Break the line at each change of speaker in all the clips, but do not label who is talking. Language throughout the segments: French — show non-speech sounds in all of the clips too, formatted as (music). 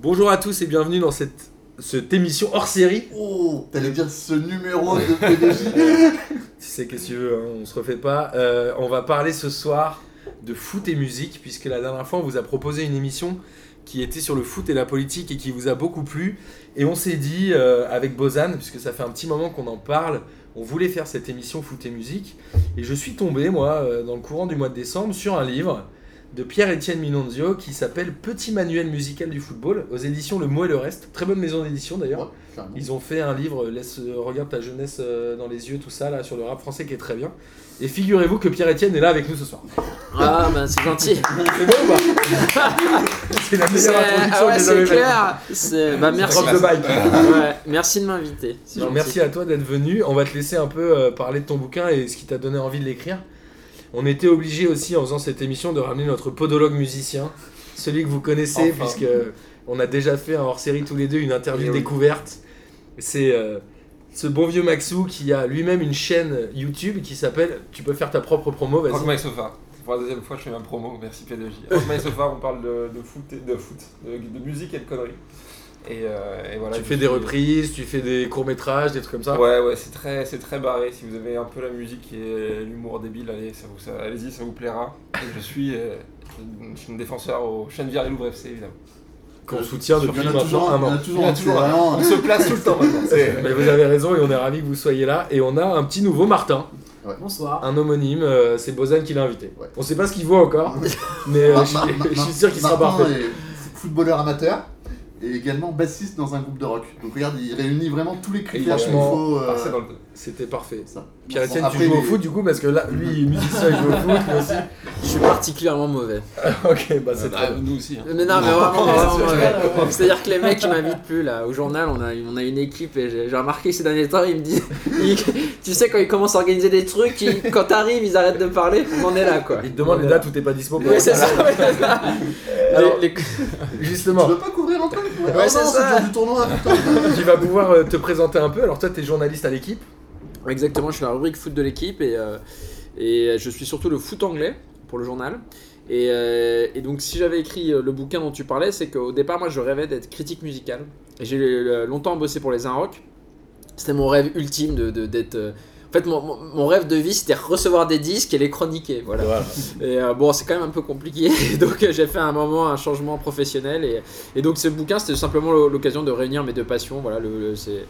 Bonjour à tous et bienvenue dans cette, cette émission hors série.
Oh, t'allais dire ce numéro de
(laughs)
PDJ
Si c'est que tu veux, hein, on se refait pas. Euh, on va parler ce soir de foot et musique, puisque la dernière fois on vous a proposé une émission qui était sur le foot et la politique et qui vous a beaucoup plu. Et on s'est dit, euh, avec Bozan, puisque ça fait un petit moment qu'on en parle, on voulait faire cette émission foot et musique. Et je suis tombé, moi, euh, dans le courant du mois de décembre, sur un livre de Pierre-Étienne Minonzio qui s'appelle Petit manuel musical du football aux éditions Le Mot et le Reste. Très bonne maison d'édition d'ailleurs. Ils ont fait un livre, euh, laisse euh, regarde ta jeunesse euh, dans les yeux, tout ça là sur le rap français qui est très bien. Et figurez-vous que Pierre Etienne est là avec nous ce soir. (laughs)
Ah bah c'est gentil.
C'est bon ou pas C'est la
C'est-
meilleure
ah
introduction
ouais,
que j'ai
c'est
jamais faite.
clair. C'est- Bah merci.
Drop the mic.
Ouais, merci de m'inviter. c'est
Non,
gentil.
merci à toi d'être venu. On va te laisser un peu euh, parler de ton bouquin et ce qui t'a donné envie de l'écrire. On était obligé aussi en faisant cette émission de ramener notre podologue musicien, celui que vous connaissez
Enfin.
puisque on a déjà fait un hors-série tous les deux une interview
Eh oui.
découverte. C'est euh, ce bon vieux Maxou qui a lui-même une chaîne YouTube qui s'appelle Tu peux faire ta propre promo, vas-y.
Rock My Sofa. Pour la deuxième fois, je fais ma promo. Merci pédagogie. Rock My Sofa, on parle de, de foot, et- de, foot de, de musique et de conneries. Et, euh, et voilà.
tu
je
fais des
suis-
reprises, tu fais des courts-métrages, des trucs comme ça.
Ouais, ouais, c'est très, c'est très barré. Si vous avez un peu la musique et l'humour débile, allez, ça vous, ça- allez-y, ça vous plaira. Et je suis, euh, je suis un défenseur au Chenevière et Louvre FC, évidemment.
Qu'on soutient
Il
depuis
y en a
maintenant
toujours
un
il y en
an.
a toujours
Il y en a
un,
toujours
c'est
un.
vraiment-
On se place tout le temps maintenant. C'est-
Mais vous avez raison et on est ravis que vous soyez là. Et on a un petit nouveau Martin.
Bonsoir.
un homonyme, euh, c'est Bozan qui l'a invité.
Ouais.
On sait pas ce qu'il voit encore, mais euh,
Ma-
je,
ma-
suis-
ma-
je suis sûr qu'il sera
Martin
parfait.
est Footballeur amateur et également bassiste dans un groupe de rock. Donc regarde, il réunit vraiment tous les critères qu'il
franchement,
faut.
Ah,
euh,
c'est dans le-
C'était parfait.
ça.
Pierre Etienne,
Bon,
tu
après,
joues au
les-
foot du coup parce que là, lui, il est musicien, il joue au foot, lui aussi.
Je suis particulièrement mauvais.
ok, bah c'est très
Ah,
bien.
nous aussi. hein.
Mais non mais vraiment, vraiment
(laughs) c'est
mauvais. C'est-à-dire que les mecs ils m'invitent plus là. Au journal on a, on a une équipe et j'ai j'ai remarqué ces derniers temps ils me disent, (laughs) ils- tu sais quand ils commencent à organiser des trucs, ils- quand t'arrives ils arrêtent de parler. On en est là quoi.
Il te demande
On
les
est là.
dates où t'es pas dispo. pour
Ouais, c'est
le
ça. (laughs) ouais, c'est ça.
Alors,
Les- les-
Tu (laughs)
Justement,
veux pas couvrir un peu Ouais,
Ouais,
non,
c'est
c'est
ça.
le jour du tournoi.
(laughs)
putain.
tu vas pouvoir euh, te présenter un peu. Alors toi, t'es journaliste à l'équipe.
Exactement, je suis la rubrique foot de l'équipe et, euh, et je suis surtout le foot anglais pour le journal. Et, euh, et donc, si j'avais écrit euh, le bouquin dont tu parlais, c'est qu'au départ, moi je rêvais d'être critique musical. Et J'ai euh, longtemps bossé pour les Inrock. C'était mon rêve ultime de de- d'être. euh, en fait, mon, mon- mon rêve de vie, c'était recevoir des disques et les chroniquer. Voilà. Et euh, bon, c'est quand même un peu compliqué. (laughs) donc, euh, j'ai fait à un moment un changement professionnel. Et, et donc, ce bouquin, c'était simplement l'o- l'occasion de réunir mes deux passions. Voilà, le, le- c'est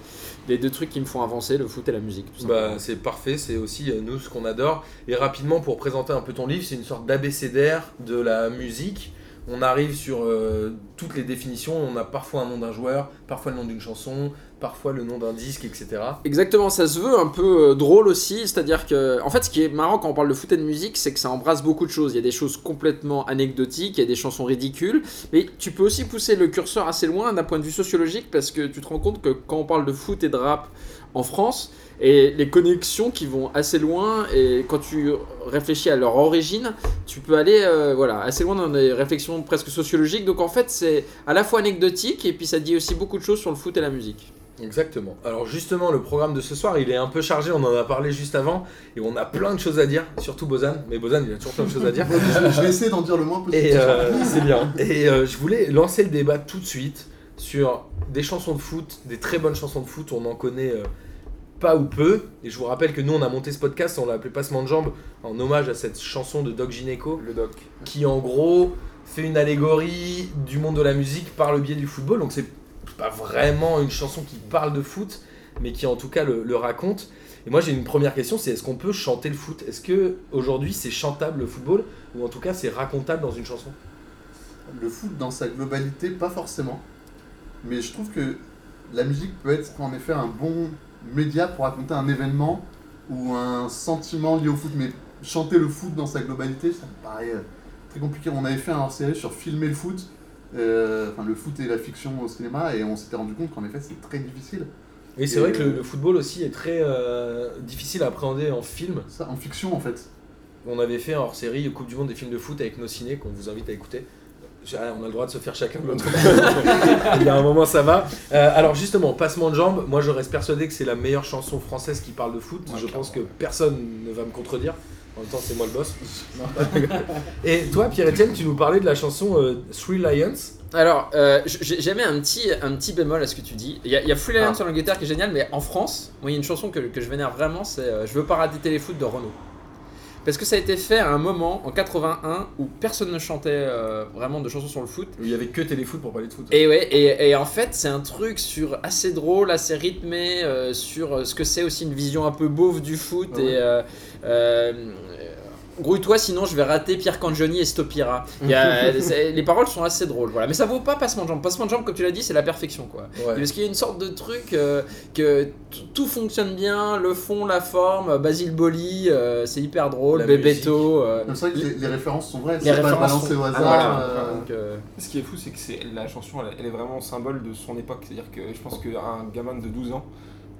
les deux trucs qui me font avancer, le foot et la musique. tout simplement.
Bah, c'est parfait, c'est aussi euh, nous ce qu'on adore. Et rapidement, pour présenter un peu ton livre, c'est une sorte d'abécédaire de la musique. On arrive sur euh, toutes les définitions, on a parfois un nom d'un joueur, parfois le nom d'une chanson, parfois le nom d'un disque, etc.
Exactement, ça se veut un peu euh, drôle aussi, c'est-à-dire que, en fait, ce qui est marrant quand on parle de foot et de musique, c'est que ça embrasse beaucoup de choses. Il y a des choses complètement anecdotiques, il y a des chansons ridicules, mais tu peux aussi pousser le curseur assez loin d'un point de vue sociologique parce que tu te rends compte que quand on parle de foot et de rap en France, et les connexions qui vont assez loin, et quand tu réfléchis à leur origine, tu peux aller euh, voilà, assez loin dans des réflexions presque sociologiques. Donc en fait, c'est à la fois anecdotique et puis ça dit aussi beaucoup de choses sur le foot et la musique.
Exactement. Alors justement, le programme de ce soir, il est un peu chargé, on en a parlé juste avant, et on a plein de choses à dire, surtout Bozan, mais Bozan, il a toujours plein de choses
(laughs)
à dire.
Je je vais essayer d'en dire le moins possible.
Et euh, c'est bien. (laughs) Et euh, je voulais lancer le débat tout de suite sur des chansons de foot, des très bonnes chansons de foot, on en connaît euh, pas ou peu. Et je vous rappelle que nous, on a monté ce podcast, on l'a appelé Passement de Jambes, en hommage à cette chanson de Doc Gineco,
Le doc.
qui en gros fait une allégorie du monde de la musique par le biais du football. Donc c'est pas vraiment une chanson qui parle de foot, mais qui en tout cas le, le raconte. Et moi j'ai une première question, c'est est-ce qu'on peut chanter le foot Est-ce que aujourd'hui c'est chantable le football ou en tout cas c'est racontable dans une chanson
Le foot dans sa globalité, pas forcément. Mais je trouve que la musique peut être en effet un bon média pour raconter un événement ou un sentiment lié au foot. Mais chanter le foot dans sa globalité, ça me paraît euh, très compliqué. On avait fait un hors-série sur filmer le foot, euh, enfin le foot et la fiction au cinéma, et on s'était rendu compte qu'en effet c'est très difficile.
Oui, c'est
Et-
vrai que le, le football aussi est très euh, difficile à appréhender en film.
Ça, en fiction en fait.
On avait fait hors série Coupe du Monde des films de foot avec nos ciné qu'on vous invite à écouter. Je- ah, On a le droit de se faire chacun (laughs) notre. Il y a un moment, ça va. Euh, alors, justement, passement de jambes, moi je reste persuadé que c'est la meilleure chanson française qui parle de foot.
Ouais,
je
clairement,
pense que
ouais.
personne ne va me contredire. En même temps, (laughs) c'est moi le boss. Et toi, Pierre-Etienne, tu nous parlais de la chanson euh, Three Lions.
Alors, euh, j- j'ai j'ai mis un petit, un petit bémol à ce que tu dis. Il y a, il y a Full Alliance
Ah.
sur la guitare qui est génial, mais en France, moi, il y a une chanson que, que je vénère vraiment, c'est euh, Je veux pas rater téléfoot de Renaud. Parce que ça a été fait à un moment, en 81, où personne ne chantait euh, vraiment de chansons sur le foot.
Il y avait que téléfoot pour parler de foot.
Et ouais, et, et en fait, c'est un truc sur assez drôle, assez rythmé, euh, sur euh, ce que c'est aussi une vision un peu beauve du foot.
Ouais.
Et euh, euh, euh, grouille-toi, sinon je vais rater Pierre Cangioni et Stopira. Il
(laughs)
y a- euh, c'est- les paroles sont assez drôles, voilà. Mais ça vaut pas passement de jambe. Passement de jambe, comme tu l'as dit, c'est la perfection, quoi.
Ouais.
Parce qu'il y a une sorte de truc euh, que t- tout fonctionne bien, le fond, la forme, euh, Basile Boli, euh, c'est hyper drôle,
La
Bebeto. euh,
Comme ça que les, les références sont vraies,
Les
c'est pas
références
balancé
sont-
au
Ah,
hasard.
voilà.
euh,
donc, euh,
Ce qui est fou, c'est que c'est, la chanson, elle, elle est vraiment symbole de son époque. C'est-à-dire que je pense qu'un gamin de 12 ans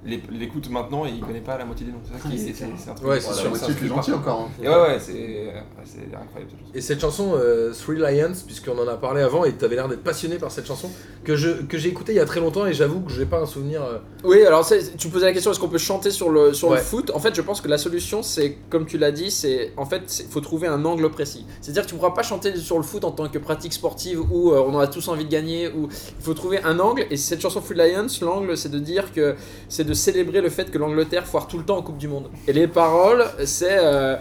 l'é- l'écoute maintenant et il connaît pas la moitié des noms. C'est ça qui
Ah, c'est
c'est,
clair.
c'est un
Ouais, c'est
truc.
voilà,
sûr,
la
ça
moitié
se fait
plus gentil
pas.
encore. hein.
Et ouais, ouais, c'est, c'est incroyable cette chanson.
Et cette chanson, euh, Three Lions, puisqu'on en a parlé avant et tu avais l'air d'être passionné par cette chanson, que je que j'ai écoutée il y a très longtemps et j'avoue que j'ai pas un souvenir. euh,
Oui, alors c'est- tu me posais la question, est-ce qu'on peut chanter sur le, sur
Ouais.
le foot En fait, je pense que la solution, c'est, comme tu l'as dit, c'est en fait, il faut trouver un angle précis. C'est-à-dire que tu ne pourras pas chanter sur le foot en tant que pratique sportive où euh, on en a tous envie de gagner. Où il faut trouver un angle. Et cette chanson Foot Lions, l'angle, c'est de dire que c'est de célébrer le fait que l'Angleterre foire tout le temps en Coupe du Monde. Et les paroles, c'est euh,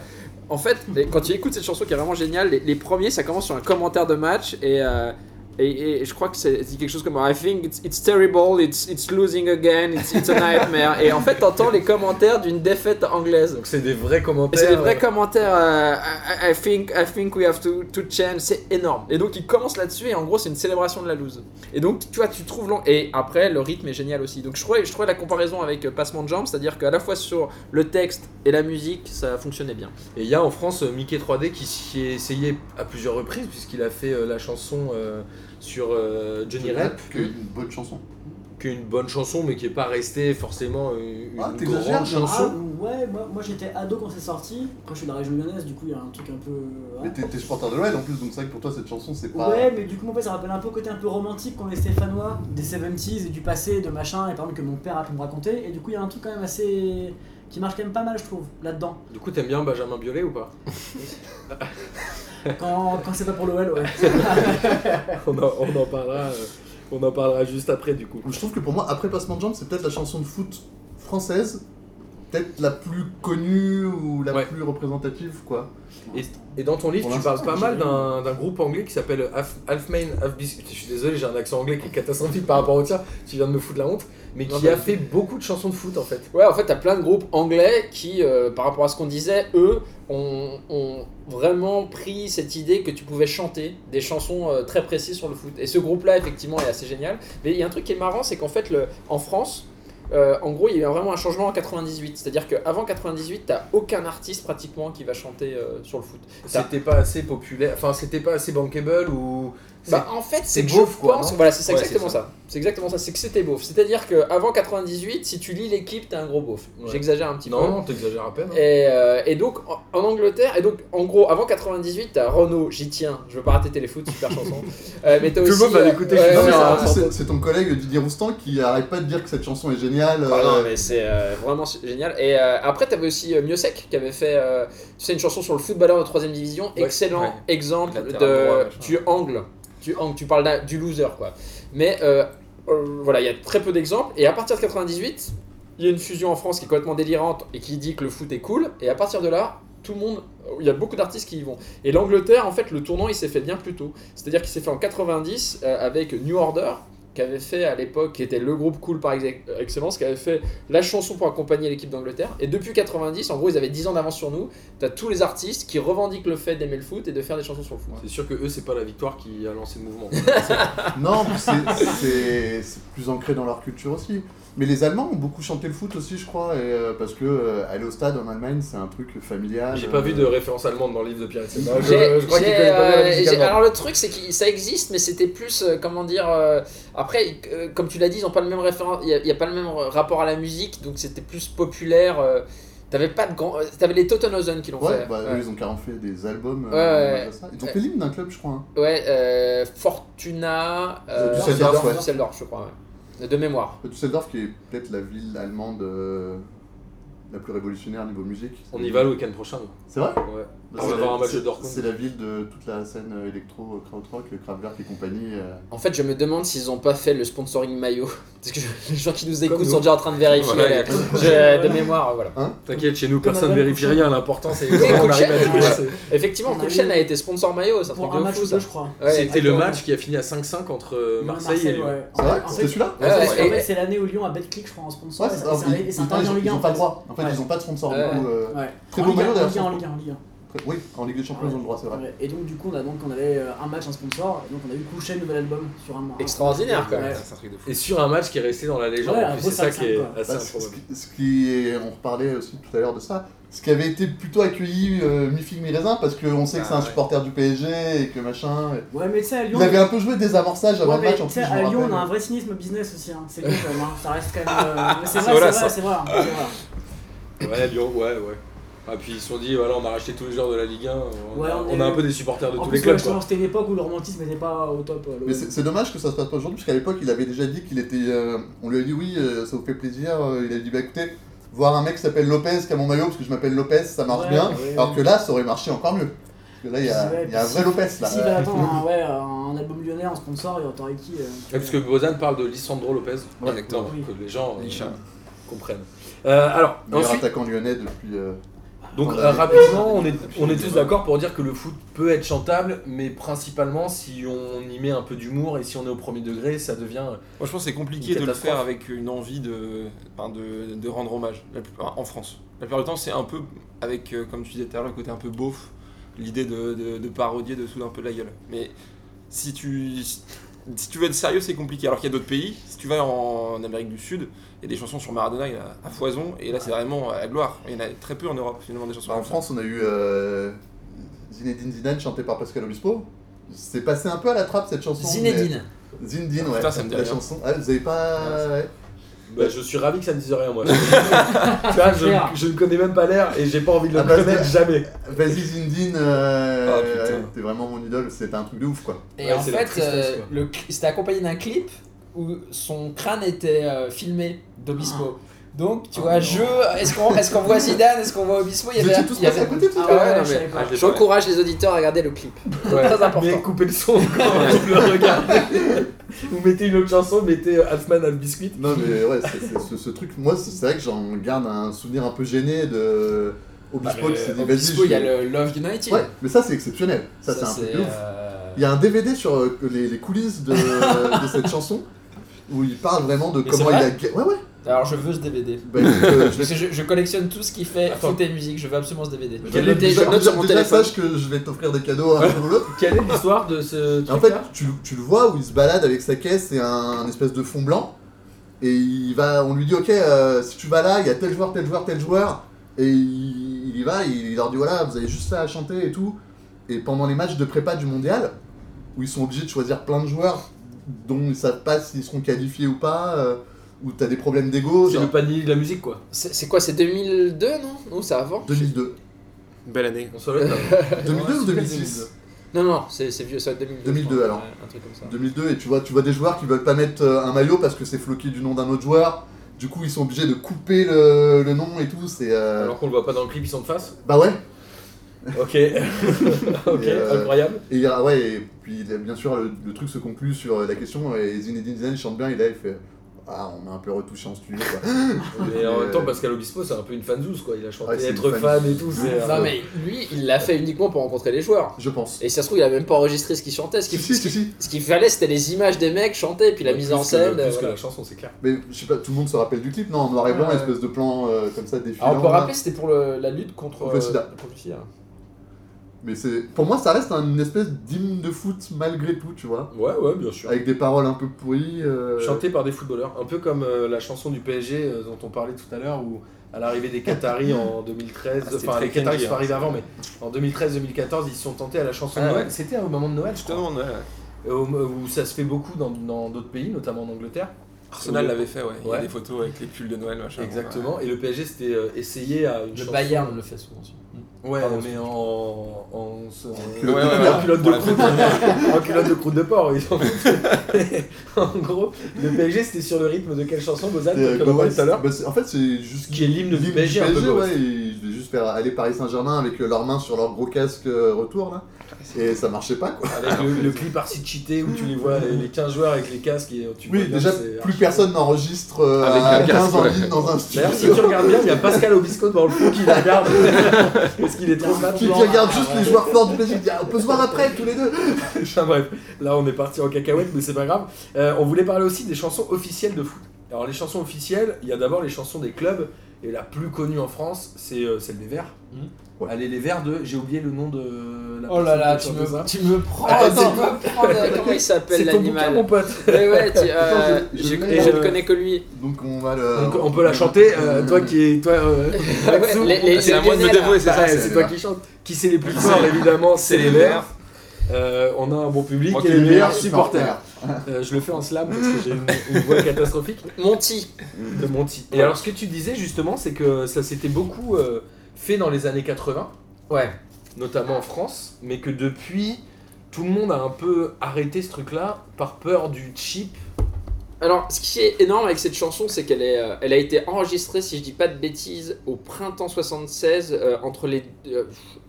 en fait, et quand tu écoutes cette chanson qui est vraiment géniale, les, les premiers, ça commence sur un commentaire de match et. euh, et, et je crois que c'est dit quelque chose comme I think it's, it's terrible, it's, it's losing again, it's, it's a nightmare. Et en fait, t'entends les commentaires d'une défaite anglaise.
Donc c'est des vrais
Et
commentaires.
c'est des vrais commentaires. euh, I, I- I think, I think we have to, to change. C'est énorme. Et donc, il commence là-dessus. Et en gros, c'est une célébration de la loose. Et donc, tu vois, tu trouves l'an. Et après, le rythme est génial aussi. Donc, je trouvais, je trouvais la comparaison avec euh, Passement de Jambes, c'est-à-dire qu'à la fois sur le texte et la musique, ça fonctionnait bien.
Et il y a en France euh, Mickey 3D qui s'y est essayé à plusieurs reprises, puisqu'il a fait euh, la chanson euh, sur euh, Johnny Rep,
Que une bonne chanson.
qui est une bonne chanson, mais qui est pas restée forcément euh, une
Ah, t'exagères,
grande
Jean.
chanson.
ouais, moi, moi, j'étais ado quand c'est sorti. Après, je suis de la région lyonnaise, du coup, il y a un truc un peu. euh,
Mais t'es t'es supporter de l'OL en plus, donc c'est vrai que pour toi cette chanson c'est pas.
Ouais, mais du coup, en fait, ça rappelle un peu le côté un peu romantique qu'on est Stéphanois, des 70s et du passé, de machin, et par exemple que mon père a pu me raconter. Et du coup, il y a un truc quand même assez. qui marche quand même pas mal, je trouve, là-dedans.
Du coup, t'aimes bien Benjamin Biolay ou pas
Quand, quand c'est pas pour l'OL, ouais.
(laughs) on, en, on en parlera. euh, on en parlera juste après du coup.
Je trouve que pour moi, après Passement de Jambes, c'est peut-être la chanson de foot française, peut-être la plus connue ou la
Ouais.
plus représentative quoi.
Et dans ton livre,
Pour
tu parles pas
j'ai
mal
rien.
d'un d'un groupe anglais qui s'appelle euh, Half, Half Man, Half Biscuit. Je suis désolé, j'ai un accent anglais qui est catastrophique par rapport au tien. Tu viens de me foutre la honte. Mais
Non,
qui
bah,
a fait beaucoup de chansons de foot en fait.
Ouais, en fait, t'as plein de groupes anglais qui, euh, par rapport à ce qu'on disait, eux, ont, ont vraiment pris cette idée que tu pouvais chanter des chansons euh, très précises sur le foot. Et ce groupe-là, effectivement, est assez génial. Mais il y a un truc qui est marrant, c'est qu'en fait, le, en France, euh, en gros, il y a eu vraiment un changement en 98. C'est-à-dire qu'avant 98, t'as aucun artiste pratiquement qui va chanter euh, sur le foot. Ça-
C'était pas assez populaire, enfin c'était pas assez bankable ou. c'est-
Bah, en fait, c'est
c'est
que
beauf,
je
quoi,
pense.
non
voilà, c'est ça,
Ouais,
exactement
c'est
ça. C'est exactement ça. C'est que c'était beauf. C'est-à-dire qu'avant 98, si tu lis l'équipe, t'es un gros beauf.
Ouais.
J'exagère un petit peu.
Non, non, t'exagères à peine. hein.
Et, euh, et donc en, en Angleterre, et donc en gros avant 98, t'as Renault, j'y tiens, je veux pas rater téléfoot,
(laughs)
super chanson. Euh, mais t'as
Tout le
aussi,
monde va
euh,
l'écouter, je
ouais,
suis
Non,
sûr,
ouais,
mais
hein,
c'est-
ouais,
c'est- c'est ton collègue Didier Roustan qui arrête pas de dire que cette chanson est géniale.
Ah non,
euh,
mais c'est euh, vraiment su- génial. Et euh, après, t'avais aussi euh, Mieux Sec qui avait fait euh, tu sais, une chanson sur le footballeur de 3 Division.
Ouais,
Excellent
ouais.
exemple de.
Latéral droit, machin.
tu angles. Tu angles, tu parles d'un- du loser, quoi. Mais euh, euh, voilà, il y a très peu d'exemples. Et à partir de 98, il y a une fusion en France qui est complètement délirante et qui dit que le foot est cool. Et à partir de là. Tout le monde, il y a beaucoup d'artistes qui y vont. Et l'Angleterre, en fait, le tournant, il s'est fait bien plus tôt. C'est-à-dire qu'il s'est fait en 90 euh, avec New Order, qui avait fait à l'époque, qui était le groupe cool par ex- excellence, qui avait fait la chanson pour accompagner l'équipe d'Angleterre. Et depuis 90, en gros, ils avaient 10 ans d'avance sur nous. T'as tous les artistes qui revendiquent le fait d'aimer le foot et de faire des chansons sur le foot.
C'est sûr que eux, c'est pas la victoire qui a lancé le mouvement.
euh, Non, mais c'est- c'est c'est plus ancré dans leur culture aussi. Mais les Allemands ont beaucoup chanté le foot aussi, je crois, et, euh, parce que euh, aller au stade en Allemagne, c'est un truc familial.
J'ai
euh,
pas vu de référence allemande dans le livre de Pierre Etienne. Bah, Je,
J'ai-
je crois qu'il
j'ai,
connaît pas bien la
euh,
musique
j'ai-
allemande.
alors le truc c'est que ça existe mais c'était plus euh, comment dire euh, après euh, comme tu l'as dit ils ont pas le même référent il y a- il y, a pas le même euh, rapport à la musique donc c'était plus populaire euh, t'avais pas de grand euh, t'avais les Tottenhausen qui l'ont
Ouais,
fait
bah,
ouais,
eux, ils ont carrément fait des albums. euh,
Ouais, ouais.
hommage à ça. Ils ont fait l'hymne d'un club, je crois. hein.
Ouais, euh, Fortuna euh,
Düsseldorf, ouais.
Düsseldorf, je crois ouais. de mémoire
Bah, Düsseldorf, qui est peut-être la ville allemande euh, la plus révolutionnaire niveau musique.
On y va le week-end prochain.
C'est vrai
nous. Ouais.
Bah,
On
c'est
va
la-
voir un match
c'est-
de Dortmund.
C'est la ville de toute la scène euh, électro, euh, krautrock, euh, Kraftwerk et compagnie. euh.
En fait, je me demande s'ils ont pas fait le sponsoring maillot. (laughs) Parce que je- les gens qui nous écoutent
nous.
sont déjà en train de vérifier
Voilà,
là.
il y
Je-
(laughs)
de mémoire. Voilà.
T'inquiète, chez nous,
Comme
personne ne
Madame
vérifie
Couchet.
rien. L'important, c'est
Oui,
comment on arrive à
Couchet.
déplacer.
Effectivement,
On a
Kouchen
eu-
a été sponsor maillot, ça
Pour un match ou deux, je crois.
C'était le
Attends.
match qui a fini à 5-5 entre euh, Marseille et Lyon.
ouais.
C'est vrai
En fait,
C'était celui-là
Ouais,
en
ouais,
fait,
et-
en fait, c'est l'année où Lyon a Betclic, je crois, en sponsor.
Ouais,
et
c'est
ça- et ça- et c'est
ils-
interdit en
ils-
Ligue
Ils
1.
ont pas le droit. En fait,
Ouais.
ils ont pas de sponsor. du
Ouais.
coup, euh,
Ouais.
Très
En
beau
Ligue un,
maillot,
en
d'ailleurs,
Ligue un,
surtout.
en Ligue un, en Ligue un.
très- Oui, en Ligue des Champions, ils ont le droit, c'est vrai.
Ouais, Et donc, du coup, on a, donc, on avait euh, un match, un sponsor. Et donc, on a eu couché le nouvel album sur un mois.
Extraordinaire quand même.
Ouais.
C'est un truc de fou.
Et sur un match qui est resté dans la légende,
Ouais,
en
un
plus,
gros
c'est ça qui
5-5,
est
quoi.
assez
Bah, ce, ce
improbable.
qui- ce qui est- on reparlait aussi tout à l'heure de ça, ce qui avait été plutôt accueilli euh, mi-figue mi-raisin parce qu'on sait que c'est
Ah,
un
ouais.
supporter du PSG et que machin. et-
Ouais, mais tu sais, à Lyon.
Il avait un peu joué des amorçages avant
Ouais,
le
mais
match en
tu
plus.
sais,
je me
à Lyon, on a un
rappelle.
vrai cynisme business aussi. Hein. C'est con quand même. Hein. Ça reste quand même. euh, mais C'est
C'est
vrai,
voilà,
c'est vrai,
ça.
c'est vrai. c'est vrai.
Ouais, Lyon, ouais, ouais. Ah, puis ils se sont dit, voilà, on a racheté tous les joueurs de la Ligue 1. On,
Ouais,
a,
on
on a
est-
un peu des supporters de
En
tous
plus,
les clubs,
ouais,
quoi.
c'était une époque où le romantisme n'était pas au top. euh,
Mais
l'OM.
c'est c'est dommage que ça se passe pas aujourd'hui, parce qu'à l'époque, il avait déjà dit qu'il était. euh, on lui a dit oui, euh, ça vous fait plaisir. euh, il a dit bah écoutez, voir un mec qui s'appelle Lopez qui a mon maillot, parce que je m'appelle Lopez, ça marche
Ouais,
bien.
ouais.
Alors que là, ça aurait marché encore mieux. Parce que là, il y a,
Ouais,
il y a un
puis
vrai
si-
Lopez là.
S'il va attendre un, ouais, un album lyonnais en sponsor, il aurait qui euh,
Ouais, parce que Bozan parle de Lissandro Lopez.
Ouais.
Exactement.
Oui.
Que les gens euh,
Licha.
comprennent. Euh, alors,
Meilleur
ensuite,
attaquant lyonnais depuis. euh,
donc
Attends,
euh,
mais-
rapidement, on est, on est tous d'accord pour dire que le foot peut être chantable, mais principalement si on y met un peu d'humour et si on est au premier degré, ça devient.
Moi, je pense que c'est compliqué
Une
de le
catastrophe.
faire avec une envie de, enfin, de, de rendre hommage, la plupart- en France. La plupart du temps, c'est un peu avec, euh, comme tu disais tout à l'heure, le côté un peu beauf, l'idée de, de- de parodier, de souder un peu de la gueule. Mais si tu, si tu veux être sérieux, c'est compliqué. Alors qu'il y a d'autres pays, si tu vas en, Amérique du Sud, il y a des chansons sur Maradona, il y en a à foison, et là, c'est vraiment à la gloire. Il y en a très peu en Europe, finalement, des chansons
Bah, en
comme ça.
France, on a eu euh, Zinedine Zidane chanté par Pascal Obispo. C'est passé un peu à la trappe cette chanson.
Zinedine.
mais- Zinedine, ouais.
Putain, ça me dit
la
rien.
chanson. Ah, vous avez pas. ouais.
Bah, je suis ravi que ça ne dise
(laughs)
rien, moi. tu vois, je, je ne connais même pas l'air et j'ai pas envie de le
Ah, bah,
connaître
c'est-
jamais.
Vas-y, Zinedine. euh,
Ah, putain.
ouais, T'es vraiment mon idole. C'était un truc de ouf, quoi.
Et
Ouais,
en
c'est la
fait,
tristesse,
euh,
quoi.
le cl- c'était accompagné d'un clip où son crâne était euh, filmé d'Obispo. Donc, tu
Oh
vois,
non.
jeu, est-ce qu'on est qu'on
(laughs)
voit Zidane, est-ce qu'on voit Obispo Il
Vous
y avait,
étiez tous
il y
passés à
avait...
côté, tout
Ah
à
ouais,
l'heure.
non, mais J'encourage les auditeurs à regarder le clip. Très important.
Mais coupez le son quand vous le regardez. Vous mettez une autre chanson, mettez euh, Halfman à le biscuit.
Non, mais ouais, c'est- c'est- ce, ce truc, moi, c'est c'est vrai que j'en garde un souvenir un peu gêné de Obispo qui s'est dit vas-y.
Ah, Obispo,
je-
il y a le Love United.
Ouais, mais ça, c'est exceptionnel. Ça, c'est un truc de ouf.
euh,
Il y a un DVD sur euh, les, les coulisses de, de
(laughs)
cette chanson où il parle vraiment de
Mais
comment
c'est
il
vrai
a. ga- Ouais, ouais.
Alors, je veux ce DVD.
Bah, écoute, euh, je vais-
Parce que je, je collectionne tout ce qui fait
Attends.
foot et musique, je veux absolument ce DVD. (laughs) Je
Quel
note-
est-
je note sur mon
déjà,
téléphone.
sache que je vais t'offrir des cadeaux un jour ou l'autre.
Quelle est l'histoire de ce
En fait, tu, tu le vois où il se balade avec sa caisse et un, espèce de fond blanc. Et il va, on lui dit Ok, euh, si tu vas là, il y a tel joueur, tel joueur, tel joueur. Et il, il y va, il, il leur dit Voilà, vous avez juste ça à chanter et tout. Et pendant les matchs de prépa du mondial, où ils sont obligés de choisir plein de joueurs dont ils savent pas s'ils seront qualifiés ou pas, euh, où t'as des problèmes d'ego,
C'est
genre
le panier de la musique, quoi.
C'est c'est quoi, c'est 2002, non Non, c'est avant
2002.
Belle année.
On se hein. relève, là.
2002 ou
Super
2006
Non, non, c'est c'est vieux, ça doit être 2002. je
2002,
crois.
alors.
Ouais, Un truc comme ça.
2002 et tu vois tu vois des joueurs qui veulent pas mettre euh, un maillot parce que c'est floqué du nom d'un autre joueur du coup ils sont obligés de couper le, le nom et tout c'est euh,
Alors qu'on le voit pas dans le clip, ils sont de face.
bah ouais
Ok. (laughs) ok,
Et, euh,
incroyable.
et il y a- ouais et puis il y a- bien sûr le, le truc se conclut sur euh, la question et Zinedine Zidane chante bien et là il fait ah on a un peu retouché en studio quoi
Mais en
euh,
même temps, Pascal Obispo, c'est un peu une fanzouze, quoi. Il a chanté
Ouais, c'est une
être
fanzouze.
fan et tout. c'est, euh,
Non mais lui, il l'a fait uniquement pour rencontrer les joueurs.
je pense
Et si ça se trouve, il a même pas enregistré ce qu'il chantait. Ce
si
qu'il
si
ce
si,
qu'il-
si.
ce qu'il fallait, c'était les images des mecs chanter, puis la mise
plus
en
que-
scène.
Plus
euh,
que
voilà.
la chanson, c'est clair.
mais je sais pas tout le monde se rappelle du clip non en noir et blanc
Ouais, ouais.
espèce de plan euh, comme ça défilant
Alors Ah, on peut
là.
rappeler, c'était pour le- la lutte contre,
Contre le sida.
contre le sida.
mais c'est pour moi ça reste un espèce d'hymne de foot malgré tout tu vois
Ouais, ouais, bien sûr.
avec des paroles un peu pourries euh,
Chanté par des footballeurs, un peu comme euh, la chanson du PSG euh, dont on parlait tout à l'heure, où à l'arrivée des Qataris en 2013,
(laughs) Ah, c'était
enfin
très
les Qataris
cringy,
sont
hein.
arrivés avant, mais en 2013-2014, ils se sont tentés à la chanson
Ah
de
ouais.
Noël. C'était au moment de Noël, je crois.
Justement, ouais.
Euh, au- Où ça se fait beaucoup dans- dans d'autres pays, notamment en Angleterre.
Arsenal
Ouais.
l'avait hein. fait, ouais. Il y
Ouais.
a des photos avec les pulls de Noël, machin.
Exactement. Et le PSG s'était euh, essayé à une
Le
chanson.
Bayern le fait souvent. aussi.
Ouais,
Pardon,
mais en. en, en-
Ouais, ouais, ouais.
en culotte de
Pour la
croûte. (laughs) en culotte de croûte de porc, ils ont (laughs) En gros, le PSG c'était sur le rythme de quelle chanson, Bozan
C'était, euh,
Comme on
Go
parlait tout à
West.
l'heure.
Bah, c'est- en fait, c'est juste
Qui est l'hymne du
L'hymne
PSG, un peu, Go
ouais,
West.
et devaient juste faire aller Paris Saint-Germain avec euh, leurs mains sur leur gros casque euh, retour, là. Et ça marchait pas, quoi.
Ah
Avec le, le clip archi cheaté où tu les vois, les, les 15 joueurs avec les casques et tu vois
Oui,
bien
déjà,
que c'est
plus
archi-
personne n'enregistre euh,
Avec
à
un casque,
15 en
ouais.
ligne dans un
D'ailleurs, si tu
studio.
regardes bien, il y a Pascal Obispo dans le fond qui la
(laughs)
regarde. Parce qu'il est trop fat.
Qui qui regarde juste les joueurs forts du PSG, qui dit, Ah, on peut se voir après, tous les deux.
(laughs) Enfin, bref, là on est parti en cacahuète, mais c'est pas grave. Euh, on voulait parler aussi des chansons officielles de foot. Alors, les chansons officielles, il y a d'abord les chansons des clubs, et la plus connue en France, c'est euh, celle des Verts.
Mhm.
Ouais. Allez, les Verts de. J'ai oublié le nom de la
Oh là
personne
là,
qui
tu
chantait ça.
me, tu me prends.
Ah,
tu
c'est-
me prends de-
(laughs) Comment il s'appelle
C'est ton bouquin, mon
l'animal
pote.
Ouais, ouais, tu- euh,
Attends, je- je
j'ai-
l'ai,
je ne
euh,
connais que lui.
Donc on va le.
Donc, on peut la chanter, euh, toi qui es. Toi,
(laughs)
euh, Maxou.
les- les-
C'est à moi de me
Lionel,
dévouer, c'est
Bah,
ça.
ouais, c'est toi qui chante. Qui c'est
(laughs)
les plus forts, évidemment, c'est les Verts. Euh, on a un bon public
Moi
et
qui
les
est le
meilleurs supporters. Euh, je le fais en slam parce que j'ai une, une voix catastrophique
Monty.
de Monty. Et alors, ce que tu disais justement, c'est que ça s'était beaucoup euh, fait dans les années 80,
Ouais.
notamment en France, mais que depuis, tout le monde a un peu arrêté ce truc-là par peur du chip.
Alors, ce qui est énorme avec cette chanson, c'est qu'elle est, euh, elle a été enregistrée, si je dis pas de bêtises, au printemps 76, euh, entre les, euh,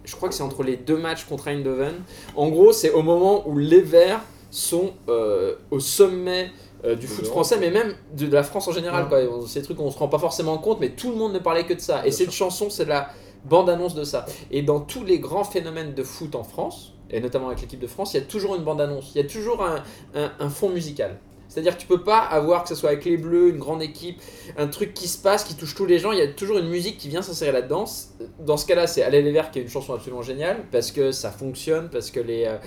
je crois que c'est entre les deux matchs contre Eindhoven. En gros, c'est au moment où les Verts sont euh, au sommet euh, du foot
l'Europe.
français, mais même de, de la France en général.
Ouais.
quoi. Et on- C'est des trucs qu'on se rend pas forcément compte, mais tout le monde ne parlait que de ça. Et
Bien
cette
sûr.
chanson, c'est la bande-annonce de ça. Et dans tous les grands phénomènes de foot en France, et notamment avec l'équipe de France, il y a toujours une bande-annonce, il y a toujours un, un- un fond musical. C'est-à-dire que tu peux pas avoir, que ce soit avec les Bleus, une grande équipe, un truc qui se passe, qui touche tous les gens, il y a toujours une musique qui vient s'insérer là-dedans. Dans ce cas-là, c'est Allez les Verts qui est une chanson absolument géniale, parce que ça fonctionne, parce que les, euh,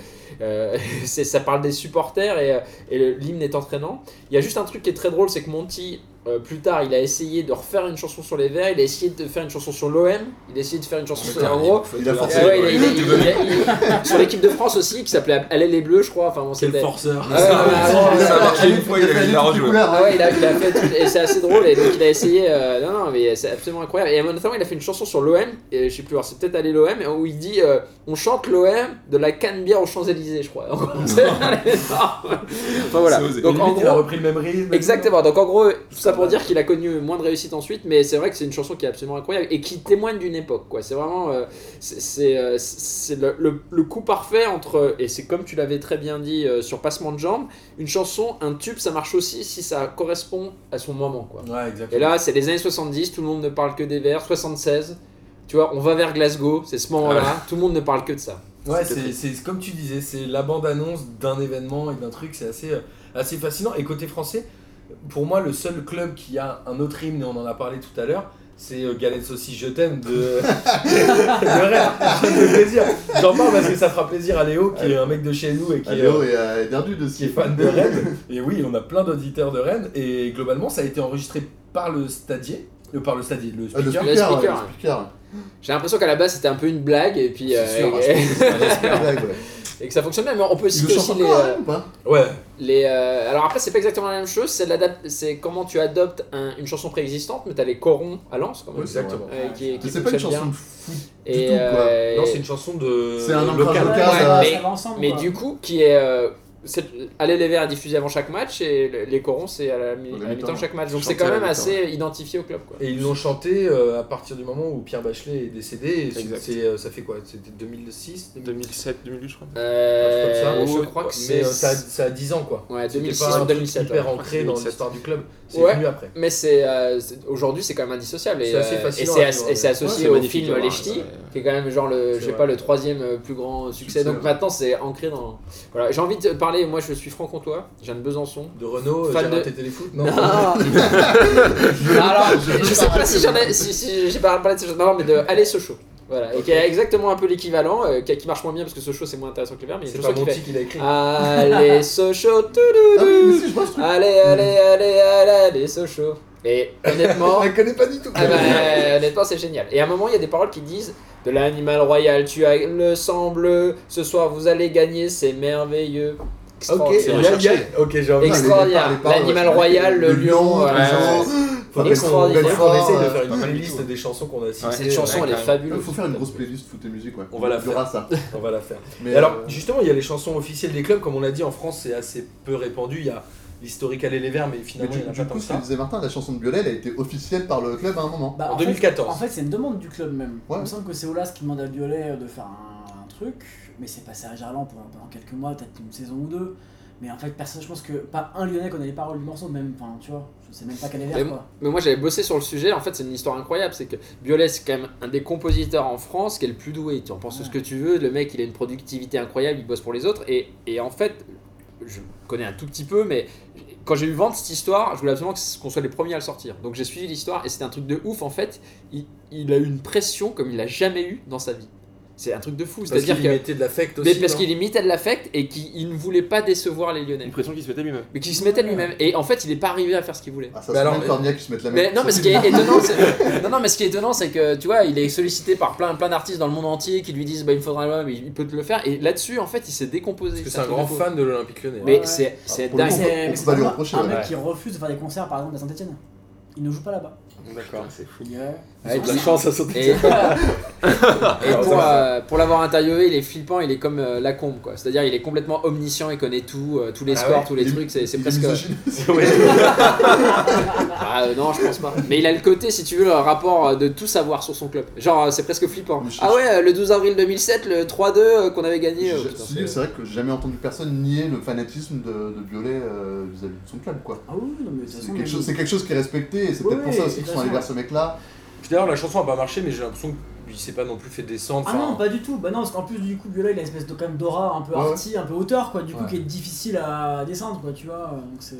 euh, c'est- ça parle des supporters et, euh, et le- l'hymne est entraînant. Il y a juste un truc qui est très drôle, c'est que Monty, euh, plus tard, il a essayé de refaire une chanson sur les Verts, il a essayé de faire une chanson sur l'OM, il a essayé de faire une chanson sur... En gros,
Il a forcé.
ah ouais, il a-
Ouais.
il a- il a- il a- il- sur l'équipe de France aussi qui s'appelait Allez les Bleus, je crois. Enfin, bon,
C'est le
c'était.
forceur. (laughs)
Ah ouais, non, mais avant,
Il a-
Ça a
euh,
marché une fois, il a-
fait
il a
toutes les
rejoué.
couleurs,
ah
hein.
ouais, il a, il a fait tout- et c'est assez drôle et donc il a essayé euh, non non mais c'est absolument incroyable et notamment il a fait une chanson sur l'OM et je sais plus alors c'est peut-être aller l'OM et où il dit euh, on chante l'OM de la canne bière aux Champs Élysées je crois (laughs) C'est énorme. enfin voilà
C'est osé.
donc en
il a
gros
repris le même rythme.
Exactement, donc en gros, tout ça pour dire qu'il a connu moins de réussite ensuite, mais c'est vrai que c'est une chanson qui est absolument incroyable et qui témoigne d'une époque, quoi. C'est vraiment. euh, c'est- c'est euh, c'est le, le- le coup parfait entre. Et c'est comme tu l'avais très bien dit euh, sur Passement de Jambes, une chanson, un tube, ça marche aussi si ça correspond à son moment, quoi.
Ouais, exactement.
Et là, c'est les années 70, tout le monde ne parle que des vers, 76. Tu vois, on va vers Glasgow, c'est ce moment-là,
Ah
tout le monde ne parle que de ça.
Ouais,
C'était
c'est c'est comme tu disais, c'est la bande-annonce d'un événement et d'un truc, c'est assez, euh, assez fascinant. Et côté français, pour moi, le seul club qui a un autre hymne, et on en a parlé tout à l'heure, c'est euh, Galette Saucisse Je t'aime de. (laughs) de Rennes. Ça me fait plaisir. J'en parle parce que ça fera plaisir à Léo, qui est un mec de chez nous et qui, est, euh,
Léo et euh, Derdude
qui
aussi.
est fan (laughs) de Rennes. Et oui, on a plein d'auditeurs de Rennes. Et globalement, ça a été enregistré par le stadier. euh, par le stadier, le
Ah, Le
speaker.
speaker,
Le speaker,
ouais,
hein.
le speaker.
J'ai l'impression qu'à la base, c'était un peu une blague et puis.
C'est
euh,
sûr, hein,
et,
Ouais, ouais.
et (laughs) que ça fonctionne bien, mais on
Il
peut
le
citer
chante
aussi les.
encore,
euh,
hein, ou pas
Ouais,
Les, euh, alors après, c'est pas exactement la même chose, c'est l'adap- c'est comment tu adoptes un- une chanson préexistante, mais t'as les corons à Lens quand même.
exactement.
euh, qui, qui
Mais c'est pas une
fonctionnent
chanson
bien.
de foot.
Et,
tout, quoi.
euh,
Non, c'est une chanson de.
Ah,
C'est un ancrage
local.
local.
Ouais,
ça-
mais- ça va ensemble,
Mais
quoi.
du coup, qui est. euh, c'est- Aller les verts est diffusé avant chaque match et le- les corons c'est à la mi-
À la
à la mi-temps
mi-temps,
de chaque match. Donc
Chanter
c'est quand
à la
même
mi-temps,
assez identifié au club. Quoi.
Et ils l'ont chanté euh, à partir du moment où Pierre Bachelet est décédé. Et c'est-
Exact.
c'est, euh, ça fait quoi C'était 2006
2007, 2008, je crois.
Euh,
Un truc comme ça.
je crois que c'est.
Mais euh, ça, a- ça a 10 ans quoi.
Ouais,
C'était
2006
pas un
ou
truc
2007. ouais.
Hyper ancré dans
2007.
l'histoire du club. C'est
Ouais.
venu après.
Mais c'est euh, c'est- aujourd'hui, c'est quand même indissociable. Et,
C'est assez
euh,
fascinant
et c'est
à
as-
vivre,
et c'est
ouais.
associé au film Les Ch'tis, qui est quand même genre le,
C'est
je sais
vrai.
pas, le troisième euh, plus grand succès.
Succès,
Donc
ouais.
maintenant, c'est ancré dans. Voilà, j'ai envie de parler. Moi, je suis franc-comtois. Je viens de
(laughs)
Besançon.
De Renault, euh,
Fan
j'ai
de-
raté téléfoot Non.
(laughs) Non.
Ah,
Alors, je sais pas si j'en ai, si, si j'ai pas parlé de ces choses avant,
(laughs)
mais de aller Sochaux. Voilà, et qui a exactement un peu l'équivalent, euh, qui, a- qui marche moins bien parce que Sochaux c'est moins intéressant que les Verts, mais il y a
C'est
une
pas
chanson
Monty
qui Ah, fait
qui l'a écrit.
Allez Sochaux, tout
Ah oui, mais si, je vois ce truc.
Allez,
Mm.
allez, allez, allez, allez Sochaux. Et honnêtement,
(laughs)
Je la connais pas du tout.
Ah bah, euh, honnêtement, c'est génial. Et à un moment, il y a des paroles qui disent de l'animal royal, tu as le sang bleu, ce soir vous allez gagner, c'est merveilleux.
Ok,
Extraordinaire.
il y a- il y a- ok, j'ai envie de-
Extra-
Extraordinaire.
les paroles,
L'animal
ouais.
royal, le, lion,
le
voilà.
genre.
Faudrait qu'on
Extraordinaire.
faudrait qu'on essaye de
Pas
faire une
mal du
playlist
tout.
des chansons qu'on a citées.
Ouais.
Cette chanson,
ouais,
elle est
quand même.
Il
fabuleuse.
faut faire une grosse playlist foot et musique, ouais.
On va la
Il y aura ça.
On va la faire.
Mais
Et alors,
euh,
justement, il y a les chansons officielles des clubs. Comme on l'a dit, en France, c'est assez peu répandu. Il y a l'historique allait les verts, mais
Mais
finalement,
du,
il n'y en a
du
pas tant
coup,
que
ce que
ça.
disait Martin, la chanson de Violet, elle a été officielle par le club à un moment.
Bah,
En
en fait-
2014.
en fait, c'est une demande du club même.
Ouais.
Il me semble que c'est Olas qui demande à Violet de faire un, un truc, mais c'est passé à Gerland pendant, pendant quelques mois, peut-être une saison ou deux. Mais en fait, personne, je pense que pas un Lyonnais connaît les paroles du morceau, même, enfin, tu vois, je sais même pas qu'elle est
Mais
verte, quoi.
Mais moi j'avais bossé sur le sujet, en fait c'est une histoire incroyable, c'est que Biolay c'est quand même un des compositeurs en France qui est le plus doué, tu en penses ce que tu veux, le mec il a une productivité incroyable, il bosse pour les autres, et, et en fait je connais un tout petit peu, mais quand j'ai eu vendre cette histoire, je voulais absolument que- qu'on soit les premiers à le sortir. Donc j'ai suivi l'histoire et c'était un truc de ouf en fait, il, il a eu une pression comme il l'a jamais eu dans sa vie. C'est un truc de fou,
Parce
c'est-à-dire
qu'il y
que...
mettait de l'affect aussi.
Mais parce
non
qu'il imitait de l'affect et qu'il il ne voulait pas décevoir les Lyonnais.
Une pression qui se mettait lui-même.
Mais qu'il se mettait lui-même. Et en fait, il n'est pas arrivé à faire ce qu'il voulait.
Ah, ça
Mais
c'est
alors,
même
mais-
Cornillac qui se met la
Mais
même.
non, mais ce qui est étonnant, c'est... non, non, mais ce qui est étonnant, c'est que tu vois, il est sollicité par plein, plein d'artistes dans le monde entier qui lui disent, bah, il me faudra un album, il il peut te le faire. Et là-dessus, en fait, il s'est décomposé.
Parce que
C'est
c'est un
truc
grand
de fou.
fan de l'Olympique lyonnais.
Mais
Ouais.
c'est, c'est
Ah, pour le
Mais
dingue.
coup,
c'est-
on
mais
peut
c'est
pas lui
vraiment
reprocher,
Un
ouais.
mec
Ouais.
qui refuse de faire des concerts, par exemple, à Saint-Etienne. Il ne joue pas là-bas.
D'accord.
C'est fou.
Ah
Ils ont de la chance à
Et,
sauter.
et pour, euh, pour l'avoir interviewé, il est flippant, il est comme euh, Lacombe, quoi. C'est-à-dire, il est complètement omniscient, il connaît tout, euh, tous les
Ah
scores,
ouais
tous les
Il est-
trucs. C'est, c'est
Il est
presque.
misogyne.
Ah, euh, non, je pense pas. Mais il a le côté, si tu veux, le rapport euh, de tout savoir sur son club. Genre, euh, c'est presque flippant.
Mais je-
Ah ouais, euh, le 12 avril 2007, le 3-2 euh, qu'on avait gagné. euh,
J'ai-
putain,
si,
c'est-
C'est vrai que j'ai jamais entendu personne nier le fanatisme de, de Violet euh, vis-à-vis de son club, quoi.
Ah oui, non, mais de toute
C'est
façon,
quelque,
il-
chose, c'est quelque chose qui est respecté et c'est peut-être
Oui,
pour ça aussi qu'ils
bien
sont allés
sûr.
vers ce mec-là.
Puis D'ailleurs, la chanson a pas marché, mais j'ai l'impression qu'il s'est pas non plus fait descendre.
Ah
enfin,
non, pas du tout. Bah non, parce qu'en plus du coup, Viola, il a une espèce de quand même d'aura un peu
Ouais, hein. ouais.
arty, un peu hauteur, quoi. Du coup,
Ouais.
qui est difficile à descendre, quoi. Tu vois. Donc c'est.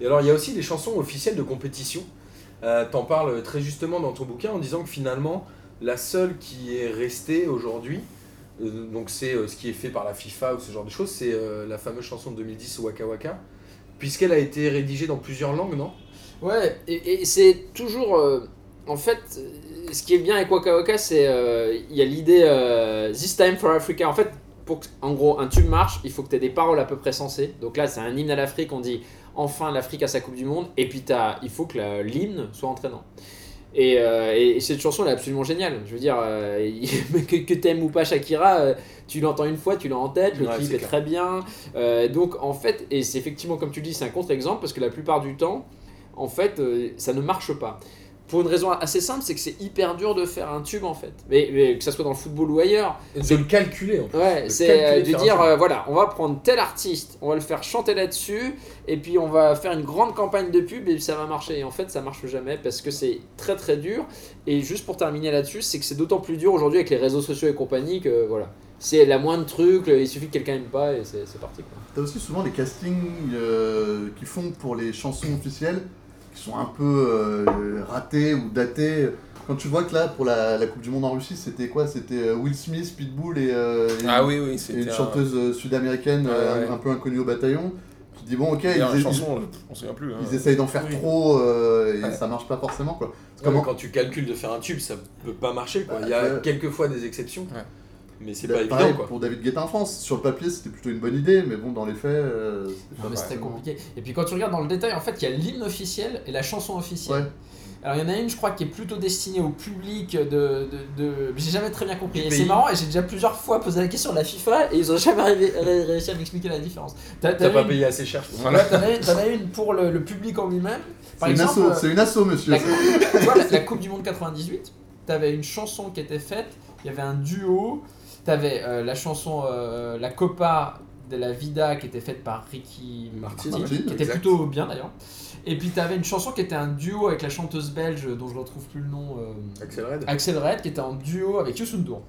Et alors, il y a aussi des chansons officielles de compétition. Euh, T'en parles très justement dans ton bouquin en disant que finalement, la seule qui est restée aujourd'hui, euh, donc c'est euh, ce qui est fait par la FIFA ou ce genre de choses, c'est euh, la fameuse chanson de 2010 Waka Waka, puisqu'elle a été rédigée dans plusieurs langues, non
Ouais, et, et c'est toujours. euh, en fait, euh, ce qui est bien avec Waka Waka, c'est. euh, Il y a l'idée euh, This Time for Africa. En fait, pour que, en gros, un tube marche, il faut que tu aies des paroles à peu près sensées. Donc là, c'est un hymne à l'Afrique. On dit enfin l'Afrique à sa Coupe du Monde. Et puis, t'as- il faut que la- l'hymne soit entraînant. Et, euh, et- et cette chanson, elle est absolument géniale. Je veux dire, euh, (laughs) que, que t'aimes ou pas Shakira, euh, tu l'entends une fois, tu l'as en tête, le
Ouais,
clip
c'est
est
clair.
très bien. Euh, donc, en fait, et c'est effectivement, comme tu dis, c'est un contre-exemple parce que la plupart du temps, en fait, euh, ça ne marche pas. Pour une raison assez simple, c'est que c'est hyper dur de faire un tube en fait. Mais, mais que ça soit dans le football ou ailleurs.
De le calculer en fait. hein.
Ouais,
De
c'est
calculer,
euh, de
faire un
dire
tube.
euh, voilà, on va prendre tel artiste, on va le faire chanter là-dessus, et puis on va faire une grande campagne de pub et ça va marcher. Et en fait, ça marche jamais parce que c'est très très dur. Et juste pour terminer là-dessus, c'est que c'est d'autant plus dur aujourd'hui avec les réseaux sociaux et compagnie que voilà. C'est la moindre truc, le- il suffit que quelqu'un aime pas et c'est c'est parti. quoi.
T'as aussi souvent des castings euh, qui font pour les chansons officielles qui sont un peu euh, ratées ou datées. Quand tu vois que là, pour la, la Coupe du Monde en Russie, c'était quoi C'était euh, Will Smith, Pitbull et, euh, et-
Ah oui, oui,
et
c'était
une
un-
chanteuse euh, sud-américaine
Ouais,
euh,
ouais.
un peu inconnue au bataillon. Tu te dis, bon, ok, ils,
D'ailleurs, la
ils-
chanson, euh, pff, on se souvient plus. hein.
ils essayent d'en faire
Oui.
trop euh, et
Ouais.
ça marche pas forcément, quoi.
Parce que
Comment-
Quand tu calcules de faire un tube, ça peut pas marcher. Quoi. Il y
Bah,
a
ouais.
quelques fois des exceptions,
Ouais.
mais c'est pas
Bah, Pareil
évident quoi.
pour David Guetta en France. Sur le papier, c'était plutôt une bonne idée, mais bon, dans les faits, euh, c'était
Non,
pas
mais c'est très
forcément-
compliqué. Et puis quand tu regardes dans le détail, en fait, il y a l'hymne officiel et la chanson officielle.
Ouais.
Alors il y en a une, je crois, qui est plutôt destinée au public de. de, de- J'ai jamais très bien compris.
Du
Et c'est
pays.
marrant, et j'ai déjà plusieurs fois posé la question à la FIFA et ils ont (laughs) jamais arrivé- ré- réussi à m'expliquer la différence. T'as t'en
T'as pas
as, une-
payé assez cher, je pense.
Voilà.
t'en as une- t'en as une pour le, le public en lui-même. Par
C'est une
exemple,
asso,
euh,
c'est une asso, monsieur.
la, tu vois, la- la Coupe du Monde 98, t'avais une chanson qui était faite, il y avait un duo, t'avais euh, la chanson euh, La Copa de la Vida qui était faite par Ricky Martin,
Martin,
qui était
exact.
plutôt bien d'ailleurs. Et puis t'avais une chanson qui était un duo avec la chanteuse belge dont je ne retrouve plus le nom, euh,
Axel Red.
Axel Red, qui était en duo avec Youssou N'Dour.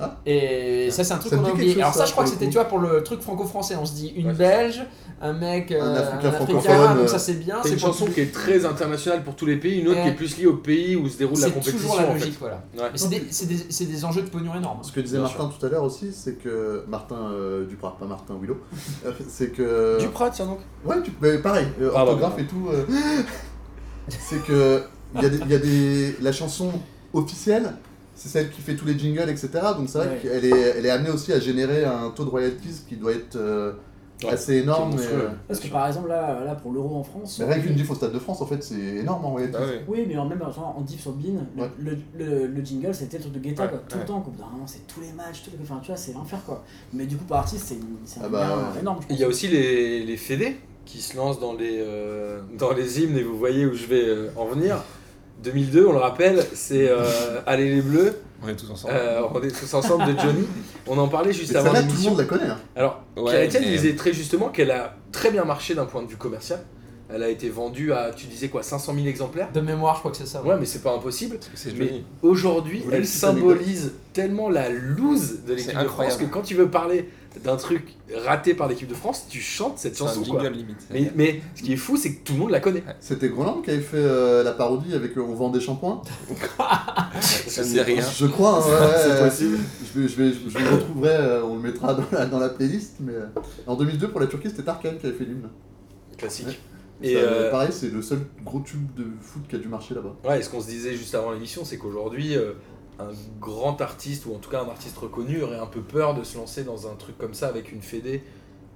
Ah.
Et ça, c'est un truc
Ça me
qu'on a
dit quelque
oublié.
chose,
Alors, ça,
ça,
je crois que
pour le
c'était,
coup.
tu vois, pour le truc franco-français. On se dit une
Ouais, c'est ça.
belge, un mec, euh,
Un Africain
Africain,
francophone,
donc
euh,
ça, c'est bien.
C'est une
pour le
chanson
public.
qui est très internationale pour tous les pays, une autre
Ouais.
qui est plus liée au pays où se déroule la
C'est
compétition.
toujours la
en fait.
logique, voilà.
Ouais.
Mais c'est des, c'est des- c'est des enjeux de pognon énormes.
Ce que disait
Bien
Martin tout à l'heure aussi, c'est que Martin euh, Duprat, pas Martin Willow, euh, c'est que
Duprat, tiens donc.
ouais, tu, mais pareil, euh,
Pardon,
orthographe et tout, euh, (laughs) c'est que il y, a des- il y a des la chanson officielle, c'est celle qui fait tous les jingles, etc. Donc c'est vrai
Ouais.
qu'elle est, elle est amenée aussi à générer un taux de royalties qui doit être euh, Ah, c'est énorme. Mais,
monstrueux.
euh,
Parce que par exemple, là, là pour l'Euro en France.
mais
on
rien qu'une
dit-
diff au Stade de France, en fait, c'est énorme en réalité.
Ah ouais.
Oui, mais en même enfin, en deep sur Bean, le,
Ouais.
le, le- le jingle c'était le truc de Guetta
Ouais,
quoi, tout
ouais.
le temps. Quoi. Putain, vraiment, c'est tous les matchs, tous les... Enfin, tu vois, c'est l'enfer quoi. Mais du coup, par artiste, c'est une- c'est un
Ah bah,
gain
ouais.
énorme. je
Il
pense.
y a aussi les, les fédés E qui se lancent dans les, euh, dans les hymnes et vous voyez où je vais euh, en venir. 2002, on le rappelle, c'est euh, Allez les Bleus,
On est tous ensemble.
euh, on est tous ensemble de Johnny. On en parlait juste
Et
avant
celle-là, tout le
l'émission.
monde la connaît. hein.
Alors,
Ouais,
Pierre-Etienne
mais- euh,
disait très justement qu'elle a très bien marché d'un point de vue commercial. Elle a été vendue à, tu disais quoi, 500 000 exemplaires
De mémoire, je crois que c'est ça. ouais.
Ouais, mais c'est pas impossible.
C'est
Mais-
joli.
Aujourd'hui,
Vous voulez
elle
une petite anecdote
symbolise tellement la loose de
C'est
l'équipe de France que
incroyable.
quand tu veux parler d'un truc raté par l'équipe de France, tu chantes cette
C'est un
chanson. quoi.
jingle limite.
Mais, mais ce qui est fou, c'est que tout le monde la connaît.
C'était Groland qui avait fait euh, la parodie avec euh, On vend des shampoings.
Ça me dit rien.
Je crois,
(laughs)
hein, ouais,
C'est
euh,
possible.
Je, vais- je vais- je le retrouverai, euh, on le mettra dans la, dans la playlist. Mais euh, en 2002, pour la Turquie, c'était Tarkan qui avait fait l'hymne.
Classique.
Et
Et euh,
pareil, c'est le seul gros tube de foot qui a dû marcher là-bas.
ouais, et ce qu'on se disait juste avant l'émission, c'est qu'aujourd'hui, euh, un grand artiste, ou en tout cas un artiste reconnu, aurait un peu peur de se lancer dans un truc comme ça avec une fédé,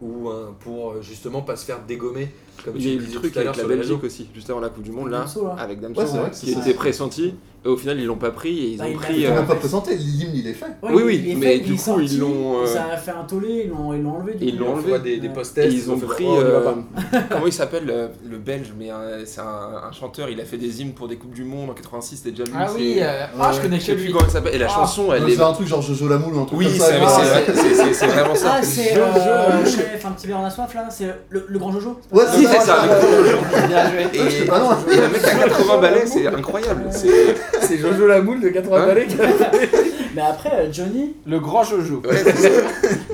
ou un- pour euh, justement pas se faire dégommer, comme
Il
tu
y a eu
le
le
disais
truc
tout à l'heure
avec la
sur les
Belgique
réseaux.
aussi, juste avant la Coupe du Monde, là,
Damso, là.
avec Damso,
Ouais, c'est vrai que
qui
c'est-
était pressenti, et au final ils l'ont pas pris, et ils
Bah,
ont
il
pris...
l'a-
On
euh,
l'a pas présenté, l'hymne il est fait.
Oui, oui,
il est
mais
fait,
du
il est
coup,
sorti,
ils l'ont, euh,
Ça a fait un tollé, ils l'ont ils l'ont enlevé. du
Ils
coup.
l'ont
On
enlevé.
voit des, des
Ouais.
post-tests,
et ils ont
fait,
pris...
oh, on y va
euh,
pas.
(laughs)
Comment il s'appelle euh, le belge Mais euh, c'est un, un chanteur, il a fait des hymnes pour des Coupes du Monde en 86, c'était déjà lui.
Ah
c'est-
oui, euh, ah, je connais
je
que
sais plus
lui.
comment elle s'appelle, et la
Ah.
chanson, elle
Non,
est...
C'est un truc genre Jojo Lamoule ou un truc
Oui,
comme
c'est
ça.
mais
genre,
c'est- c'est- c'est- c'est vraiment ça.
Ah, c'est.
Jojo.
euh, le chef, un petit verre en la soif là, c'est le, le grand Jojo c'est pas
Ouais,
(laughs)
Si, c'est ça,
Ouais,
le gros Jojo.
Bien joué.
Et,
Ouais, j'étais pas loin.
et le mec à 80 balais, c'est incroyable.
Ah,
C'est-
C'est Jojo Lamoule de 80
Hein
balais qui a fait-
Mais après, euh, Johnny,
Le grand Jojo.
Ouais, c'est ça.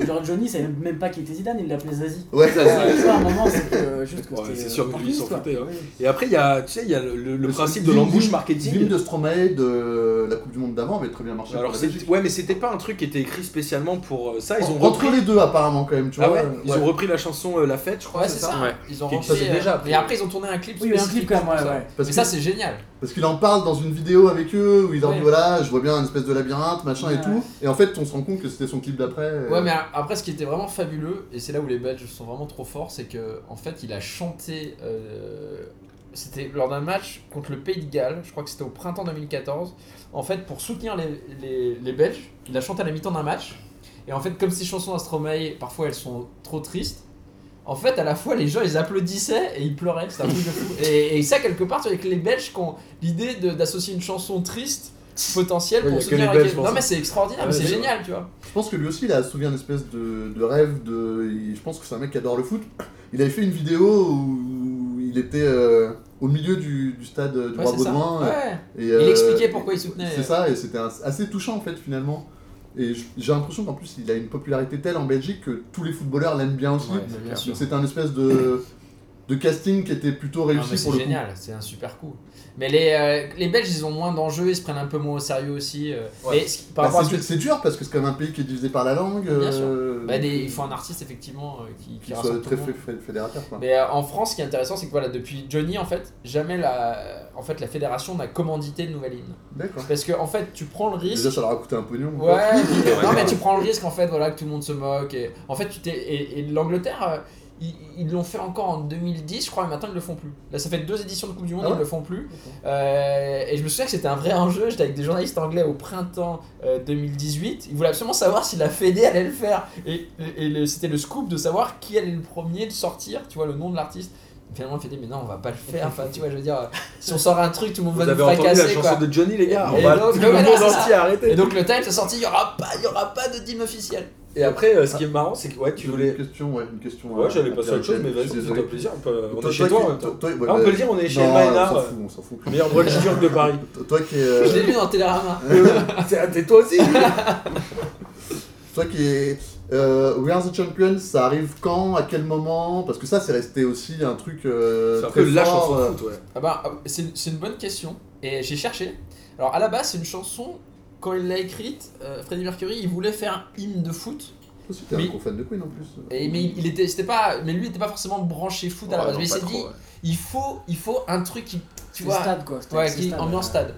genre Johnny, savait même pas qui était Zidane, il l'appelait Zazie.
Ouais,
Ça,
Euh,
c'est-
tu vois, à un moment, c'est que juste que
Ouais,
c'était,
c'est
euh,
sûr que lui, il s'en
opportuniste,
foutait,
quoi.
hein. Et après, il y a, tu sais, il y a le, le- le principe de
l'hymne-
l'embouche
(laughs) L'hymne
marketing.
de Stromae de la Coupe du Monde d'avant avait très bien marché.
Alors,
pour la
c'est-
Belgique.
ouais, mais c'était pas un truc qui était écrit spécialement pour euh, ça. Ils ont
Entre
repris,
les deux, apparemment, quand même, tu
ah
vois.
ouais, ils ont repris la chanson euh, La Fête, je crois.
Ouais, c'est ça.
Ouais.
Ils ont
Qui
rentré.
existait déjà,
Et après, ils ont tourné un clip.
Oui, mais un clip
spécifique
quand même,
pour
ouais,
ça.
ouais.
Parce que-
Mais ça, c'est génial.
Parce qu'il en parle dans une vidéo avec eux où il leur dit
Ouais.
voilà, je vois bien une espèce de labyrinthe, machin et
Ouais.
tout. Et en fait, on se rend compte que c'était son clip d'après. euh,
Ouais, mais a- après, ce qui était vraiment fabuleux, et c'est là où les Belges sont vraiment trop forts, c'est que en fait, il a chanté. euh, c'était lors d'un match contre le Pays de Galles, je crois que c'était au printemps 2014. En fait, pour soutenir les, les- les Belges, il a chanté à la mi-temps d'un match. Et en fait, comme ces chansons à Stromae, parfois elles sont trop tristes. En fait, à la fois, les gens ils applaudissaient et ils pleuraient, c'est un truc de
(laughs)
fou. Et, et ça, quelque part, avec les Belges qui ont l'idée de- d'associer une chanson triste potentielle
Ouais, y a
pour
que
soutenir
les
un-
Belges pour
Non,
ça.
mais c'est extraordinaire,
Ouais,
mais c'est
c'est vrai.
génial, tu vois.
Je pense que lui aussi, il a souvenir d'une espèce de, de rêve. De, il- je pense que c'est un mec qui adore le foot. Il avait fait une vidéo où il était euh, au milieu du, du stade euh, du
Ouais,
Roi
c'est ça.
Baudouin. euh,
Ouais.
Et,
Il
euh,
expliquait pourquoi il soutenait. euh.
C'est ça, et c'était un- assez touchant en fait finalement. Et j- j'ai l'impression qu'en plus il a une popularité telle en Belgique que tous les footballeurs l'aiment bien aussi.
Ouais, mais bien sûr.
c'est un espèce de, de casting qui était plutôt
Non, mais
réussi
c'est
pour le
génial, c'est un super coup. Mais les, euh, les Belges, ils ont moins d'enjeux, ils se prennent un peu moins au sérieux aussi. euh,
Ouais.
mais ce qui-
coup.
par
Bah,
rapport à
c'est
ce
dur-
que-
c'est dur parce que c'est quand même un pays qui est divisé par la langue.
Bien sûr.
euh,
bah, des- il faut un artiste effectivement euh, qui, qui
qui soit
rassemble tout
très
le monde.
fé- fé- fédérateur. Quoi.
Mais euh, en France, ce qui est intéressant, c'est que voilà, depuis Johnny, en fait, jamais la, en fait, la fédération n'a commandité de nouvelle hymne.
D'accord.
Parce que en fait, tu prends le risque.
Déjà ça leur a coûté un pognon. quoi.
Ouais, mais- non mais tu prends le risque en fait voilà que tout le monde se moque et en fait tu t'es et, et l'Angleterre euh, ils ils l'ont fait encore en 2010 je crois et maintenant ils le font plus. Là ça fait deux éditions de Coupe du Monde
Ah ouais
ils le font plus Euh, et je me souviens que c'était un vrai enjeu j'étais avec des journalistes anglais au printemps euh, 2018 ils voulaient absolument savoir si la Fédé allait le faire et, et- et le- c'était le scoop de savoir qui allait le premier de sortir tu vois le nom de l'artiste. Finalement, Fédé mais non, on va pas le faire. Enfin, tu vois, je veux dire, euh, si on sort un truc, tout le monde
Vous
va nous
avez entendu la
fracasser.
chanson
quoi.
de Johnny, les gars.
Et
On va
donc,
tout
non,
le
mais
monde
non, c'est
entier
Et
arrêter.
donc le time s'est sorti, il y aura pas, il y aura pas de team officiel.
Et après, euh, ce qui est marrant, c'est que ouais, tu
J'avais
voulais.
Une question, ouais, une question.
Ouais,
euh,
j'allais passer à autre chose, mais
je
vas-y,
suis
c'est
désolé.
un plaisir. On, peut- on
Toi-
est chez
toi
toi en
qui-
même temps.
toi- ouais,
Ah, on
bah,
peut le dire, on est chez
non,
Elma
On s'en
Hénard,
fout, on s'en fout.
euh, meilleur brunch turc de Paris.
Toi- Toi qui es, euh,
Je l'ai lu dans Télérama.
(laughs) C'est- T'es toi aussi
Toi qui est. Euh, We Are the Champions, ça arrive quand À quel moment Parce que ça, c'est resté aussi un truc. euh,
C'est un
très
peu la
fort,
chanson
euh,
foot, ouais.
Ah bah, c'est c'est une bonne question et j'ai cherché. Alors à la base c'est une chanson quand il l'a écrite, euh, Freddie Mercury il voulait faire un hymne de foot,
Toi aussi, t'es
Oui.
euh, un gros fan de Queen en plus.
et, mais il était, c'était pas, mais lui il était pas forcément branché foot à la
Ouais,
base.
non,
Mais il
pas
s'est
trop,
dit
ouais.
il faut, il faut un truc qui, tu
C'est
vois,
stade quoi. c'était-
ouais,
c'est
qui
stade,
ambiance Ah
euh,
stade.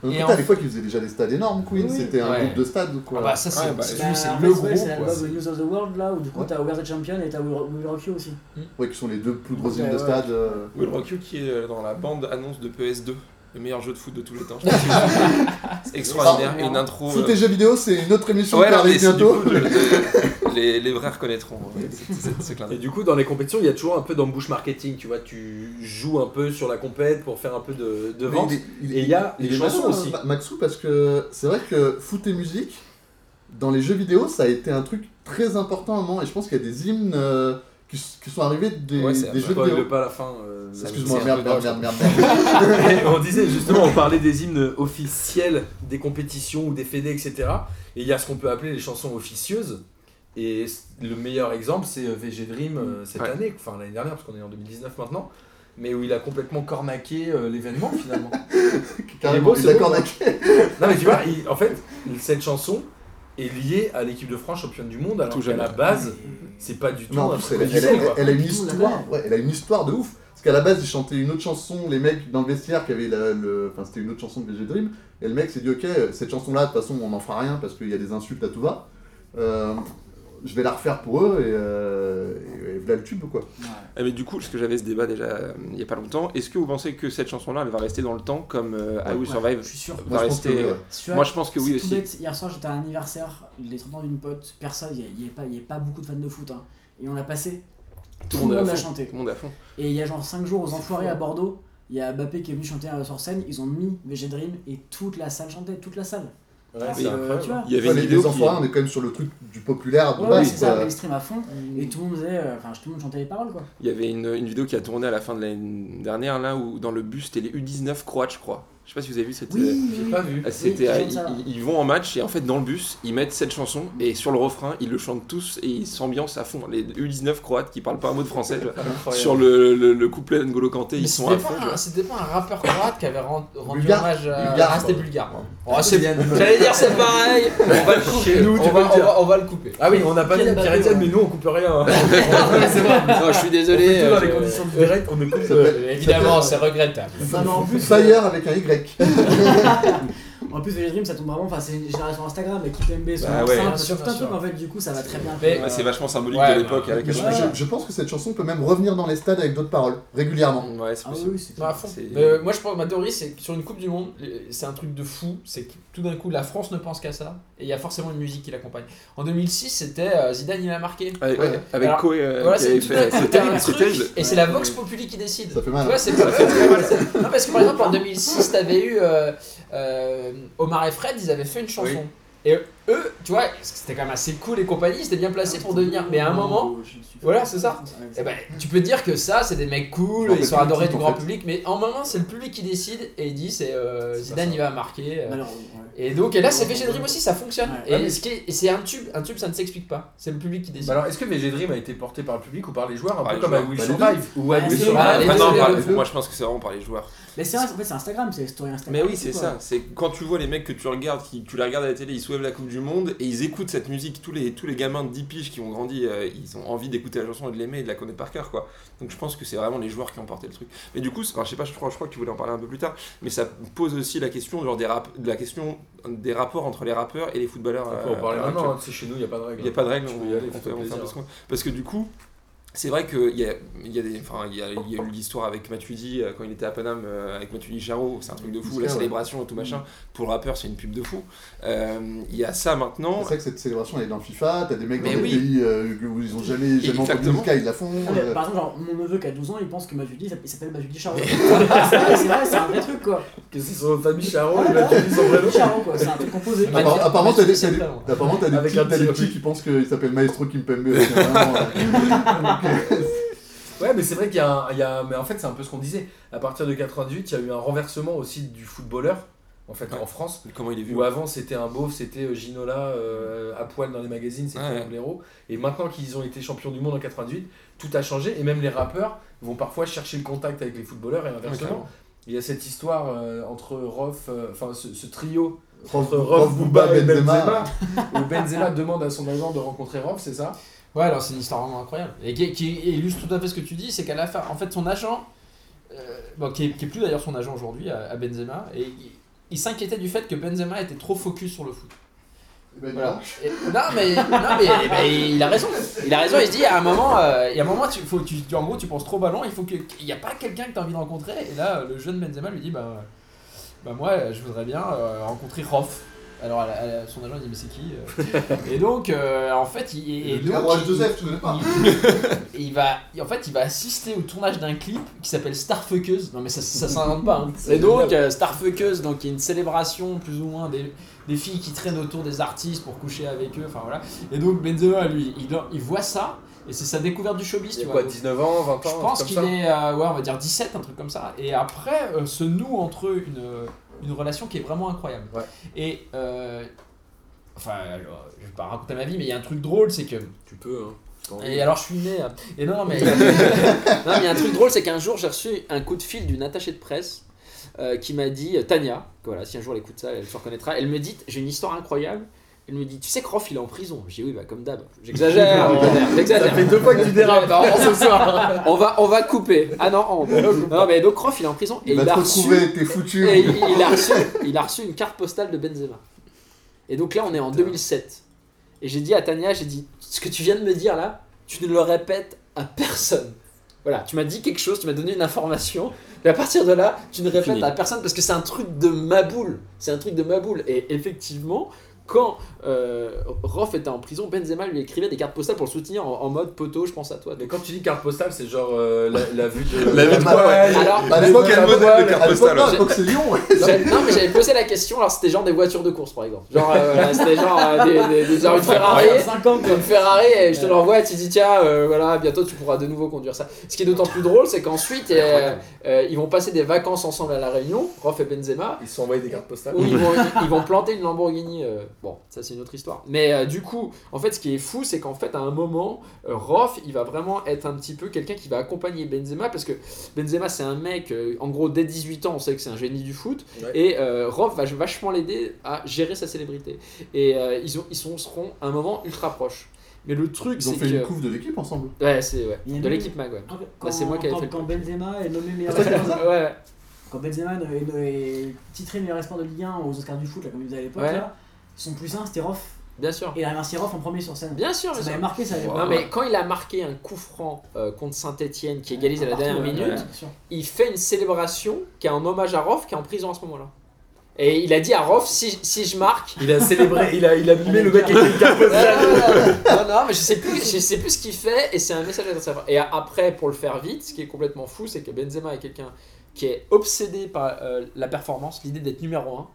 Donc,
Et
t'as
en-
des fois qu'ils faisaient déjà des stades énormes, Queen,
Oui.
c'était un
Ouais.
groupe de stades quoi.
Ah bah ça c'est
Ouais, bah,
c'est-
Bah,
c'est
en
le
fait,
groupe.
ouais, c'est
quoi.
l'album News of the World là où du coup
Ouais.
t'as Where the Champion et t'as We We Rock You aussi.
Ouais, qui sont les deux plus gros
Ouais,
hymnes de
ouais.
stade. euh,
Will Rock qui est dans la bande annonce de PS2, le meilleur jeu de foot de tous les
(laughs)
temps. Je sais pas si vous vous souvenez. C'est extraordinaire,
Oh,
et une intro.
Foot
euh,
et jeux vidéo, c'est une autre émission
Ouais,
qui
non, mais
arrive
c'est- du
bientôt.
coup, je- les, les vrais reconnaîtront
(laughs)
ouais, c'est- c'est- c'est clin
Et
d'œil.
du coup, dans les compétitions, il y a toujours un peu d'embouche marketing, tu vois. Tu joues un peu sur la compète pour faire un peu de, de vente.
Mais il est-
Et il y a
il est
les chansons
malin,
aussi.
Ma- Maxou, parce que c'est vrai que foot et musique, dans les jeux vidéo, ça a été un truc très important à un moment. Et je pense qu'il y a des hymnes euh, qui, s- qui sont arrivés des,
Ouais, c'est
des jeux
Toi,
vidéo.
le pas à la fin. euh,
Excuse-moi,
c'est-
merde, merde, merde, merde, merde.
(laughs) Et on disait justement, on parlait des hymnes officiels des compétitions ou des fédés, etc. Et il y a ce qu'on peut appeler les chansons officieuses. Et c- le meilleur exemple, c'est euh, VG Dream euh, cette
Ouais.
année, enfin l'année dernière, parce qu'on est en 2019 maintenant, mais où il a complètement cornaqué euh, l'événement finalement.
Carrément,
c'est
il est d'accord,
beau.
d'accord.
non, mais tu vois, il- en fait, cette chanson est liée à l'équipe de France championne du monde, alors
Tout
qu'à
jamais.
la
Ah,
base, c'est pas du tout
Non, en
un
plus,
truc
elle, elle-
officiel,
elle-
quoi.
elle a une
Tout la
histoire. Ouais, elle a une histoire de ouf. Parce qu'à la base, ils chantaient une autre chanson, les mecs dans le vestiaire qui avait la- le. Enfin, c'était une autre chanson de VG Dream. Et le mec s'est dit, ok, cette chanson-là, de toute façon, on n'en fera rien parce qu'il y a des insultes à tout va. Euh, je vais la refaire pour eux et, euh, et- et voilà le tube, quoi.
Ah, mais du coup, parce que j'avais ce débat déjà euh, il n'y a pas longtemps, est-ce que vous pensez que cette chanson-là, elle va rester dans le temps comme euh, I Will Survive
Je suis sûr.
va rester
oui, ouais.
Tu vois,
Moi, je pense que oui
c'est tout
aussi.
bête, Hier soir, j'étais à un anniversaire, les 30 ans d'une pote, personne, il n'y avait, pas- il y avait pas beaucoup de fans de foot. hein. Et on l'a passé, tout, le
à
monde l'a
fond.
chanté.
Tout le monde à fond.
Et il y a genre 5 jours aux Enfoirés à Bordeaux, il y a Mbappé qui est venu chanter euh, sur scène, ils ont mis VG Dream et toute la salle chantait, toute la salle.
Ouais,
C'est,
c'est
euh,
incroyable.
tu vois
Il y avait
Ouais,
une
les,
vidéo
les
qui...
enfants, on est quand même sur le truc du populaire de
Ouais, ouais,
base,
c'est ça,
quoi.
l'extrême à fond. Et tout le monde faisait, euh, enfin, tout le monde chantait les paroles quoi.
Il y avait une, une vidéo qui a tourné à la fin de l'année dernière, là, où dans le bus, c'était les U19 croates, je crois. Je sais pas si vous avez vu cette... euh,
Oui,
J'ai pas vu.
Ah, C'était,
Oui,
ah,
j'aime
ils,
ça.
ils- ils vont en match et en fait dans le bus ils mettent cette chanson et sur le refrain ils le chantent tous et ils s'ambiancent à fond. Les U19 croates qui parlent pas un mot de français là,
Incroyable.
sur le, le- le couplet d'Ngolo Kanté
Mais
ils sont à
c'était
fond.
pas, un- c'était pas un rappeur croate qui avait ren- rendu
Bulgare.
hommage à.
Bulgare,
ah, c'était
quoi.
bulgare. Oh, c'est- J'allais dire c'est pareil. On va le couper.
Nous, tu
on,
peux
va,
le
on,
dire.
va, on va le couper.
Ah oui, on n'a pas dit la
Kylian Mbappé,
Pierre Etienne,
ouais.
mais nous on coupe
(laughs)
rien. hein.
Non, je suis désolé.
Tout dans
euh,
les
je-
conditions de direct, on ne coupe
Ça s'appelle-
Euh, Évidemment, c'est regrettable.
Non, mais en plus, euh,
Fire avec un Y.
En plus, VG Dream, ça tombe vraiment, enfin, c'est une génération Instagram, et qui MB, sur
Bah
leur
ouais.
simple,
Bien sûr,
sur plein de
bien
trucs, en fait, du coup, ça va très bien.
Mais-
Ouais, c'est vachement symbolique
Ouais,
de l'époque
ouais.
avec
Je,
la chanson.
je- je pense que cette chanson peut même revenir dans les stades avec d'autres paroles, régulièrement.
Ouais, c'est
Ah
possible.
oui, c'est
Non, à fond.
C'est-
Mais, euh, moi, je pense, ma théorie, c'est que sur une Coupe du Monde, euh, c'est un truc de fou. C'est que tout d'un coup, la France ne pense qu'à ça. Et il y a forcément une musique qui l'accompagne. En 2006, c'était euh, Zidane, il a marqué.
Avec,
Ouais.
avec
Alors,
Koé, euh,
voilà,
qui
c'est
avait
tout (laughs)
fait-
d'un coup,
c'est
t'as un
terrible, c'est
truc,
terrible.
Et c'est la Vox Populi qui décide.
Ça fait
Tu
mal. hein.
vois, c'est pas- Non, parce que par exemple, en 2006, t'avais eu euh, euh, Omar et Fred, ils avaient fait une chanson. Et eux, tu vois, c'était quand même assez cool et compagnie, ils étaient bien placés
Ah,
pour devenir. Mais à un moment,
Oh,
voilà, c'est ça. eh ben, tu peux dire que ça, c'est des mecs cool,
Je m'en
ils sont
rappelle plus
adorés
du
du
tout,
grand
en fait.
public, mais en un moment, c'est le public qui décide et il dit c'est euh,
C'est pas
Zidane,
ça.
il va marquer. euh.
Malheureusement, ouais.
Et donc, et là, c'est fait Dream aussi, ça fonctionne.
Ouais.
Et
Ouais, mais-
ce qui est- et c'est un tube, un tube, ça ne s'explique pas. C'est le public qui décide.
Bah alors, est-ce que VG Dream a été porté par le public ou par les joueurs, un
Par
peu
les
comme à
joueurs.
Will
Bah, les
Survive ou à
Bah,
Will
c'est-
Survive
bah, les
Ah
deux,
non,
les
par-
deux.
pour moi je pense que c'est vraiment par les joueurs.
Mais c'est vrai, en fait, c'est Instagram, c'est les stories Instagram.
Mais oui, c'est
quoi.
ça. C'est quand tu vois les mecs que tu regardes, qui, tu les regardes à la télé, ils soulèvent la Coupe du Monde et ils écoutent cette musique. Tous les, tous les gamins de 10 piges qui ont grandi, euh, ils ont envie d'écouter la chanson et de l'aimer et de la connaître par cœur, quoi. Donc je pense que c'est vraiment les joueurs qui ont porté le truc. Mais du coup, c'est- enfin, je sais pas, je crois, je crois que tu voulais en parler un peu plus tard, mais ça pose aussi la question genre, des, rap- de la question des rapports entre les rappeurs et les footballeurs.
On peut
euh,
en parler
à l'heure
maintenant, hein, c'est chez nous, il n'y a pas de règle.
il n'y a pas de règle,
Tu
on,
peux y aller,
on
ça
fait,
fait
on fait un
plaisir.
peu ce qu'on- Parce que du coup, c'est vrai qu'il y a, il y, a des- enfin, il y, a, il y a eu l'histoire avec Matuidi euh, quand il était à Paname euh, avec Matuidi Charo, c'est un truc de fou,
Jusqu'à,
la
ouais.
célébration et tout machin. Pour le rappeur, c'est une pub de fou. Euh, Il y a ça maintenant.
C'est vrai que cette célébration elle est dans FIFA, t'as des mecs dans
Mais
des
oui.
pays euh, que- où ils ont jamais, jamais entendu
Exactement.
le cas, ils la font.
Ah, mais
euh,
Par exemple, genre, mon neveu qui a 12 ans, il pense que Majudi, il s'appelle
(laughs)
Majudi Charo. c'est vrai, c'est vrai, c'est un vrai truc quoi.
Que c'est son famille
Ah,
Charon,
Ouais,
il a
bah,
ouais.
dit son vrai nom.
Majudi Charo quoi, c'est un truc composé.
Ouais.
apparemment-
Mathieu-
Apparemment, t'as
Mathieu,
des,
c'est
t'as des-
pas loin.
apparemment, t'as des
Avec
petits,
un
t'as des
petit-
petits qui pensent qu'il s'appelle Maestro Kim Pembe. c'est vraiment,
(laughs)
euh,
Ouais, mais c'est vrai qu'il y a, un- il y a- Mais en fait, c'est un peu ce qu'on disait. À partir de 98, il y a eu un renversement aussi du footballeur, en fait,
Ouais.
en France.
Comment il est vu
Où avant c'était un beauf, c'était euh, Ginola euh, à poil dans les magazines, c'était
Ouais, ouais.
un blaireau. Et maintenant qu'ils ont été champions du monde en 98, tout a changé. Et même les rappeurs vont parfois chercher le contact avec les footballeurs et inversement.
Exactement.
Il y a cette histoire euh, entre Rof, euh, enfin ce, ce trio
Rof-
entre Rof,
Rof,
Booba et Benzema,
Benzema.
où Benzema demande à son agent de rencontrer Rof, c'est ça
Ouais, alors c'est une histoire vraiment incroyable. Et qui, qui illustre tout à fait ce que tu dis, c'est qu'à la fin, en fait, son agent, euh, bon, qui, est, qui est plus d'ailleurs son agent aujourd'hui à, à euh, Benzema, et il- il s'inquiétait du fait que Benzema était trop focus sur le foot.
Eh ben, dis
Voilà.
donc.
Et- non mais, non, mais eh ben, il a raison. Il a raison. Il se dit à un moment, euh, il y a un moment, tu, faut, tu, tu- en gros, tu penses trop au ballon. Il faut que il n'y a pas quelqu'un que tu as envie de rencontrer. Et là, le jeune Benzema lui dit, bah, euh, bah moi, euh, je voudrais bien euh, rencontrer Roff. Alors elle- elle- son agent il dit mais c'est qui euh Et donc euh, en fait il, et- et
Le
donc,
Caroche
il-
Joseph, tu connais pas
il- il va en fait il va assister au tournage d'un clip qui s'appelle Starfuckeuse. Non mais ça ça s'invente pas. hein. Et donc euh, Starfuckeuse donc il y a une célébration plus ou moins des, des filles qui traînent autour des artistes pour coucher avec eux enfin voilà. Et donc Benzema lui il, il voit ça et c'est sa découverte du showbiz
Il y
tu
a
vois.
quoi,
Donc,
19 ans, 20 ans
je
un truc
pense
comme
qu'il
ça
est, euh, ouais, on va dire 17, un truc comme ça. Et après, euh, se noue entre eux une, une relation qui est vraiment incroyable.
Ouais.
Et, euh, enfin, alors, je vais pas raconter ma vie, mais il y a un truc drôle, c'est que.
Tu peux, hein. T'as envie.
Et alors, je suis né. euh, Et
(laughs)
non, mais. non, mais il y a un truc drôle, c'est qu'un jour, j'ai reçu un coup de fil d'une attachée de presse. euh, qui m'a dit, euh, Tania, que voilà, si un jour elle écoute ça, elle se reconnaîtra, elle me dit, j'ai une histoire incroyable, elle me dit, tu sais que Roff il est en prison Je dis, oui, bah comme d'hab,
(laughs)
j'exagère, j'exagère.
Ça fait deux fois que tu dérapes hein, ce soir.
On va, on va couper. Ah non,
(laughs)
on- non mais donc Roff il est en prison
Il
et il,
va te
a reçu,
retrouver, t'es foutu.
et il, il
(laughs)
a reçu, il a reçu une carte postale de Benzema. Et donc là on est en 2007. Et j'ai dit à Tania, j'ai dit ce que tu viens de me dire là, tu ne le répètes à personne. Voilà, tu m'as dit quelque chose, tu m'as donné une information, mais à partir de là, tu ne répètes
Fini.
à personne parce que c'est un truc de maboule. C'est un truc de maboule. Et effectivement, quand euh, Roff était en prison, Benzema lui écrivait des cartes postales pour le soutenir en, en mode poteau, je pense à toi.
Mais quand tu dis carte postale, c'est genre euh, la, la vue de.
(laughs) La vue de quoi, ouais.
Alors,
Bah, à l'époque,
Quel
à l'époque,
modèle
à
de carte
l'époque,
postale
non,
ouais.
à l'époque, c'est Lyon.
(laughs)
ouais.
J'avais- Non, mais j'avais posé la question, alors c'était genre des voitures de course par exemple. Genre, euh, voilà, c'était genre, euh, des, des- des- genre une Ferrari.
Ouais, 50
Une Ferrari, et je te l'envoie, tu dis tiens, euh, voilà, bientôt tu pourras de nouveau conduire ça. Ce qui est d'autant plus drôle, c'est qu'ensuite, euh, euh, ils vont passer des vacances ensemble à La Réunion, Rof et Benzema,
Ils se sont envoyés des cartes postales.
où ils vont, ils- ils vont planter une Lamborghini. euh, bon, ça c'est une autre histoire. Mais euh, du coup, en fait, ce qui est fou, c'est qu'en fait, à un moment, euh, Rof, il va vraiment être un petit peu quelqu'un qui va accompagner Benzema, parce que Benzema, c'est un mec, euh, en gros, dès 18 ans, on sait que c'est un génie du foot,
Ouais.
et euh, Rof va vachement l'aider à gérer sa célébrité. Et euh, ils, ont, ils sont, seront à un moment ultra proches. Mais le truc,
Ils ont
c'est
fait une
que.
couve de l'équipe ensemble.
Ouais, c'est ouais.
Il y a
De
une-
l'équipe Mag, ouais.
Quand,
Bah, c'est moi qui avais
quand-
fait le
quand
truc.
Benzema est nommé meilleur
Ah, toi, t'as
espoir-
fait ça
Ouais, ouais.
quand Benzema est, est- est titré meilleur espoir de Ligue 1 aux Oscars du foot, là, comme ils faisaient à l'époque,
Ouais.
là, son plus un c'était Roff.
bien sûr.
Et il a remercié Roff en premier sur scène.
Bien sûr, bien
ça
sûr.
m'avait marqué, ça avait
Non, mais quand il a marqué un coup franc euh, contre Saint-Etienne qui égalise à la dernière minute, il fait une célébration qui est en hommage à Rof qui est en prison à ce moment-là. Et il a dit à Rof si, si je marque.
Il a célébré, il a, il a mimé le mec avec une carte
non,
postale.
non, non, mais je sais plus, je sais plus ce qu'il fait et c'est un message à savoir. Et après, pour le faire vite, ce qui est complètement fou, c'est que Benzema est quelqu'un qui est obsédé par euh, la performance, l'idée d'être numéro 1,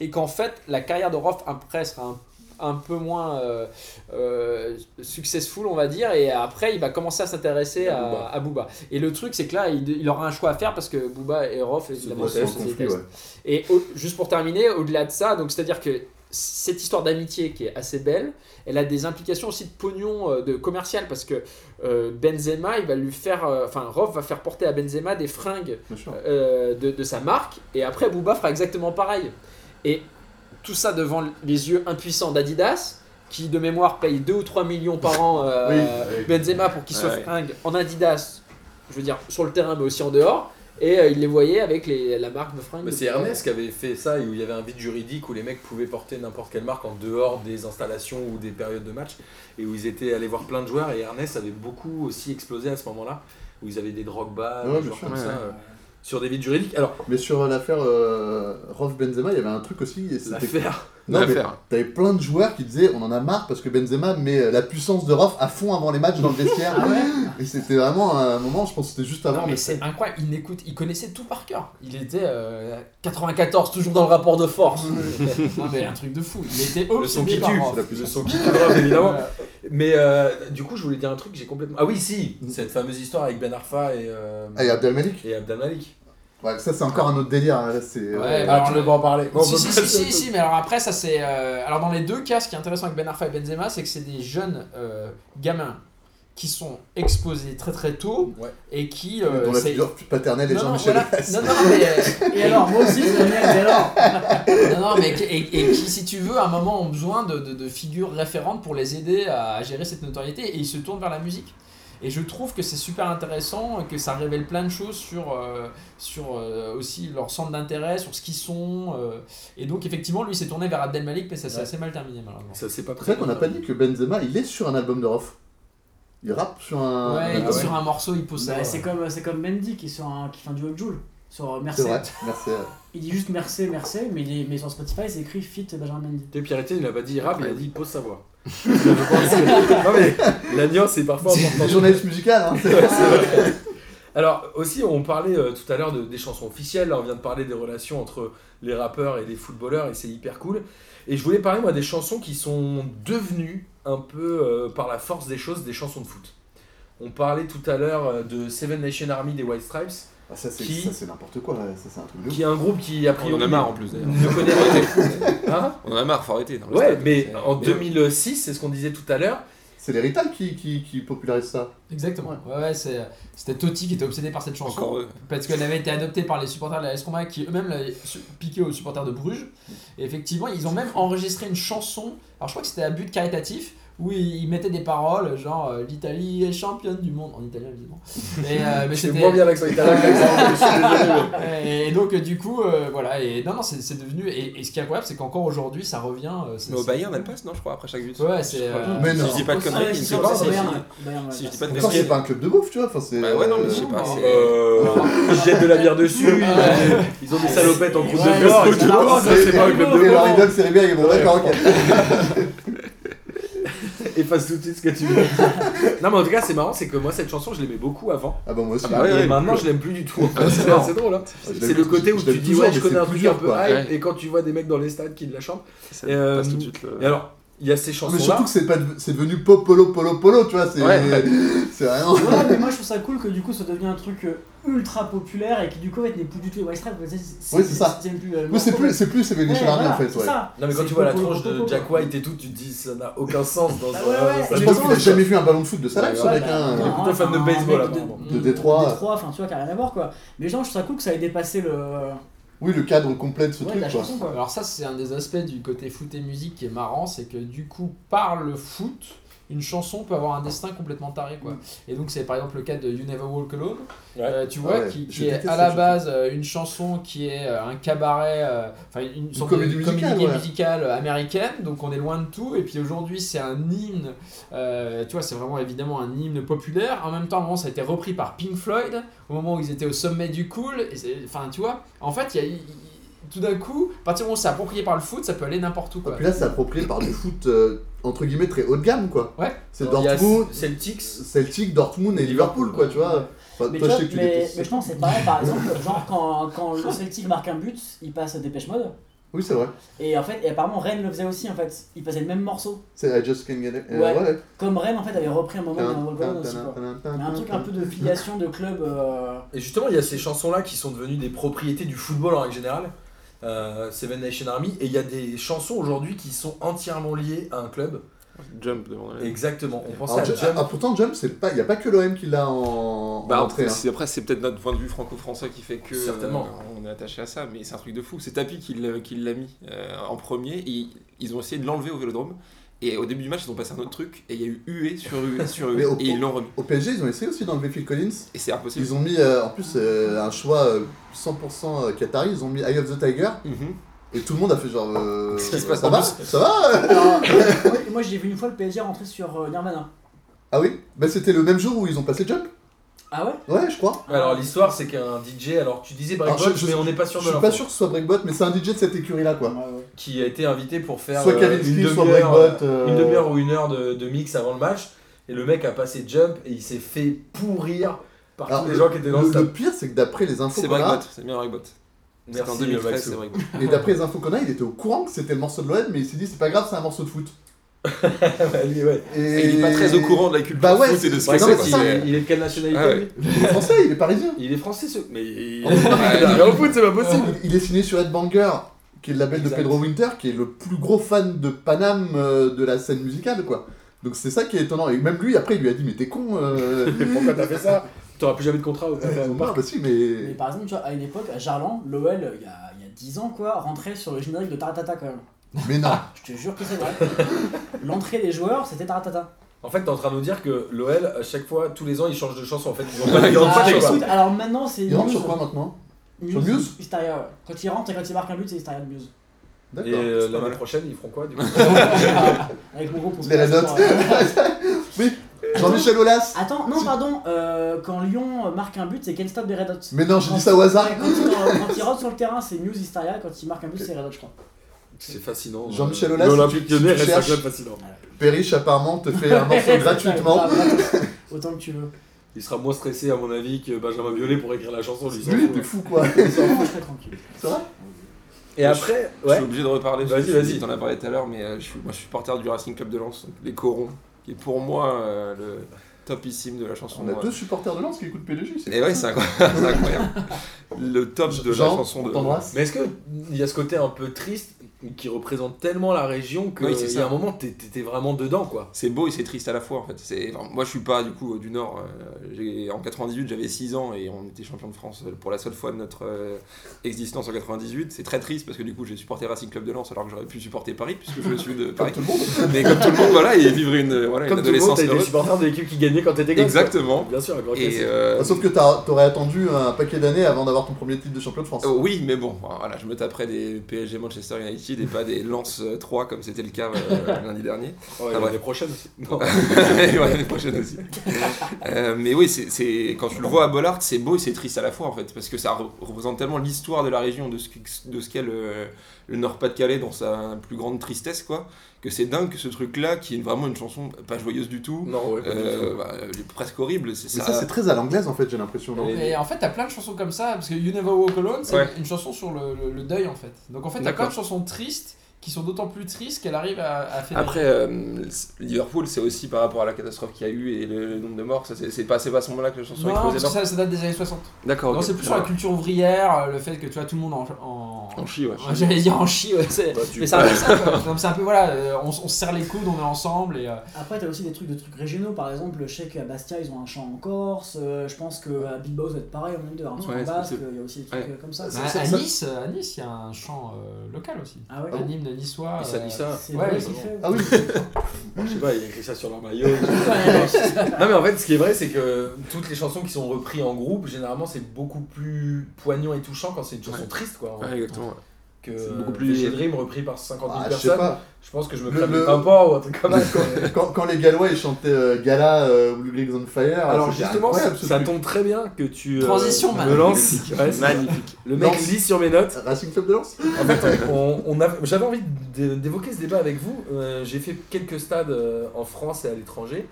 et qu'en fait, la carrière de Rof après sera un un peu moins euh, euh, successful on va dire et après il va commencer à s'intéresser à,
À Booba.
à Booba et le truc c'est que là il, il aura un choix à faire parce que Booba et Rof évidemment
détestent,
se- se détestent. Et au- juste pour terminer, au-delà de ça, donc c'est-à-dire que cette histoire d'amitié qui est assez belle, elle a des implications aussi de pognon euh, de commercial parce que euh, Benzema, il va lui faire, euh, enfin Rof va faire porter à Benzema des fringues
Bien sûr.
euh, de, de sa marque et après Booba fera exactement pareil. Et tout ça devant les yeux impuissants d'Adidas qui de mémoire paye 2 ou 3 millions par an euh,
Oui, oui.
Benzema pour qu'il se
Ouais.
fringue en Adidas, je veux dire sur le terrain mais aussi en dehors. Et euh, il les voyait avec les- la marque de fringues.
Mais
de
c'est
Booba.
Ernest qui avait fait ça et où il y avait un vide juridique où les mecs pouvaient porter n'importe quelle marque en dehors des installations ou des périodes de match et où ils étaient allés voir plein de joueurs et Ernest avait beaucoup aussi explosé à ce moment-là où ils avaient des Drogba,
Ouais,
des
bien
joueurs
sûr,
comme
ouais,
ça
ouais.
euh, sur des vides juridiques. Alors
Mais sur l'affaire euh, Rolf Benzema, il y avait un truc aussi. et c'était-
l'affaire,
Non, mais
L'affaire.
T'avais plein de joueurs qui disaient on en a marre parce que Benzema met euh, la puissance de Rof à fond avant les matchs dans le
(laughs)
vestiaire. Et c'était vraiment un moment, je pense que c'était juste
Ah Non,
avant.
mais c'est incroyable, il, écoute, il connaissait tout par cœur. Il était euh, 94, toujours dans le rapport de force. non, mais un truc de fou. Il était
le son
obsédé
qui
par
tue,
Roth.
le (laughs) son qui tue grave, évidemment.
Voilà.
Mais euh, du coup, je voulais dire un truc que j'ai complètement. Ah oui, si, cette fameuse histoire avec Ben Arfa et, euh,
Ah, et Abdelmalik
et Abdelmalik.
Ouais, ça c'est encore un autre délire. hein, là, c'est-
Ouais,
Ah,
alors,
tu veux pas en parler Bon, on
si,
peut
si,
passer au
si, si,
truc.
si, mais alors après, ça c'est. euh, alors dans les deux cas, ce qui est intéressant avec Ben Arfa et Benzema, c'est que c'est des jeunes euh, gamins qui sont exposés très très tôt
Ouais.
et qui.
euh, dont
euh,
la
c'est-
figure paternelle est
non, non,
Jean-Michel
voilà.
Aulas.
non, non, mais, euh,
Et alors, moi aussi, c'est Daniel, mais alors
Non, non, mais qui- et, et qui, si tu veux, à un moment ont besoin de, de- de figures référentes pour les aider à, à gérer cette notoriété et ils se tournent vers la musique. Et je trouve que c'est super intéressant, et que ça révèle plein de choses sur, euh, sur euh, aussi leur centre d'intérêt, sur ce qu'ils sont. euh. et donc, effectivement, lui s'est tourné vers Abdelmalik, mais ça s'est
Ouais.
assez mal terminé, malheureusement.
Ça, c'est pas
C'est vrai qu'on n'a pas dit que Benzema, il est sur un album de Rof. Il rappe sur un. Ah
Ouais, il
un
est
album.
sur un morceau, il pose ça.
Bah, c'est comme, c'est comme Mendy qui, sort un- qui fait un duo de Joule sur euh,
C'est
Mercé.
vrai, merci. euh,
Il dit juste Mercé, Mercé, mais, il est- mais sur Spotify c'est écrit Fit Benjamin Mendy.
Tu sais, Pierre Etienne, il a pas dit rap, il a dit pose sa voix. Je pense que- Non mais, la nuance est parfois
Le
importante.
journaliste musical, hein. c'est-
Alors aussi, on parlait euh, tout à l'heure de- des chansons officielles, là on vient de parler des relations entre les rappeurs et les footballeurs et c'est hyper cool. Et je voulais parler moi des chansons qui sont devenues un peu euh, par la force des choses des chansons de foot. On parlait tout à l'heure euh, de Seven Nation Army des White Stripes,
Ah, ça, c'est
Qui-
ça, c'est n'importe quoi, là. ça c'est un truc de ouf.
qui est un groupe qui a
On
priori
en a marre en plus d'ailleurs.
ne connaît
Arrêtez.
Hein
On en a marre, faut arrêter. dans le
Ouais,
stade,
mais
c'est-
en
mais-
2006, c'est ce qu'on disait tout à l'heure,
C'est les Rital qui, qui, qui popularise ça.
Exactement. Ouais, ouais, c'est- c'était Totti qui était obsédé par cette chanson.
Encore eux.
Parce qu'elle avait été adoptée par les supporters de la AS Roma qui eux-mêmes l'avaient su- piquée aux supporters de Bruges. Et effectivement, ils ont même enregistré une chanson. Alors je crois que c'était à but caritatif où ils ils mettaient des paroles genre euh, l'Italie est championne du monde en italien
(laughs)
évidemment. Et,
je
euh, mais
fais
c'était
moins bien l'accent italien que l'accent je (laughs) suis désolé, mais-
(laughs) et donc euh, du coup euh, voilà et non non c'est c'est devenu et, et ce qui est incroyable c'est qu'encore aujourd'hui ça revient. euh, c'est-
Mais au Bayern, elle passe, non, je crois, après chaque but.
Ouais, c'est,
Je crois.
euh,
Mais non.
Si je dis pas de
Ah,
conneries,
ouais,
il me
c'est
semble que
ça,
c'est-
Bayern, Bayern,
si je
ouais,
dis pas de
c'est-
Pourtant, c'est
que-
pas un club de bouffe, tu vois. Enfin, c'est.
Bah ouais, non, mais je sais
non,
pas.
non.
c'est-
Euh, ils jettent de la bière dessus, ils ont des salopettes en
Ouais,
groupe
ouais,
de corps,
c'est
ils disent,
ça.
Oh, ça, Ah, c'est pas un club de
Et leur
bourre.
idole, c'est Ribéry. Bon, d'accord, ok.
Efface tout de suite ce que tu veux. non, mais en tout cas, c'est marrant, c'est que moi, cette chanson, je l'aimais beaucoup avant.
Ah, bah, moi aussi.
Ah bah ouais,
et
ouais,
maintenant,
cool.
je l'aime plus du tout. en fait.
Ah, c'est
c'est
marrant.
c'est drôle, hein.
Je l'aime-
C'est le côté où
je l'aime
tu dis,
toujours,
ouais, je
mais
connais
c'est
un truc
plusieurs,
un peu
quoi.
hype,
Ouais.
et quand tu vois des mecs dans les stades qui la chantent.
Ça
Euh,
passe tout de suite. le-
Et alors, il y a ces
Mais
chansons-là.
surtout que c'est pas de- c'est devenu pop polo polo polo, tu vois. C'est
Ouais.
c'est vraiment.
Ouais, mais moi je trouve ça cool que du coup ça devient un truc euh, ultra populaire et qui du coup en fait, n'est plus du tout les White Stripes, mais c'est
Oui, c'est ça.
C'est plus. euh,
Oui, c'est
morceau,
plus, c'est plus, c'est
mais-
Vénus
Ouais,
Army,
voilà,
en fait,
c'est
ouais.
ça.
Non, mais quand
C'est
tu vois la
popo,
tronche de
popo.
Jack White et tout, tu te dis, ça n'a aucun sens dans
Bah
un.
ouais, ouais.
ça
Et
Je
n'a
pense
aucun
qu'il a
sens.
jamais vu un ballon de foot de ça, là,
Ouais,
tu vois,
voilà.
avec un.
Non. plutôt fan de
un
baseball,
mec
apparemment.
de-
De
Mm.
Détroit,
Détroit.
enfin tu vois, qui a rien à voir quoi. Mais genre, je trouve ça cool que ça ait dépassé le.
Oui, le cadre complet de ce
ouais,
truc,
la
quoi.
chanson quoi.
Alors ça, c'est un des aspects du côté foot et musique qui est marrant, c'est que du coup, par le foot, une chanson peut avoir un destin complètement taré,
Mm.
quoi. Et donc c'est par exemple le cas de You Never Walk Alone,
Ouais.
Euh, tu vois,
Ah ouais,
qui,
je
qui est
déteste
à
cette
la
chanson.
base euh, une chanson qui est euh, un cabaret, euh, enfin une, sorte de-
comédie musicale,
comédie
ouais.
musicale américaine, donc on est loin de tout. Et puis aujourd'hui, c'est un hymne, euh, tu vois, c'est vraiment évidemment un hymne populaire. En même temps, à un moment, ça a été repris par Pink Floyd au moment où ils étaient au sommet du cool. Et c'est- enfin, tu vois, en fait, il y a- il- il- tout d'un coup, à partir du moment où c'est approprié par le foot, ça peut aller n'importe où.
Et
Quoi.
puis là, c'est approprié par du foot, euh, entre guillemets, très haut de gamme, quoi.
Ouais.
C'est
Il y a
Dortmund,
Celtics,
Celtic, Dortmund et Liverpool, quoi, tu vois. Enfin,
Mais,
toi, je sais
tu vois,
que tu
mais,
détestes ça.
mais je pense que c'est pareil par exemple, genre quand, quand le Celtic marque un but, il passe à Dépêche Mode.
Oui, c'est vrai.
Et en fait, et apparemment Rennes le faisait aussi en fait. Il passait le même morceau.
C'est I Just Can't Get It. Euh,
Ouais.
ouais.
Comme Rennes en fait avait repris un moment d'un Walk Alone aussi quoi. Il y a un truc un peu
Ouais,
de filiation de club. euh,
Et justement, il y a ces chansons-là qui sont devenues des propriétés du football en règle générale, euh, Seven Nation Army, et il y a des chansons aujourd'hui qui sont entièrement liées à un club.
Jump devant la-
Exactement, on pense
Alors,
à
Ju-
Jump.
ah, pourtant, Jump, c'est pas, il y a pas que l'OM qui l'a en,
Bah,
en
après,
entrée. hein.
c'est- après, c'est peut-être notre point de vue franco-français qui fait que
Certainement.
euh, on est attaché à ça, mais c'est un truc de fou. C'est Tapi qui l'a qui l'a mis euh, en premier. et ils ont essayé de l'enlever au Vélodrome. Et au début du match, ils ont passé un autre truc et il y a eu huée sur
(laughs)
huée sur huée
Mais au-
et ils l'ont remis.
Au PSG, ils ont essayé aussi d'enlever Phil Collins.
Et c'est impossible.
Ils ont mis, euh, en plus, euh, un choix euh, 100% euh, qatari. Ils ont mis Eye of the Tiger.
Mhm.
Et tout le monde a fait genre. euh,
Qu'est-ce qui se passe
Ça
en
va
plus
Ça va (laughs)
Alors, moi, moi, j'ai vu une fois le PSG rentrer sur euh, Nirvana.
Ah oui Bah, c'était le même jour où ils ont passé Jump.
Ah ouais
Ouais, je crois.
Alors l'histoire c'est qu'un DJ, alors tu disais Breakbot,
Alors, je- je-
mais on n'est pas
Je
sûr de
suis
l'info,
pas sûr que ce soit Breakbot, mais c'est un DJ de cette écurie-là, quoi.
qui a été invité pour faire
Soit
euh, une
Kavinsky, soit
demi-heure euh,
Breakbot. euh,
une demi-heure ou une heure de, de mix avant le match, et le mec a passé Jump et il s'est fait pourrir par
Alors,
tous les gens qui étaient dans le,
le, le
stade.
pire, c'est que d'après les infos
C'est
qu'on a,
Breakbot, c'est bien Breakbot. C'est en
Merci,
2013,
Maxou.
c'est Breakbot.
et d'après les infos qu'on a, il était au courant que c'était le morceau de l'OM, mais il s'est dit c'est pas grave, c'est un morceau de foot.
Ah (laughs) bah, lui, ouais.
Et...
Il est pas très au courant de la culture
Bah ouais,
foot et de ce
Par
que
c'est-
exemple, il,
c'est.
ça.
est- il est de quelle nationalité
Ah ouais.
lui
Il est français, il est parisien.
Il est français ce. Mais il,
Oh, non, mais
il a rien au foot, c'est pas possible.
Il est signé sur Ed Banger, qui est le label
Exact.
de Pedro Winter, qui est le plus gros fan de Paname euh, de la scène musicale, quoi. Donc c'est ça qui est étonnant. Et même lui, après, il lui a dit mais t'es con.
(laughs)
euh,
Pourquoi t'as fait
(laughs)
ça T'auras plus jamais de contrat au
euh,
au
bah,
parc.
bah si,
Mais
mais.
par exemple, tu vois, à une époque, à Jarlan, l'OL, il y a, il y a 10 ans, quoi, rentrait sur le générique de Taratata quand même.
Ah,
Mais non.
(laughs) Je te jure que c'est vrai. L'entrée des joueurs, c'était Taratata.
En fait, t'es en train de nous dire que l'OL, à chaque fois, tous les ans, ils changent de chanson. En fait, ils ont pas ils ont
Ah,
pas de
écoute,
chanson.
alors maintenant c'est
Il rentre
Muse.
sur quoi maintenant
Muse,
Sur Muse
Hysteria, ouais. Quand il rentre et quand il marque un but, c'est Hysteria de Muse.
Et
D'accord.
euh, l'année prochaine, ils feront quoi du coup
Avec mon groupe, on se
Mais la
fait la
note
soirée.
Oui
euh,
Jean-Michel Aulas
Attends, non, pardon, euh, quand Lyon euh, marque un but, c'est Can't Stop des Red Hot.
Mais non, j'ai dit ça au hasard
Ah,
Ouais, Quand, quand- quand il rentre sur le terrain, c'est Muse Hysteria. Quand il marque un but, c'est Red Hot, je crois.
(laughs) C'est fascinant.
Jean-Michel
Euh,
Aulas,
L'Olympique
tu- tu
Lyonnais reste un
cherches.
club fascinant.
Perriche apparemment te
(laughs)
fait un morceau gratuitement.
Autant que tu veux.
Il sera moins stressé, à mon avis, que Benjamin Violet pour écrire la chanson. Lui, il s'en
Lui,
fout.
t'es fou
(laughs)
quoi
Moi, je serais tranquille.
C'est vrai
Et après,
Je
ouais.
suis obligé de reparler.
Vas-y, vas-y.
On en a parlé tout à l'heure, mais euh, je suis, moi je suis supporter du Racing Club de Lens, donc les Corons, qui est pour moi euh, le topissime de la chanson.
On a
euh,
deux supporters de Lens qui écoutent PDG, c'est
Et ouais, c'est incroyable. (laughs) c'est incroyable. Le top de la
Jean,
chanson
on
de.
t'embrasse.
Mais est-ce qu'il y a ce côté un peu triste qui représente tellement la région que
Oui, c'est
il y
ça.
a un moment, t'es- t'étais vraiment dedans, quoi.
C'est beau et c'est triste à la fois en fait. C'est- enfin, moi je suis pas du coup euh, du Nord. euh, j'ai- en 98 j'avais 6 ans et on était champion de France euh, pour la seule fois de notre euh, existence en 98. C'est très triste parce que du coup j'ai supporté Racing Club de Lens alors que j'aurais pu supporter Paris puisque je
(laughs)
suis de Paris.
Tout le monde
Mais comme tout le monde voilà et vivre une, euh, voilà, une
Comme tout le monde,
adolescence
t'as été
heureuse.
supporter de l'équipe qui gagnait quand t'étais gosse. quoi.
Exactement.
Bien sûr, grand
Et
classique.
euh,
Ah, Sauf que t'as- t'aurais attendu un paquet d'années avant d'avoir ton premier titre de champion de France.
Oh, oui, mais bon, voilà, je me taperais des PSG Manchester United et pas des Lens 3 comme c'était le cas
(laughs)
euh, lundi dernier. (laughs)
Ouais,
ah,
Oh, l'année
ouais.
prochaine (laughs) aussi. Non.
Et ouais, l'année prochaine aussi. Euh, mais oui, c'est- c'est quand tu le vois à Bollard, c'est beau et c'est triste à la fois en fait, parce que ça re- représente tellement l'histoire de la région, de ce que- de ce qu'est le, le Nord-Pas-de-Calais dans sa plus grande tristesse, quoi. Que c'est dingue que ce truc-là, qui est vraiment une chanson pas joyeuse du tout,
Non, ouais, pas du
euh,
tout.
bah, elle est presque horrible, c'est
Mais
ça.
ça, c'est très à l'anglaise en fait, j'ai l'impression. non
Et-
Et en fait, t'as plein de chansons comme ça, parce que You Never Walk Alone, c'est
Ouais.
une chanson sur le, le- le deuil en fait. Donc en fait, t'as
D'accord.
plein de chansons tristes qui sont d'autant plus tristes qu'elle arrive à, à faire.
Après, euh, Liverpool, c'est aussi par rapport à la catastrophe qu'il y a eu et le, le nombre de morts. Ça, c'est c'est pas, c'est pas à ce moment-là que la chanson
non,
est explosée.
parce que ça, ça date des années 60.
non D'accord.
Non,
ok.
c'est plus sur la culture ouvrière, euh, le fait que tu vois tout le monde en. en-
En Chine, ouais.
Ouais, (laughs) J'allais dire en chi, ouais, c'est-
Bah, tu-
mais c'est un peu ça, quoi. Comme c'est un peu voilà, euh, on, s- on se serre les coudes, on est ensemble et. euh,
Après, t'as aussi des trucs de trucs régionaux, par exemple, je sais qu'à Bastia ils ont un chant en Corse, euh, je pense qu'à Bilbao ça va être pareil, on a deux, un chant
Ouais,
en
c'est
basque,
possible.
il y a aussi des trucs
Ouais.
euh, comme ça.
Ça,
à,
ça,
à
ça-
Nice, euh, à Nice, il y a un chant euh, local aussi.
Ah ouais
Un hymne niçois.
Et ça
euh,
dit ça.
C'est
Ouais,
vrai
c'est
qu'il fait.
Ah oui
Je sais pas, il a écrit ça sur leur maillot.
Ouais,
(laughs)
c'est ça.
Non mais en fait ce qui est vrai c'est que toutes les chansons qui sont reprises en groupe généralement c'est beaucoup plus poignant et touchant quand c'est une chanson
Ouais.
triste quoi.
Ouais, exactement.
que
c'est beaucoup
beaucoup
plus-
plus Dream repris par 50 000
Ah, Je sais
personnes.
pas.
Je pense que je me
Le-
crame
le-
le tympan ou un truc comme ça. quoi.
(laughs) quand, quand les Gallois ils chantaient euh, Gala euh, Blue Legs on Fire,
Alors
c'était
justement
incroyable, ce
ça
truc.
tombe très bien que tu euh,
Transition,
me
magnifique.
lances. Ouais, c'est-
Magnifique.
le mec
Lance.
lit sur mes notes.
Racing Club de Lens
En fait, on, on a- j'avais envie d'é- d'évoquer ce débat avec vous. Euh, j'ai fait quelques stades euh, en France et à l'étranger.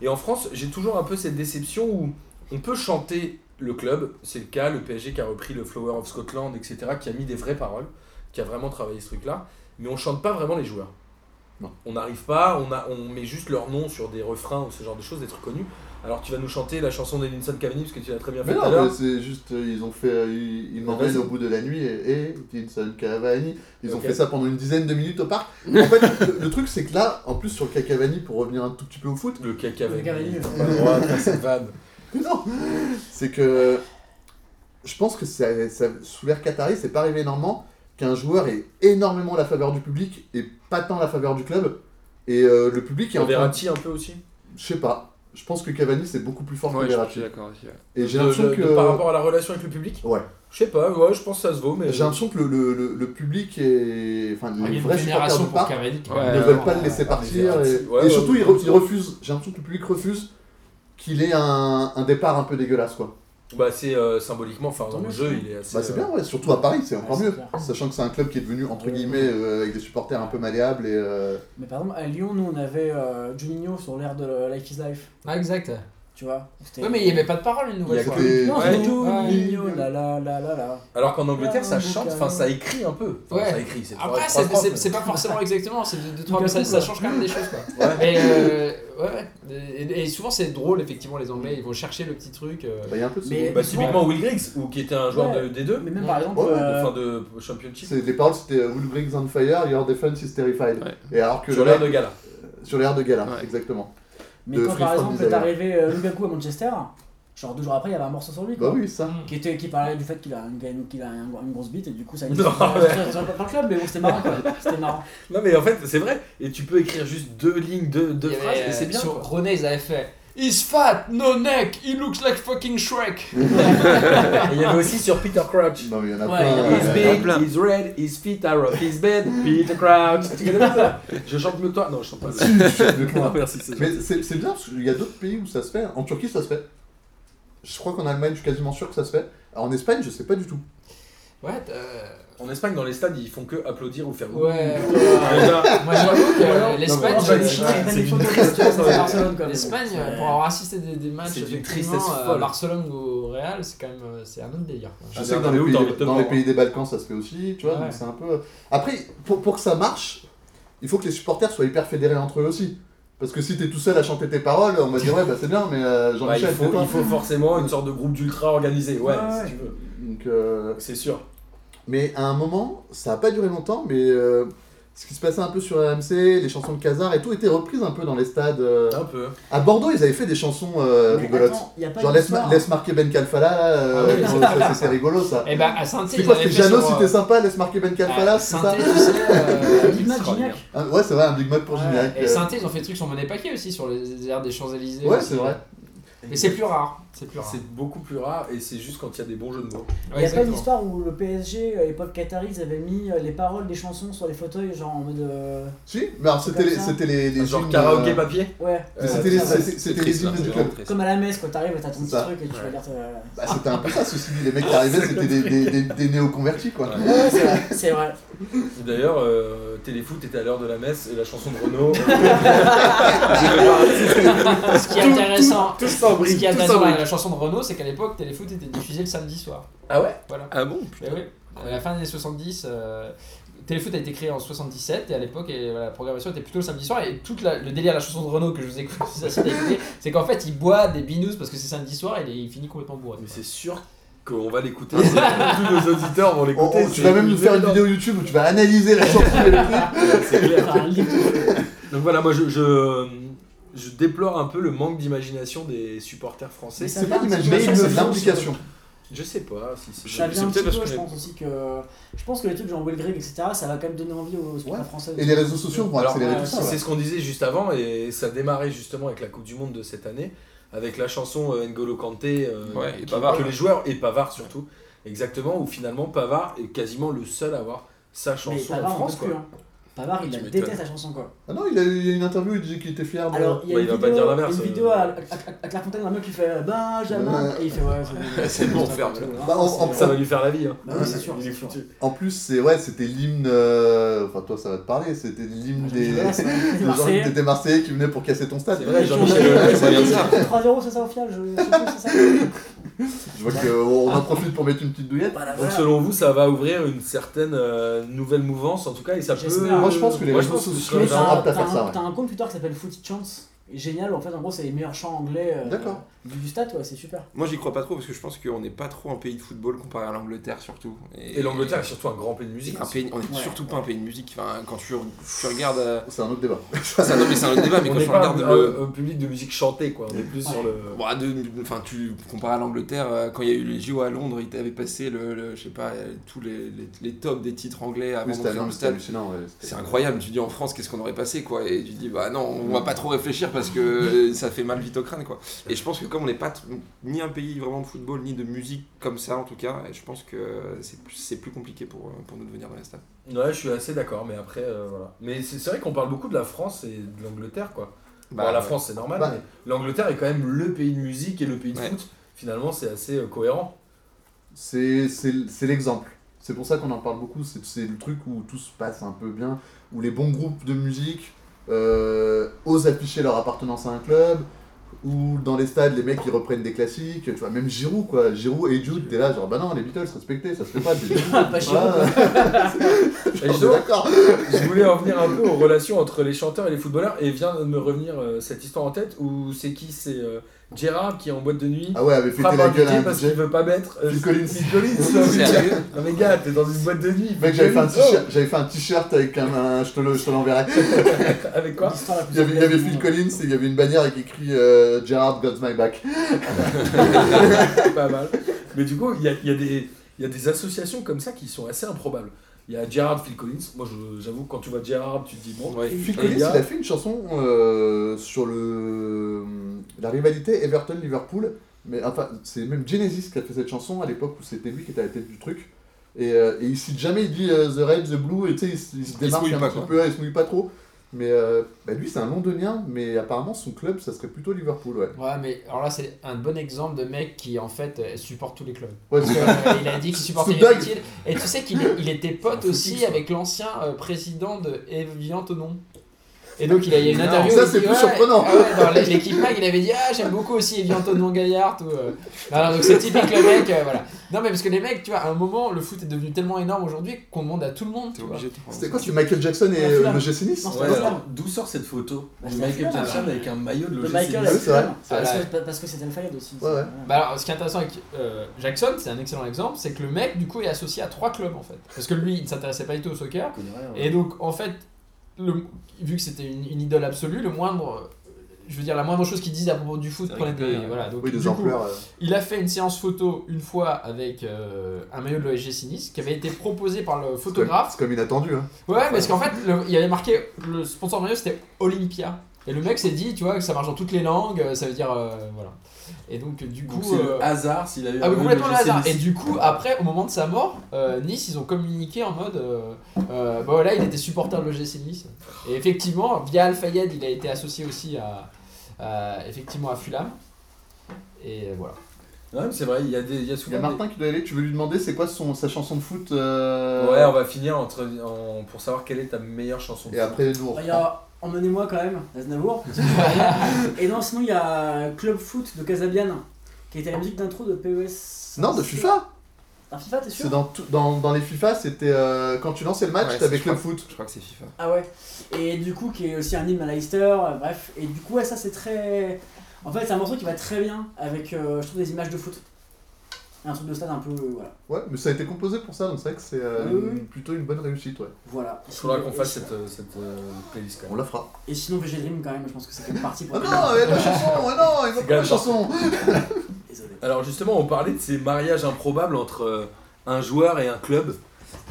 Et en France, j'ai toujours un peu cette déception où on peut chanter le club, c'est le cas, le PSG qui a repris le Flower of Scotland, etc., qui a mis des vraies paroles, qui a vraiment travaillé ce truc-là, mais on chante pas vraiment les joueurs.
Non.
On n'arrive pas, on, a, on met juste leur nom sur des refrains ou ce genre de choses, des trucs connus. Alors tu vas nous chanter la chanson d'Edinson Cavani, parce que tu l'as très bien
Ah, Mais
fait tout à
non, mais
l'heure.
c'est juste, euh, ils ont fait, euh, ils, ils
Bah,
m'emmènent
vas-y.
au bout de la nuit et, et Edinson Cavani. Ils ont
Ok.
fait ça pendant une dizaine de minutes
(laughs)
au parc. En fait, le, le truc c'est que là, en plus sur le cas Cavani, pour revenir un tout petit peu au foot,
Le caca
Le Cavani.
on a le droit de faire cette vanne.
(laughs) non, c'est que je pense que ça, ça- sous l'ère Qatari, c'est pas arrivé énormément qu'un joueur ait énormément la faveur du public et pas tant la faveur du club. Et euh, le public est en train de-
Verratti un peu aussi
Je sais pas. Je pense que Cavani c'est beaucoup plus fort
Ouais,
que
je suis
Verratti.
d'accord aussi. ouais.
Et j'ai
De-
l'impression
de-
que.
de par rapport à la relation avec le public
Ouais.
Je sais pas, ouais, je pense que ça se vaut, mais.
J'ai l'impression que le, le- le- le public est. Enfin,
Ah, Il y a
les
une
vrais supporters
vénération
du
pour
parc
Cavani. qui-
Ouais,
ne
euh,
veulent pas le
euh,
laisser partir.
Verratti.
Et,
Ouais,
et
ouais,
surtout,
ouais.
ils, re- ils refusent. J'ai l'impression que le public refuse qu'il ait un, un départ un peu dégueulasse, quoi.
Bah, c'est euh, symboliquement, enfin, dans le jeu, il est assez.
Bah, c'est
euh,
bien, ouais. Surtout à Paris, c'est encore
Ouais,
mieux.
c'est clair.
Sachant que c'est un club qui est devenu, entre
Ouais.
guillemets, euh, avec des supporters un peu malléables et. euh,
Mais par exemple, à Lyon, nous on avait euh, Juninho sur l'air de Life is Life,
Ah, exact.
tu vois. C'était-
Ouais, mais il n'y avait pas de parole une
il y a
nouvelle fois.
que des-
Non,
Ouais.
c'est Juninho,
Ouais.
la la la la la.
Alors qu'en Angleterre, ça
Ah,
chante,
donc,
enfin,
euh,
ça écrit un peu. Enfin,
Ouais.
ça écrit, c'est trois-
Après,
trois
c'est-
phrases,
c'est
mais-
c'est pas forcément exactement, c'est deux,
(laughs)
deux, trois,
Tout à
mais ça,
coup,
ça
quoi.
change quand même des choses quoi. Mais euh, ouais, ouais. Et, et souvent c'est drôle effectivement, les
Mm.
Anglais ils vont chercher le petit truc. euh.
bah, il y a un peu de
Mais-
ce-
Bah, typiquement Will Griggs, ou qui était un joueur
Ouais.
de, des deux,
Mais même par exemple,
Ouais, ouais,
de
euh,
fin de Championship,
c'est- Les paroles c'était euh, Will Brings on Fire, Your Defense is Terrified.
Ouais.
Et alors que
sur
le-
l'air de gala.
sur l'air de Gala,
Ouais.
exactement.
mais
de
quand par
Free From
exemple
Desire.
t'es arrivé euh, Lukaku à Manchester, Genre deux jours après, il y avait un morceau sur lui,
Bah
quoi.
oui, ça.
Qui, était, qui parlait du fait qu'il a, une, qu'il a un- une grosse bite et du coup
(laughs)
ça a été
Non,
sur,
mais-
sur- sur- sur le club, mais bon, c'était marrant quoi. C'était marrant.
Non, mais en fait, c'est vrai. Et tu peux écrire juste deux lignes, deux, deux
Il y
phrases,
avait,
et c'est
euh,
bien.
Sur
quoi.
René, ils avaient fait He's fat, no neck, he looks like fucking Shrek.
Et il y avait aussi sur Peter Crouch.
Non, mais il y en a
Ouais,
plein.
il y en a
euh,
He's big, he's red, his feet are off his bed, Peter Crouch. Tu connais pas ça Je chante mieux que toi. Non, je chante pas.
Si, je suis de
Non,
toi.
(laughs) merci, c'est gentil.
Mais c'est c'est bien parce qu'il y a d'autres pays où ça se fait. En Turquie, ça se fait. Je crois qu'en Allemagne, je suis quasiment sûr que ça se fait. Alors, en Espagne, je sais pas du tout.
Ouais, euh,
En Espagne, dans les stades, ils font que applaudir ou faire.
(laughs)
ouais.
Ah,
Déjà,
Moi j'avoue que euh, l'Espagne,
Non, mais-
euh,
c'est- c'est
des
une
photos
tristesse,
de
ouais.
Barcelone quoi.
l'Espagne,
mais bon,
euh,
c'est-
pour avoir assisté des, des matchs,
C'est d'une
effectivement,
tristesse
euh,
folle.
Barcelone ou Real, c'est quand même euh, c'est un autre délire. quoi.
Je
Ah,
sais que
dans
dans,
les
les
où,
pays, hein.
t'as envie de te
dans les
mordre.
pays des Balkans, ça se fait aussi, tu vois,
Ouais.
donc c'est un peu... Après, pour, pour que ça marche, il faut que les supporters soient hyper fédérés entre eux aussi. Parce que si t'es tout seul à chanter tes paroles, on va dire, ouais, bah c'est bien, mais euh,
Bah, il,
Jean-Michel,
faut,
fais-toi.
il faut forcément une sorte de groupe d'ultra organisé. Ouais,
Ouais, ouais.
si tu veux.
Donc, euh,
C'est sûr.
Mais à un moment, ça a pas duré longtemps, mais euh, ce qui se passait un peu sur RMC, les chansons de Kazar et tout, étaient reprises un peu dans les stades. euh.
Un peu.
À Bordeaux, ils avaient fait des chansons euh,
Mais
rigolotes.
attends, y a pas
Genre,
une
laisse, ma-
histoire-
laisse marquer Ben Kalfala, euh,
Ah oui.
bon, ça, c'est- c'est rigolo
(laughs)
ça.
Et bah à saint
C'est quoi, c'était Jeannot, si t'es sympa, laisse marquer Ben
Ah,
Kalfala, c'est ça
euh, tu sais.
(laughs)
euh,
Big Mac,
extraordinaire.
Gignac.
Ah, ouais, c'est vrai, un Big Mac pour
Ouais,
générique.
Et
euh.
saint ils ont fait des trucs sur Monet Paquet aussi, sur les airs des Champs-Élysées.
Ouais,
aussi.
c'est vrai.
Mais c'est plus rare. C'est plus rare.
C'est beaucoup plus rare et c'est juste quand il y a des bons jeux de mots.
Ouais,
Il y a pas une
exactement.
histoire où le PSG, euh, à l'époque Qatari, ils avaient mis euh, les paroles des chansons sur les fauteuils, genre en mode. euh,
Si, mais alors c'était les,
Comme ça.
c'était les, les
Genre
hymnes,
karaoké
euh,
papier
Ouais,
mais
Euh,
C'était les,
ça,
c'était-
c'est-
c'était les hymnes du club.
comme à la messe quoi, t'arrives, t'as ton
C'est
petit
ça.
truc et tu vas
Ouais.
dire. euh,
Bah, c'était un peu ça, ceci dit, les mecs qui arrivaient, c'était des, des, des, des néo-convertis quoi.
Ouais.
Ouais, c'est vrai, (laughs) c'est vrai.
D'ailleurs, euh, Téléfoot était à l'heure de la messe et la chanson de
(laughs)
Renault. euh,
Ce qui est intéressant.
Tous sans
Ce
brique,
qui est
tous sans
intéressant dans
brique.
la chanson de Renault, c'est qu'à l'époque, Téléfoot était diffusé le samedi soir.
Ah ouais
Voilà.
Ah bon
Mais oui, à la fin des années 70, euh, Téléfoot a été créé en 77 et à l'époque et, voilà, la programmation était plutôt le samedi soir et tout le délire à la chanson de Renault que je vous ai que je (laughs) vous ai cité à écouter, c'est qu'en fait il boit des binous parce que c'est samedi soir et il, est- il finit complètement bourré.
Mais c'est sûr qu'on va l'écouter. c'est- Tous nos auditeurs vont
On- on-
l'écouter.
Oh, tu
c'est
vas même nous faire une
énorme.
vidéo YouTube où tu vas analyser
(laughs)
la chanson et le truc.
C'est clair.
Enfin, limite,
Donc voilà, moi je, je, je déplore un peu le manque d'imagination des supporters français.
Mais ça
C'est pas
vient un petit
d'imagination,
peu
c'est
de
de
la
l'implication.
Je sais pas si c'est.
Ça
C'est
vient un petit
peut-être
peu,
parce
je
qu'on
pense aussi que. Je pense que les trucs genre Will Grigg, etc., ça va quand même donner envie aux sportifs
Ouais.
français.
Et les réseaux sociaux vont
Alors,
accélérer
ouais,
tout ça.
C'est
ouais.
ce qu'on disait juste avant, et ça démarrait justement avec la Coupe du Monde de cette année, avec la chanson euh, N'Golo Kanté, euh,
Ouais, et
qui-
Pavard,
que
ouais.
les joueurs, et Pavard surtout, exactement, où finalement Pavard est quasiment le seul à avoir sa
Mais
chanson en
Pavard, on
France.
peut plus.
Quoi.
Hein. Pavard, il
Tu
la
m'étonnes.
déteste la chanson quoi.
Ah non, il a eu il y a eu une interview où il disait qu'il était fier. de-
Alors, il y a
Ouais,
une
il va pas
vidéo,
dire l'inverse,
une
euh.
vidéo à, à, à- à Clairefontaine, un mec qui fait euh, Benjamin,
Ouais.
et il fait ouais, c'est-
C'est bon, on ferme.
Bah, on- on-
Ça va lui faire la vie. Hein.
Bah oui, c'est sûr,
Il est
c'est sûr.
foutu.
En plus, c'est ouais, c'était l'hymne. euh, Enfin, toi, ça va te parler. C'était l'hymne des.
Voilà, c'est- c'est
des gens
Marseillais.
qui étaient Marseillais qui venaient pour casser ton stade.
C'est vrai,
Et puis, on a-
Jean-Michel, ça vient de ça.
3-0, c'est ça au final, je je sais plus, c'est ça.
Je vois qu'on en profite pour mettre une petite douillette.
Voilà,
Donc
voilà.
selon vous, ça va ouvrir une certaine euh, nouvelle mouvance, en tout cas, et ça peut.
J'espère.
Moi, je pense que les
Moi, je
réseaux
pense que
sociaux
Mais
ce
nous
serait
t'as un-
aptes à
t'as
faire ça.
un,
ouais.
t'as un compte Twitter qui s'appelle Footy Chance. Génial, en fait, en gros, c'est les meilleurs chants anglais euh,
D'accord.
du du stade, ouais, c'est super.
Moi j'y crois pas trop parce que je pense qu'on n'est pas trop un pays de football comparé à l'Angleterre surtout.
Et l'Angleterre est surtout un grand pays de musique.
Un pays- on n'est
Ouais.
surtout pas un pays de musique. Enfin, quand tu,
(laughs)
tu regardes. euh,
C'est un autre débat.
ça, non, mais c'est un autre débat, mais
on
quand
n'est
tu
pas
regardes
un, euh,
le.
un public de musique chantée, quoi. On est plus sur le.
Bon, à deux- enfin, tu compares à l'Angleterre, euh, quand il y a eu les JO à Londres, ils t'avaient passé le, le- je sais pas, euh, tous les, les, les tops des titres anglais avant
Oui, c'était
d'entrer dans
non,
le
c'était
stade.
hallucinant. ouais, c'était-
C'est incroyable, tu dis en France qu'est-ce qu'on aurait passé quoi et tu dis bah non on va pas trop réfléchir parce que (laughs) ça fait mal vite au crâne quoi. Et je pense que comme on n'est pas t- ni un pays vraiment de football ni de musique comme ça en tout cas, je pense que c'est plus- c'est plus compliqué pour, euh, pour nous de venir dans les stades.
Ouais, je suis assez d'accord, mais après, euh, voilà. Mais c'est c'est vrai qu'on parle beaucoup de la France et de l'Angleterre, quoi.
Bah,
bon, la
ouais.
France, c'est normal,
Bah.
mais l'Angleterre est quand même le pays de musique et le pays de
Ouais.
foot. Finalement, c'est assez euh, cohérent.
C'est c'est- c'est l'exemple. C'est pour ça qu'on en parle beaucoup. C'est c'est le truc où tout se passe un peu bien, où les bons groupes de musique euh, osent afficher leur appartenance à un club, où dans les stades, les mecs ils reprennent des classiques. Tu vois, même Giroud, quoi. Giroud et Jude, t'es là, genre, bah non, les Beatles, respectez, ça se fait pas.
(laughs)
t'es Giroud,
Pas
tu
Giroud,
vois.
quoi.
Et
On est
justement,
D'accord.
je voulais en venir un peu aux relations entre les chanteurs et les footballeurs, et vient de me revenir euh, cette histoire en tête où c'est qui C'est euh, Gérard qui est en boîte de nuit.
Ah ouais, avait fêté
frappe
la
un
gueule à
DJ
un
parce qu'il
budget.
veut pas mettre. euh,
Phil Collins.
Phil
(laughs)
Collins.
Sérieux
Non mais gars, t'es dans une boîte de nuit.
Mec,
Phil
j'avais fait un
Collins,
t-shirt- j'avais fait un t-shirt avec un. un- je te le- je te l'enverrai.
oh Avec quoi
L'histoire la plus
Il y avait, il y avait
anglaise du
Phil
monde.
Collins et il y avait une bannière avec écrit euh, Gerard God's My Back.
Pas mal. Mais du coup, il y a, il y a des- il y a des associations comme ça qui sont assez improbables. Il y a Gérard Phil Collins. Moi, je- j'avoue, quand tu vois Gérard, tu te dis bon.
Ouais.
Phil
Et
Collins,
il
il
y a-
a fait une chanson euh, sur le, euh, la rivalité Everton-Liverpool. Mais enfin, c'est même Genesis qui a fait cette chanson à l'époque où c'était lui qui était à la tête du truc. Et, euh, et il cite jamais, il dit euh, The Red, The Blue, et tu sais, il, se- il se
se
démarque
mouille
un
pas,
petit
quoi.
peu, il se mouille pas trop. Mais euh, bah, lui, c'est un londonien, mais apparemment, son club, ça serait plutôt Liverpool, ouais.
Ouais, mais alors là, c'est un bon exemple de mec qui en fait euh, supporte tous les clubs.
Ouais,
Parce
c'est
que,
vrai.
euh, il a dit qu'il supportait
Snoop Dogg.
Liverpool. Et tu sais qu'il est- il était pote
C'est un
aussi
footix,
avec l'ancien euh, président de Evian Tonon. Et donc il a, il y a une
Non,
interview.
ça,
où il
c'est
dit,
plus
ouais,
surprenant.
ah ouais, dans l'é- l'équipe mag, il avait dit Ah, j'aime beaucoup aussi Evian Tonon Gaillard. Tout, euh. Non, non, donc c'est typique le mec. euh, voilà. Non, mais parce que les mecs, tu vois, à un moment, le foot est devenu tellement énorme aujourd'hui qu'on demande à tout le monde.
T'es
tu vois.
obligé de prendre
C'était
ça.
quoi, c'est Michael Jackson et
La
euh,
flamme.
le GC Nice
Non,
Ouais,
c'est
alors, d'où sort cette photo
Bah,
de
c'est
Michael
la flamme,
Jackson
alors.
avec un maillot de
De
l'OGC
Michael
Oui,
Nice
c'est vrai.
Alexander.
Ah,
Parce
ouais.
que- Parce que c'était une faillite aussi.
Ouais, ouais.
Bah alors, ce qui est intéressant avec euh, Jackson, c'est un excellent exemple, c'est que le mec, du coup, est associé à trois clubs en fait. Parce que lui, il ne s'intéressait pas du tout au soccer.
On connaît rien,
hein.
ouais.
Et donc, en fait, le, vu que c'était une, une idole absolue, le moindre. Je veux dire, la moindre chose qu'ils disent à propos du foot
C'est
prenait
récupéré,
des.
ouais.
Voilà, donc
Oui, des
du coup,
ampleurs. euh.
il a fait une séance photo une fois avec euh, un maillot de l'OSG Nice qui avait été proposé par le
C'est comme-
photographe.
C'est comme inattendu, hein.
Ouais, parce qu'en fait, le- il avait marqué le sponsor maillot c'était Olympia. Et le mec s'est dit, tu vois, que ça marche dans toutes les langues, euh, ça veut dire. euh, voilà. Et donc, du coup.
Donc c'est
euh,
le hasard s'il a eu
ah oui,
un
complètement le
OGC
hasard. Et
Nice.
du coup, après, au moment de sa mort, euh, Nice, ils ont communiqué en mode, euh, euh, bah voilà, il était supporter de l'OGC Nice. Et effectivement, via Al Fayed, il a été associé aussi à, à- effectivement à Fulham. Et euh, voilà.
Ouais, mais c'est vrai, il y a, des, il y a
Il y
souvent.
a
des-
Martin qui doit aller, tu veux lui demander c'est quoi son, sa chanson de foot euh,
Ouais, on va finir entre, en- pour savoir quelle est ta meilleure chanson.
Et après, nous, on
Bah, Il y
reprend.
a Emmenez-moi quand même,
(laughs)
d'Aznavour. Et non, sinon, il y a Club Foot de Casabian, qui était la musique d'intro de PES.
Non, de FIFA
Ah, FIFA, t'es sûr
C'est dans, tout- dans, dans les FIFA, c'était euh, quand tu lançais le match,
Ouais,
t'avais
c'est-
Club Foot.
Je crois que c'est FIFA.
Ah ouais. Et du coup, qui est aussi un hymne à Leicester, euh, bref. Et du coup, ouais, ça c'est très. En fait, c'est un morceau qui va très bien avec, euh, je trouve, des images de foot. Un truc de stade un peu. euh, voilà.
Ouais, mais ça a été composé pour ça, donc c'est vrai que c'est euh,
Oui, oui.
une- plutôt une bonne réussite, ouais.
Voilà.
Il faudra qu'on
Et-
fasse cette, euh, cette euh, playlist quand
On
même.
la fera.
Et sinon, VG Dream quand même, je pense que c'est comme parti pour.
Ah non, il y a la chanson, ah non, il
C'est
va
quand
pas la
même
chanson
Désolé.
Alors justement, on parlait de ces mariages improbables entre euh, un joueur et un club.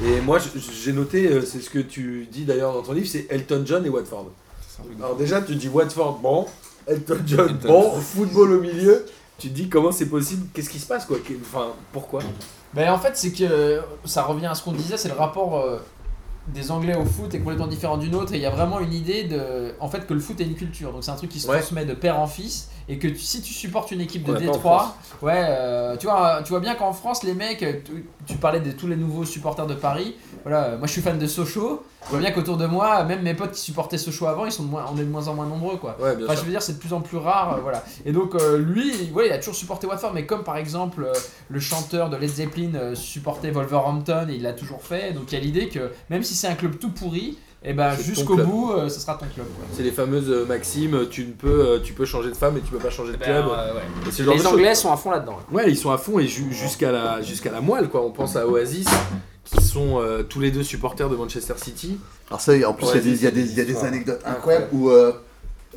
Et moi, je- je- j'ai noté, euh, c'est ce que tu dis d'ailleurs dans ton livre, c'est Elton John et Watford.
C'est un truc de-
Alors déjà, tu dis Watford, bon, Elton John,
Elton.
bon, football au milieu. Tu te dis comment c'est possible, qu'est-ce qui se passe quoi Qu'est- Enfin, pourquoi
Mais en fait, c'est que euh, ça revient à ce qu'on disait, c'est le rapport euh, des Anglais au foot est complètement différent d'une autre. Et il y a vraiment une idée de, en fait, que le foot est une culture. Donc c'est un truc qui se
Ouais.
transmet de père en fils. Et que tu- si tu supportes une équipe de
On n'a pas en
Détroit, ouais, euh, tu vois, tu vois bien qu'en France, les mecs, euh, tu, tu parlais de tous les nouveaux supporters de Paris. Voilà, euh, moi je suis fan de Sochaux. Je vois bien qu'autour de moi, même mes potes qui supportaient Sochaux avant, ils sont de moins, on est de moins en moins nombreux, quoi.
Ouais, bien
Enfin, je veux dire, c'est de plus en plus rare, euh, voilà. Et donc, euh, lui, il- ouais, il a toujours supporté Watford, mais comme par exemple euh, le chanteur de Led Zeppelin euh, supportait Wolverhampton, et il l'a toujours fait. Donc, il y a l'idée que même si c'est un club tout pourri, et ben
C'est ton
jusqu'au
club.
bout, euh, ce sera ton club. quoi.
C'est les fameuses euh, maximes, tu ne peux, euh, tu peux changer de femme et tu peux pas changer de club. Et ce genre de
Les
choses.
Anglais sont à fond là-dedans. hein.
Ouais, ils sont à fond et ju- jusqu'à la, jusqu'à la moelle, quoi. On pense à Oasis, qui sont euh, tous les deux supporters de Manchester City.
Alors ça, en plus, il y a
Ouais,
des- il y a
c'est-
des, il y a des
c'est-
anecdotes incroyables où euh,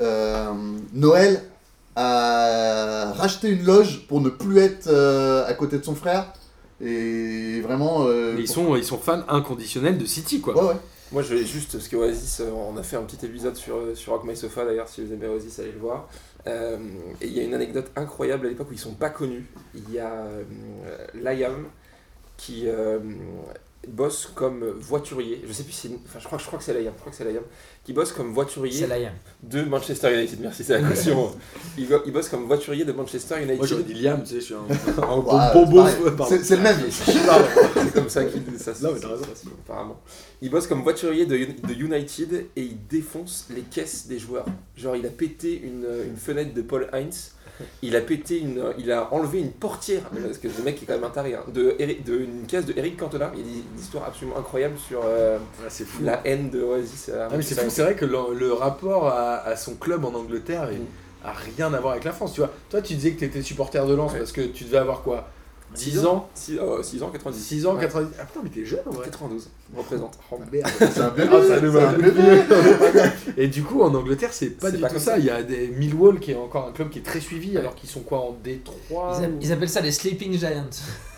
euh, Noël a racheté une loge pour ne plus être euh, à côté de son frère. Et vraiment... euh,
Mais ils sont, ils sont fans inconditionnels de City, quoi.
Ouais, ouais.
Moi, je vais juste, parce que Oasis, euh, on a fait un petit épisode sur, euh, sur Rock My Sofa, d'ailleurs, si vous aimez Oasis, allez le voir. Euh, et il y a une anecdote incroyable à l'époque où ils sont pas connus. Il y a euh, Liam qui euh, bosse comme voiturier. Je sais plus si. Enfin, je crois, je crois que c'est Liam. Je crois que c'est Liam. Qui bosse comme voiturier
C'est la yam.
de Manchester United. Merci, c'est la question. il, go- il bosse comme voiturier de Manchester United.
Moi, j'aurais dit oh, Liam, tu sais, je suis un, un
Ouais, Ah, c'est
bon bobo.
pareil. C'est c'est le même.
Ah,
(laughs)
C'est comme ça qu'il ça se
Non, mais t'as raison.
ça se- apparemment. Il bosse comme voiturier de, de United et il défonce les caisses des joueurs. Genre, il a pété une, une fenêtre de Paul Heinz. Il a pété une, il a enlevé une portière Mais parce que ce mec est quand même un taré. hein, de, Eric- de une caisse de Eric Cantona. Il y a des- une histoire absolument incroyable sur euh,
c'est fou.
la haine de Oasis. euh, à
Ah, mais c'est
Manchester
fou, c'est vrai que le, le rapport à, à son club en Angleterre est
Mm.
a rien à voir avec la France, tu vois. Toi, tu disais que tu étais supporter de Lens
Ouais.
parce que tu devais avoir quoi 10 ans
6 ans, 6 ans 90.
6 ans,
Ouais.
90. Ah putain, mais t'es jeune en
(laughs)
vrai.
92, représente.
Oh merde.
C'est un bébé,
Ah, ça nous
c'est
va.
un bébé.
Et du coup, en Angleterre, c'est pas
C'est
du
pas
tout
comme
ça.
ça.
Il y a des Millwall qui est encore un club qui est très suivi, alors qu'ils sont quoi en D3
Ils, a-
ou-
ils appellent ça les Sleeping Giants.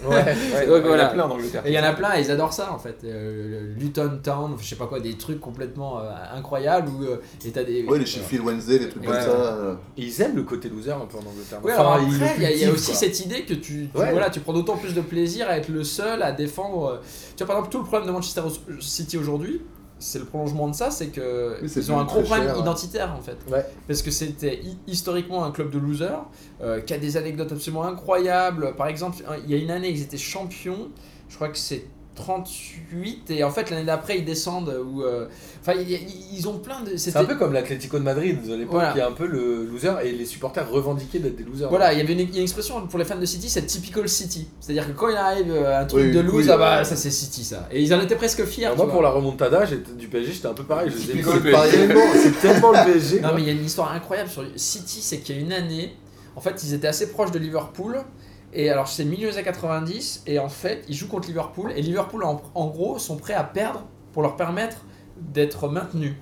Ouais.
Ouais,
Donc
il y en
voilà.
a plein en Angleterre.
Et il y en a plein, et ils adorent ça en fait. Euh, Luton Town, je sais pas quoi, des trucs complètement euh, incroyables où euh, et t'as des.
Ouais, les Sheffield Wednesday, les trucs
Ouais.
comme ça. euh,
Ils aiment le côté loser un peu en Angleterre.
Ouais,
Enfin,
alors
ils le
après, il y a, il y a
cultivent,
aussi
quoi.
cette idée que tu, tu-
Ouais.
voilà, tu prends d'autant plus de plaisir à être le seul à défendre. euh, Tu vois, par exemple, tout le problème de Manchester City aujourd'hui, c'est le prolongement de ça, c'est que
Oui, c'est
ils ont un
devenu
gros
très
problème
cher, ouais.
identitaire en fait.
Ouais.
Parce que c'était hi- historiquement un club de losers euh, qui a des anecdotes absolument incroyables. Par exemple, un- il y a une année, ils étaient champions, je crois que c'est 38, et en fait, l'année d'après, ils descendent. Ou, euh, enfin, il y a- ils ont plein de.
C'est un peu comme l'Atlético de Madrid de l'époque,
Voilà.
qui est un peu le loser et les supporters revendiquaient d'être des losers.
Voilà, il y avait une, il y a une expression pour les fans de City, c'est typical City. C'est-à-dire que quand il arrive euh, un truc
Oui,
de
oui,
loose, ah bah
ouais.
ça c'est City ça. Et ils en étaient presque fiers.
Alors
tu
Bah, moi,
vois.
pour la remontada j'étais- du PSG, j'étais un peu pareil. Je disais,
C'est
mais
pareil.
c'est tellement le PSG.
Non mais il y a une histoire incroyable sur City, c'est qu'il y a une année, en fait ils étaient assez proches de Liverpool. Et alors c'est le milieu des années 90 et en fait ils jouent contre Liverpool et Liverpool en, en gros sont prêts à perdre pour leur permettre d'être maintenus.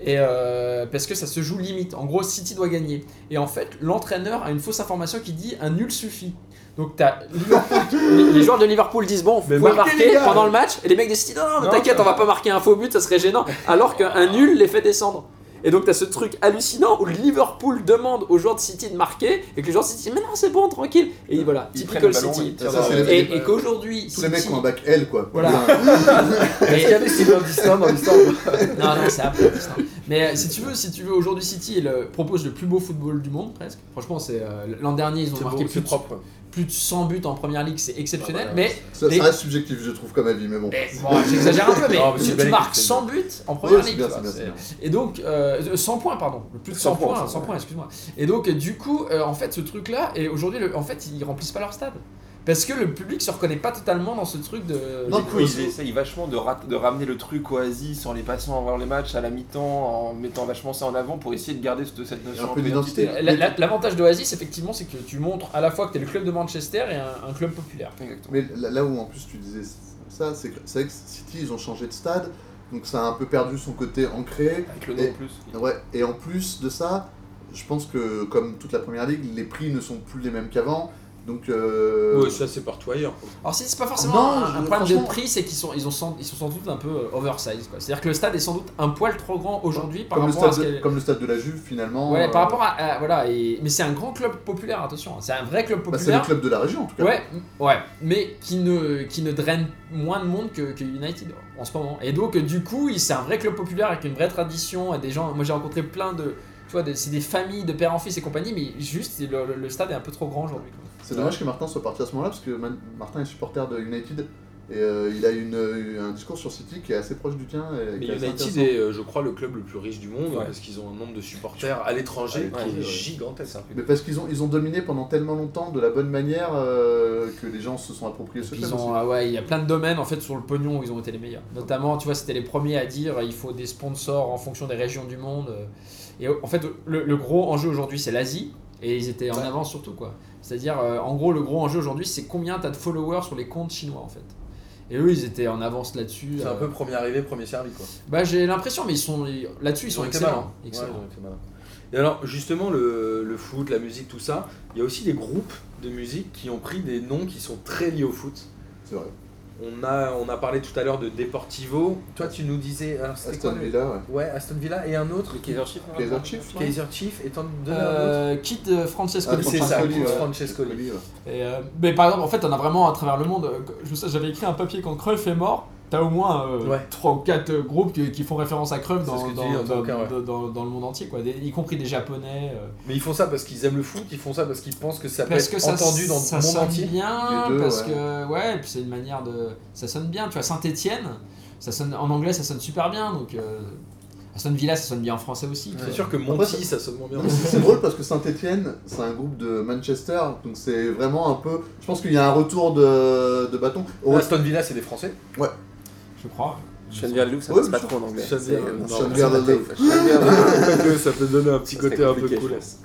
Et euh, parce que ça se joue limite. En gros, City doit gagner. Et en fait, l'entraîneur a une fausse information qui dit un nul suffit. Donc t'as Liverpool- (laughs) les- les joueurs de Liverpool disent bon, vous
Mais
pouvez
marquez,
marquer
les gars
pendant le match. Et les mecs décident non, non, mais t'inquiète, on va pas marquer un faux but, ça serait gênant. Alors qu'un nul les fait descendre. Et donc t'as ce truc hallucinant où Liverpool demande aux joueurs de City de marquer et que les joueurs de City disent mais non c'est bon tranquille et voilà
Ils
typical
prennent le ballon,
City
ils tirent
Ça, c'est
dans-
les-
et, et qu'aujourd'hui
Tous les mecs
City
qui ont un bac L, quoi.
Voilà.
Est-ce qu'il y avait Sylvain Distin dans l'histoire
non non c'est après Disney.
(laughs)
mais euh, si tu veux si tu veux aujourd'hui City il, euh, propose le plus beau football du monde presque franchement c'est euh, l'an dernier ils ont
C'est beau,
marqué plus
c'est
de,
propre.
plus de 100 buts en première ligue c'est exceptionnel
bah,
Ah, voilà.
mais
Ça,
Les-
ça reste subjectif, je trouve, comme avis, mais bon.
Eh, bon, j'exagère un peu, mais
Non, mais c'est
tu, tu
bien
marques
écrit,
100 buts en
Ouais,
première
c'est
ligue.
bien,
tu vois,
c'est bien,
c'est-
c'est bien.
Et donc, euh, 100 points, pardon, plus de 100,
100
points,
points,
100 points, excuse-moi. Et donc, euh, du coup, euh, en fait, ce truc-là, et aujourd'hui, le- en fait, ils remplissent pas leur stade. Parce que le public se reconnaît pas totalement dans ce truc de.
Non,
du coup, ils essayent vachement de, ra- de ramener le truc oasis en les passant à voir les matchs à la mi-temps, en mettant vachement ça en avant pour essayer de garder cette, cette notion
Un peu d'identité.
identitaire.
La- la- L'avantage d'Oasis, effectivement, c'est que tu montres à la fois que t'es le club de Manchester et un, un club populaire.
Exactement.
Mais là, là où en plus tu disais ça, c'est que c'est vrai que City, ils ont changé de stade, donc ça a un peu perdu son côté ancré.
Avec le nom
Et-
en plus.
Ouais, et en plus de ça, je pense que comme toute la première ligue, les prix ne sont plus les mêmes qu'avant. Donc, euh,
ça c'est partout ailleurs.
Alors, si c'est pas forcément
Non,
un, un
je-
problème de
franchement-
prix, c'est qu'ils sont, ils ont sans- ils sont sans doute un peu euh, oversize. quoi. C'est-à-dire que le stade est sans doute un poil trop grand aujourd'hui par
comme, le
rapport à
stade
ce
de,
qu'est-
comme le stade de la Juve, finalement.
Ouais,
euh,
par rapport à, à- voilà, et, mais c'est un grand club populaire, attention, hein, c'est un vrai club
bah, c'est le
populaire.
club de la région, en tout cas.
ouais, m- ouais, mais qui ne qui ne draine moins de monde que, que United en ce moment. Et donc du coup, il- c'est un vrai club populaire avec une vraie tradition et des gens. Moi, j'ai rencontré plein de tu vois, des- c'est des familles de père en fils et compagnie, mais juste c'est le, le- le stade est un peu trop grand aujourd'hui. quoi.
C'est dommage que Martin soit parti à ce moment-là, parce que Man- Martin est supporter de United. Et euh, il a une, euh, un discours sur City qui est assez proche du tien.
Mais
Et qui est assez
United
intéressant.
est, euh, je crois, le club le plus riche du monde
Ouais.
parce qu'ils ont un nombre de supporters à l'étranger
Ouais,
qui est
ouais.
gigantesque.
Mais parce qu'ils ont, ils ont dominé pendant tellement longtemps de la bonne manière euh, que les gens se sont appropriés ce
Puis
club.
ils ont-
aussi.
ah ouais, il y a plein de domaines en fait sur le pognon où ils ont été les meilleurs. Notamment, tu vois, c'était les premiers à dire euh, il faut des sponsors en fonction des régions du monde. euh. Et en fait, le, le gros enjeu aujourd'hui, c'est l'Asie. Et ils étaient en avance surtout quoi. C'est-à-dire, euh, en gros, le gros enjeu aujourd'hui, c'est combien t'as de followers sur les comptes chinois en fait. Et eux, ils étaient en avance là-dessus.
C'est
euh,
un peu premier arrivé, premier servi quoi.
Bah, j'ai l'impression, mais ils sont ils- là-dessus, ils, sont
été
excellents.
malins.
excellents.
Ouais, ils ont été malins. Et alors, justement, le, le foot, la musique, tout ça, il y a aussi des groupes de musique qui ont pris des noms qui sont très liés au foot.
C'est vrai.
On a, on a parlé tout à l'heure de Deportivo. Toi, tu nous disais. alors, c'était
Aston
quoi, le-
Villa, ouais.
Ouais, Aston Villa et un autre.
Kaiser Chiefs, on va
Kaiser
voir.
Chiefs,
Kaiser-
Kaiser Chief et tant de
Euh, quitte euh, Francesco
Ah,
Di
c'est
Francesco.
ça, Francescoli,
Francescoli, ouais.
Francescoli.
Francescoli, ouais.
Et, euh, mais par exemple, en fait, on a vraiment à travers le monde. euh, je sais, j'avais écrit un papier quand Cruyff est mort. T'as au moins
Ouais.
3 ou 4 groupes qui, qui font référence à Cruyff
C'est ce
dans,
que tu
dans-
dis, en
dans-
tout cas, ouais.
dans- dans- dans le monde entier, quoi. Des- y compris des Japonais. euh,
Mais ils font ça parce qu'ils aiment le foot, ils font ça parce qu'ils pensent que ça peut
parce
être
que ça,
entendu dans
ça
le monde
sonne
entier.
bien,
Les deux,
parce
ouais.
que ouais, et puis c'est une manière de, ça sonne bien. Tu vois, Saint-Étienne, ça sonne en anglais, ça sonne super bien. Donc euh, Aston Villa, ça sonne bien en français aussi. tu
C'est
vois.
sûr que
Après,
Monty, ça sonne moins bien.
Non, mais C'est c'est drôle parce que Saint-Etienne, c'est un groupe de Manchester, donc c'est vraiment un peu. Je pense qu'il y a un retour de, de bâton. Au-
Aston Villa, c'est des (laughs) Français.
Je crois.
Shane Verloux, ça
Ouais,
passe
mais
pas
sûr.
trop en anglais.
Shane
C'est- euh,
Verloux.
non,
Shane
c'est pas
Verloux.
terrible. Shane Verloux.
ça peut donner un petit
Ça serait
côté un peu
compliqué, je
cool.
pense.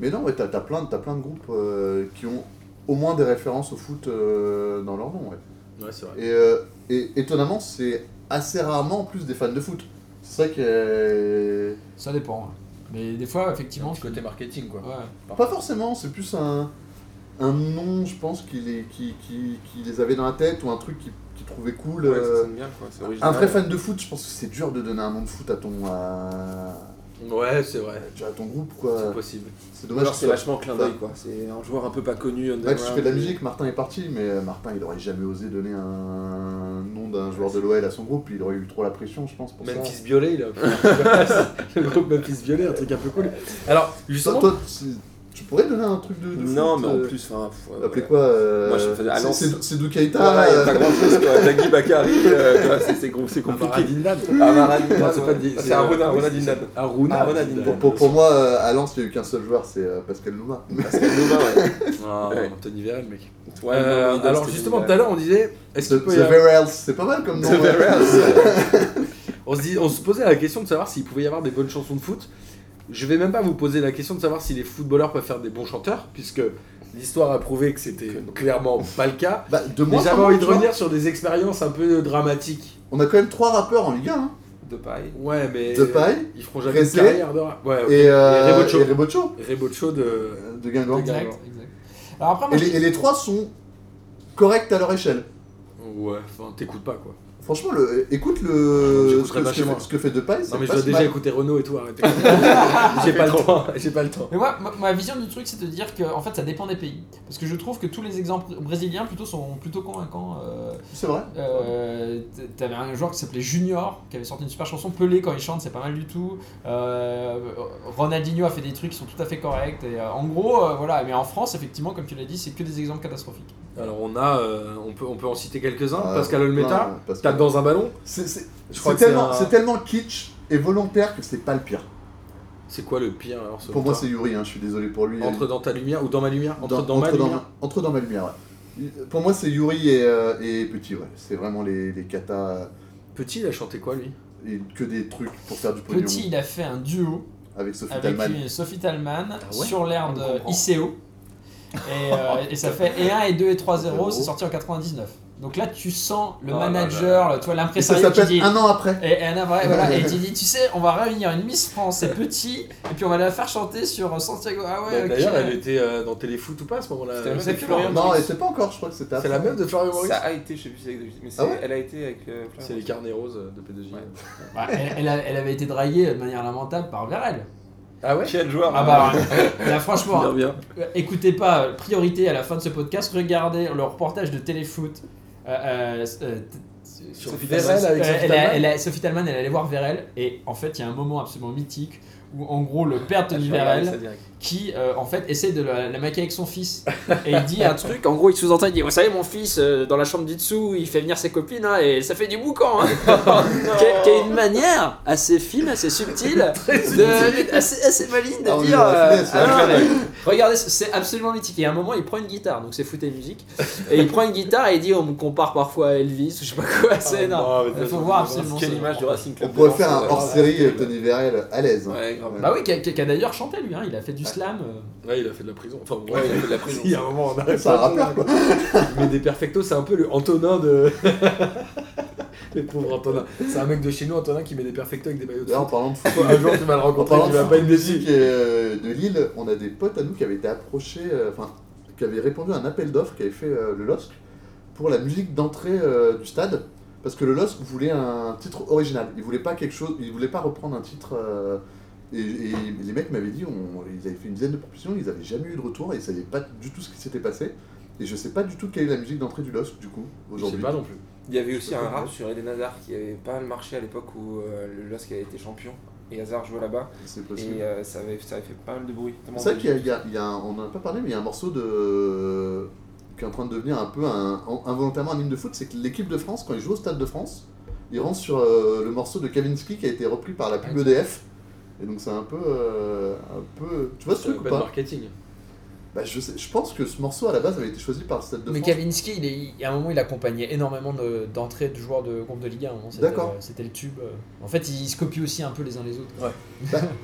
Mais non, ouais, t'as t'as plein, t'as plein de groupes euh, qui ont au moins des références au foot euh, dans leur nom. Ouais.
Ouais, c'est vrai.
Et, euh, et étonnamment, c'est assez rarement en plus des fans de foot. C'est euh, ça qui est.
Ça dépend. hein. Mais des fois, effectivement.
Du
tu-
côté marketing, quoi.
Ouais.
Pas forcément, c'est plus un, un nom, je pense, qui les, qui, qui, qui les avait dans la tête ou un truc qu'ils qu'ils trouvaient cool.
Ouais,
euh,
ça sonne bien, quoi. C'est original.
un vrai fan de foot, je pense que c'est dur de donner un nom de foot à ton, à,
Ouais, c'est vrai.
à ton groupe.
C'est
quoi.
possible.
C'est
Ou
dommage.
Alors
que ce
c'est
soit-
vachement clin d'œil, quoi. C'est un joueur un peu pas connu.
Là, tu
underground, euh,
fais de la
mais-
musique, Martin est parti, mais euh, Martin, il aurait jamais osé donner un nom d'un joueur de l'OL à son groupe, il aurait eu trop la pression, je pense, pour ça.
Memphis Violet, là. le groupe Memphis Violet, un truc un peu cool. Alors,
Toi,
justement,
toi, tu tu pourrais donner un truc de, de
Non,
foot,
mais en
euh,
plus, enfin. pff, ouais,
T'appelais
ouais.
quoi euh,
Moi, je me faisais- ah, non,
c'est- C'est c'est Dukaita
Voilà, il y a
euh,
pas grand chose,
(laughs)
quoi. Dagui Bakari, euh, quoi, c'est- c'est gros- c'est compliqué.
Dindan.
Amaradindan,
Non, c'est pas
ouais. C'est Aruna, Aruna Dindan.
Ah,
Aruna.
Aruna
Dindan.
Dindan.
pour, pour- pour moi, euh, à Lens, il n'y a eu qu'un seul joueur, c'est euh, Pascal Nouma.
Parce que Nova, ouais.
Ah,
Ouais.
Anthony Vérel, mec.
Ouais,
Euh,
Nova, Nova,
alors,
c'était
justement,
Nova.
tout à l'heure, on disait. Est-ce
The
qu'il peut y avoir-
Verels, c'est pas mal comme nom.
The
ouais.
Verels.
On se, dit- on se posait la question de savoir s'il pouvait y avoir des bonnes chansons de foot. Je vais même pas vous poser la question de savoir si les footballeurs peuvent faire des bons chanteurs, puisque l'histoire a prouvé que c'était clairement pas le cas.
Bah, de
Mais
moi,
j'avais
par
envie de
contre, tu vois,
revenir sur des expériences un peu dramatiques.
On a quand même trois rappeurs en Ligue 1. hein.
De paille.
Ouais, mais.
Depay,
Ils feront jamais de
Presley,
carrière de rap. Ouais,
Et, euh,
Et Rebocho.
et Rebocho,
Rebocho de.
euh, de Guingamp.
Exact, exact. Alors après, moi,
Et
je-
les, et les trois sont corrects à leur échelle.
Ouais, enfin, t'écoutes pas quoi.
Franchement, le, écoute le, ce
J'écouterai
que,
pas
ce que
chez moi.
fait, ce que fait Depay, c'est
Non, mais je
pas
dois
si
déjà
mal.
écouter Renault et tout,
(laughs)
arrêtez. j'ai pas le temps, j'ai pas le temps.
Mais moi, ma, ma vision du truc, c'est de dire que en fait, ça dépend des pays. Parce que je trouve que tous les exemples brésiliens plutôt sont plutôt convaincants. Euh,
C'est vrai.
euh, t- T'avais un joueur qui s'appelait Junior, qui avait sorti une super chanson. Pelé, quand il chante, c'est pas mal du tout. Euh, Ronaldinho a fait des trucs qui sont tout à fait corrects. Et, euh, en gros, euh, voilà. Mais en France, effectivement, comme tu l'as dit, c'est que des exemples catastrophiques.
Alors, on a. euh, on, peut, on peut en citer quelques-uns.
Euh,
Pascal Olmeta,
plein, Pascal.
tape dans un ballon.
C'est- c'est-
Je crois que
C'est
c'est
tellement,
un-
c'est tellement kitsch et volontaire que c'est pas le pire.
C'est quoi le pire alors selon
Pour moi,
toi
c'est Yuri, hein, je suis désolé pour lui.
Entre dans ta lumière ou dans ma lumière Entre dans,
Dans-
ma
entre
lumière
entre dans ma lumière, ouais. Pour moi, c'est Yuri et, euh, et Petit, ouais. C'est vraiment les, les katas.
Petit, il a chanté quoi lui
et que des trucs pour faire du pognon
Petit, il a fait un duo
avec Sophie
avec
Talman.
une Sophie Talman
Ah ouais
sur l'air
On
de
comprend.
ICO. Et, euh, et ça fait et 1 et 2 et 3 0, c'est
Zéro.
sorti en 99. Donc là, tu sens le
Oh là
manager, le- tu vois,
Et ça
l'impresario qui dit.
s'appelle Un an après.
Et, et Anna, voilà, voilà, et il dit Tu sais, on va réunir une Miss France, c'est petit, et puis on va la faire chanter sur Santiago. Ah ouais,
Bah,
ok.
D'ailleurs, elle était euh, dans Téléfoot ou pas à ce moment-là
C'était la meuf
C'est
de Florian
Non, et c'est pas encore, je crois que c'était
C'est
après.
la meuf de Florian Maurice
Ça a été, je sais plus si c'est avec mais c'est-
Ah ouais
elle a été avec. euh, Florian.
C'est les carnets roses euh, de P2J.
Ouais.
Bah, elle, elle a- elle avait été draguée de manière lamentable par Verel.
Ah ouais
Quel joueur
Ah bah,
(laughs)
là, franchement,
bien, bien.
Euh, Écoutez pas, euh, priorité à la fin de ce podcast, regardez le reportage de Téléfoot. Euh, euh, euh, t-
Sur
Sophie
Vérel avec
euh,
Sophie
elle a-
Talman
elle a- Sophie Talman, elle allait voir Vérel, et en fait, il y a un moment absolument mythique où, en gros, le père de Tony Vérel, qui euh, en fait essaie de la, la maquiller avec son fils, et il
(laughs)
dit un truc.
Truc, en gros, il sous-entend, il dit Vous savez, mon fils, euh, dans la chambre d'Itsu, il fait venir ses copines, hein, et ça fait du boucan. (laughs) Hein. qui, a, qui a une manière assez fine, assez (laughs) subtile, de, assez, assez maligne de
Ah, on
dire
est dans la
euh,
finesse,
ah
là.
non, mais- Regardez, c'est absolument mythique. Et à un moment, il prend une guitare, donc c'est foot et musique. Et il prend une guitare et il dit oh, On me compare parfois à Elvis, je sais pas quoi,
Ah,
c'est énorme.
Il faut voir absolument
Quelle
ce-
image du Racing
On
Club.
pourrait
de
faire
Lens,
un
euh,
hors série avec Tony Vérel à l'aise. hein.
Ouais, grave.
Bah oui, qui a, qui a- qui a d'ailleurs chanté lui, hein, il a fait du slam. euh.
Ouais, il a fait de la prison. Enfin, bon,
Ouais, il a fait de la prison.
(laughs) Il y a un moment, on arrête
C'est un
pas de-
rappeur quoi.
Mais des perfectos, c'est un peu le Antonin de. (laughs) Les pauvres Antonin. C'est un mec de chez nous, Antonin, qui met des perfectos avec des maillots de
D'ailleurs, en
foot.
parlant de foot,
Un jour, tu vas le
en
rencontrer,
parlant
tu
de
vas
foot
pas être déçu.
musique, euh, de Lille, on a des potes à nous qui avaient été approchés, euh, enfin, qui avaient répondu à un appel d'offres qu'avait fait euh, le LOSC pour la musique d'entrée euh, du stade. Parce que le LOSC voulait un titre original. Il voulait pas quelque chose, il voulait pas reprendre un titre. euh, et, et les mecs m'avaient dit, on- ils avaient fait une dizaine de propositions, ils avaient jamais eu de retour et ils savaient pas du tout ce qui s'était passé. Et je sais pas du tout quelle est la musique d'entrée du LOSC du coup
Je sais
aujourd'hui.
pas non plus.
Il y avait aussi un rap sur Eden Hazard qui avait pas mal marché à l'époque où euh, le LOSC avait été champion et Hazard jouait là-bas
C'est possible.
et euh, ça, avait, ça avait fait pas mal de bruit.
C'est vrai qu'il y a, il y a- il y a un- on en a pas parlé, mais il y a un morceau de qui est en train de devenir un peu un, en- involontairement un hymne de foot, c'est que l'équipe de France, quand ils jouent au Stade de France, ils rentrent sur euh, le morceau de Kavinsky qui a été repris par la pub E EDF. Et donc c'est un peu, euh, un peu, tu vois ce
C'est un
truc ou
peu de
pas
marketing.
Bah, je, sais- je pense que ce morceau à la base avait été choisi par le Stade de
Mais
France.
Kavinsky, il est, il- à un moment, il accompagnait énormément de- d'entrées de, joueurs de groupe de Ligue 1. hein. C'était,
D'accord.
euh, C'était le tube. euh. En fait, ils se copient aussi un peu les uns les autres.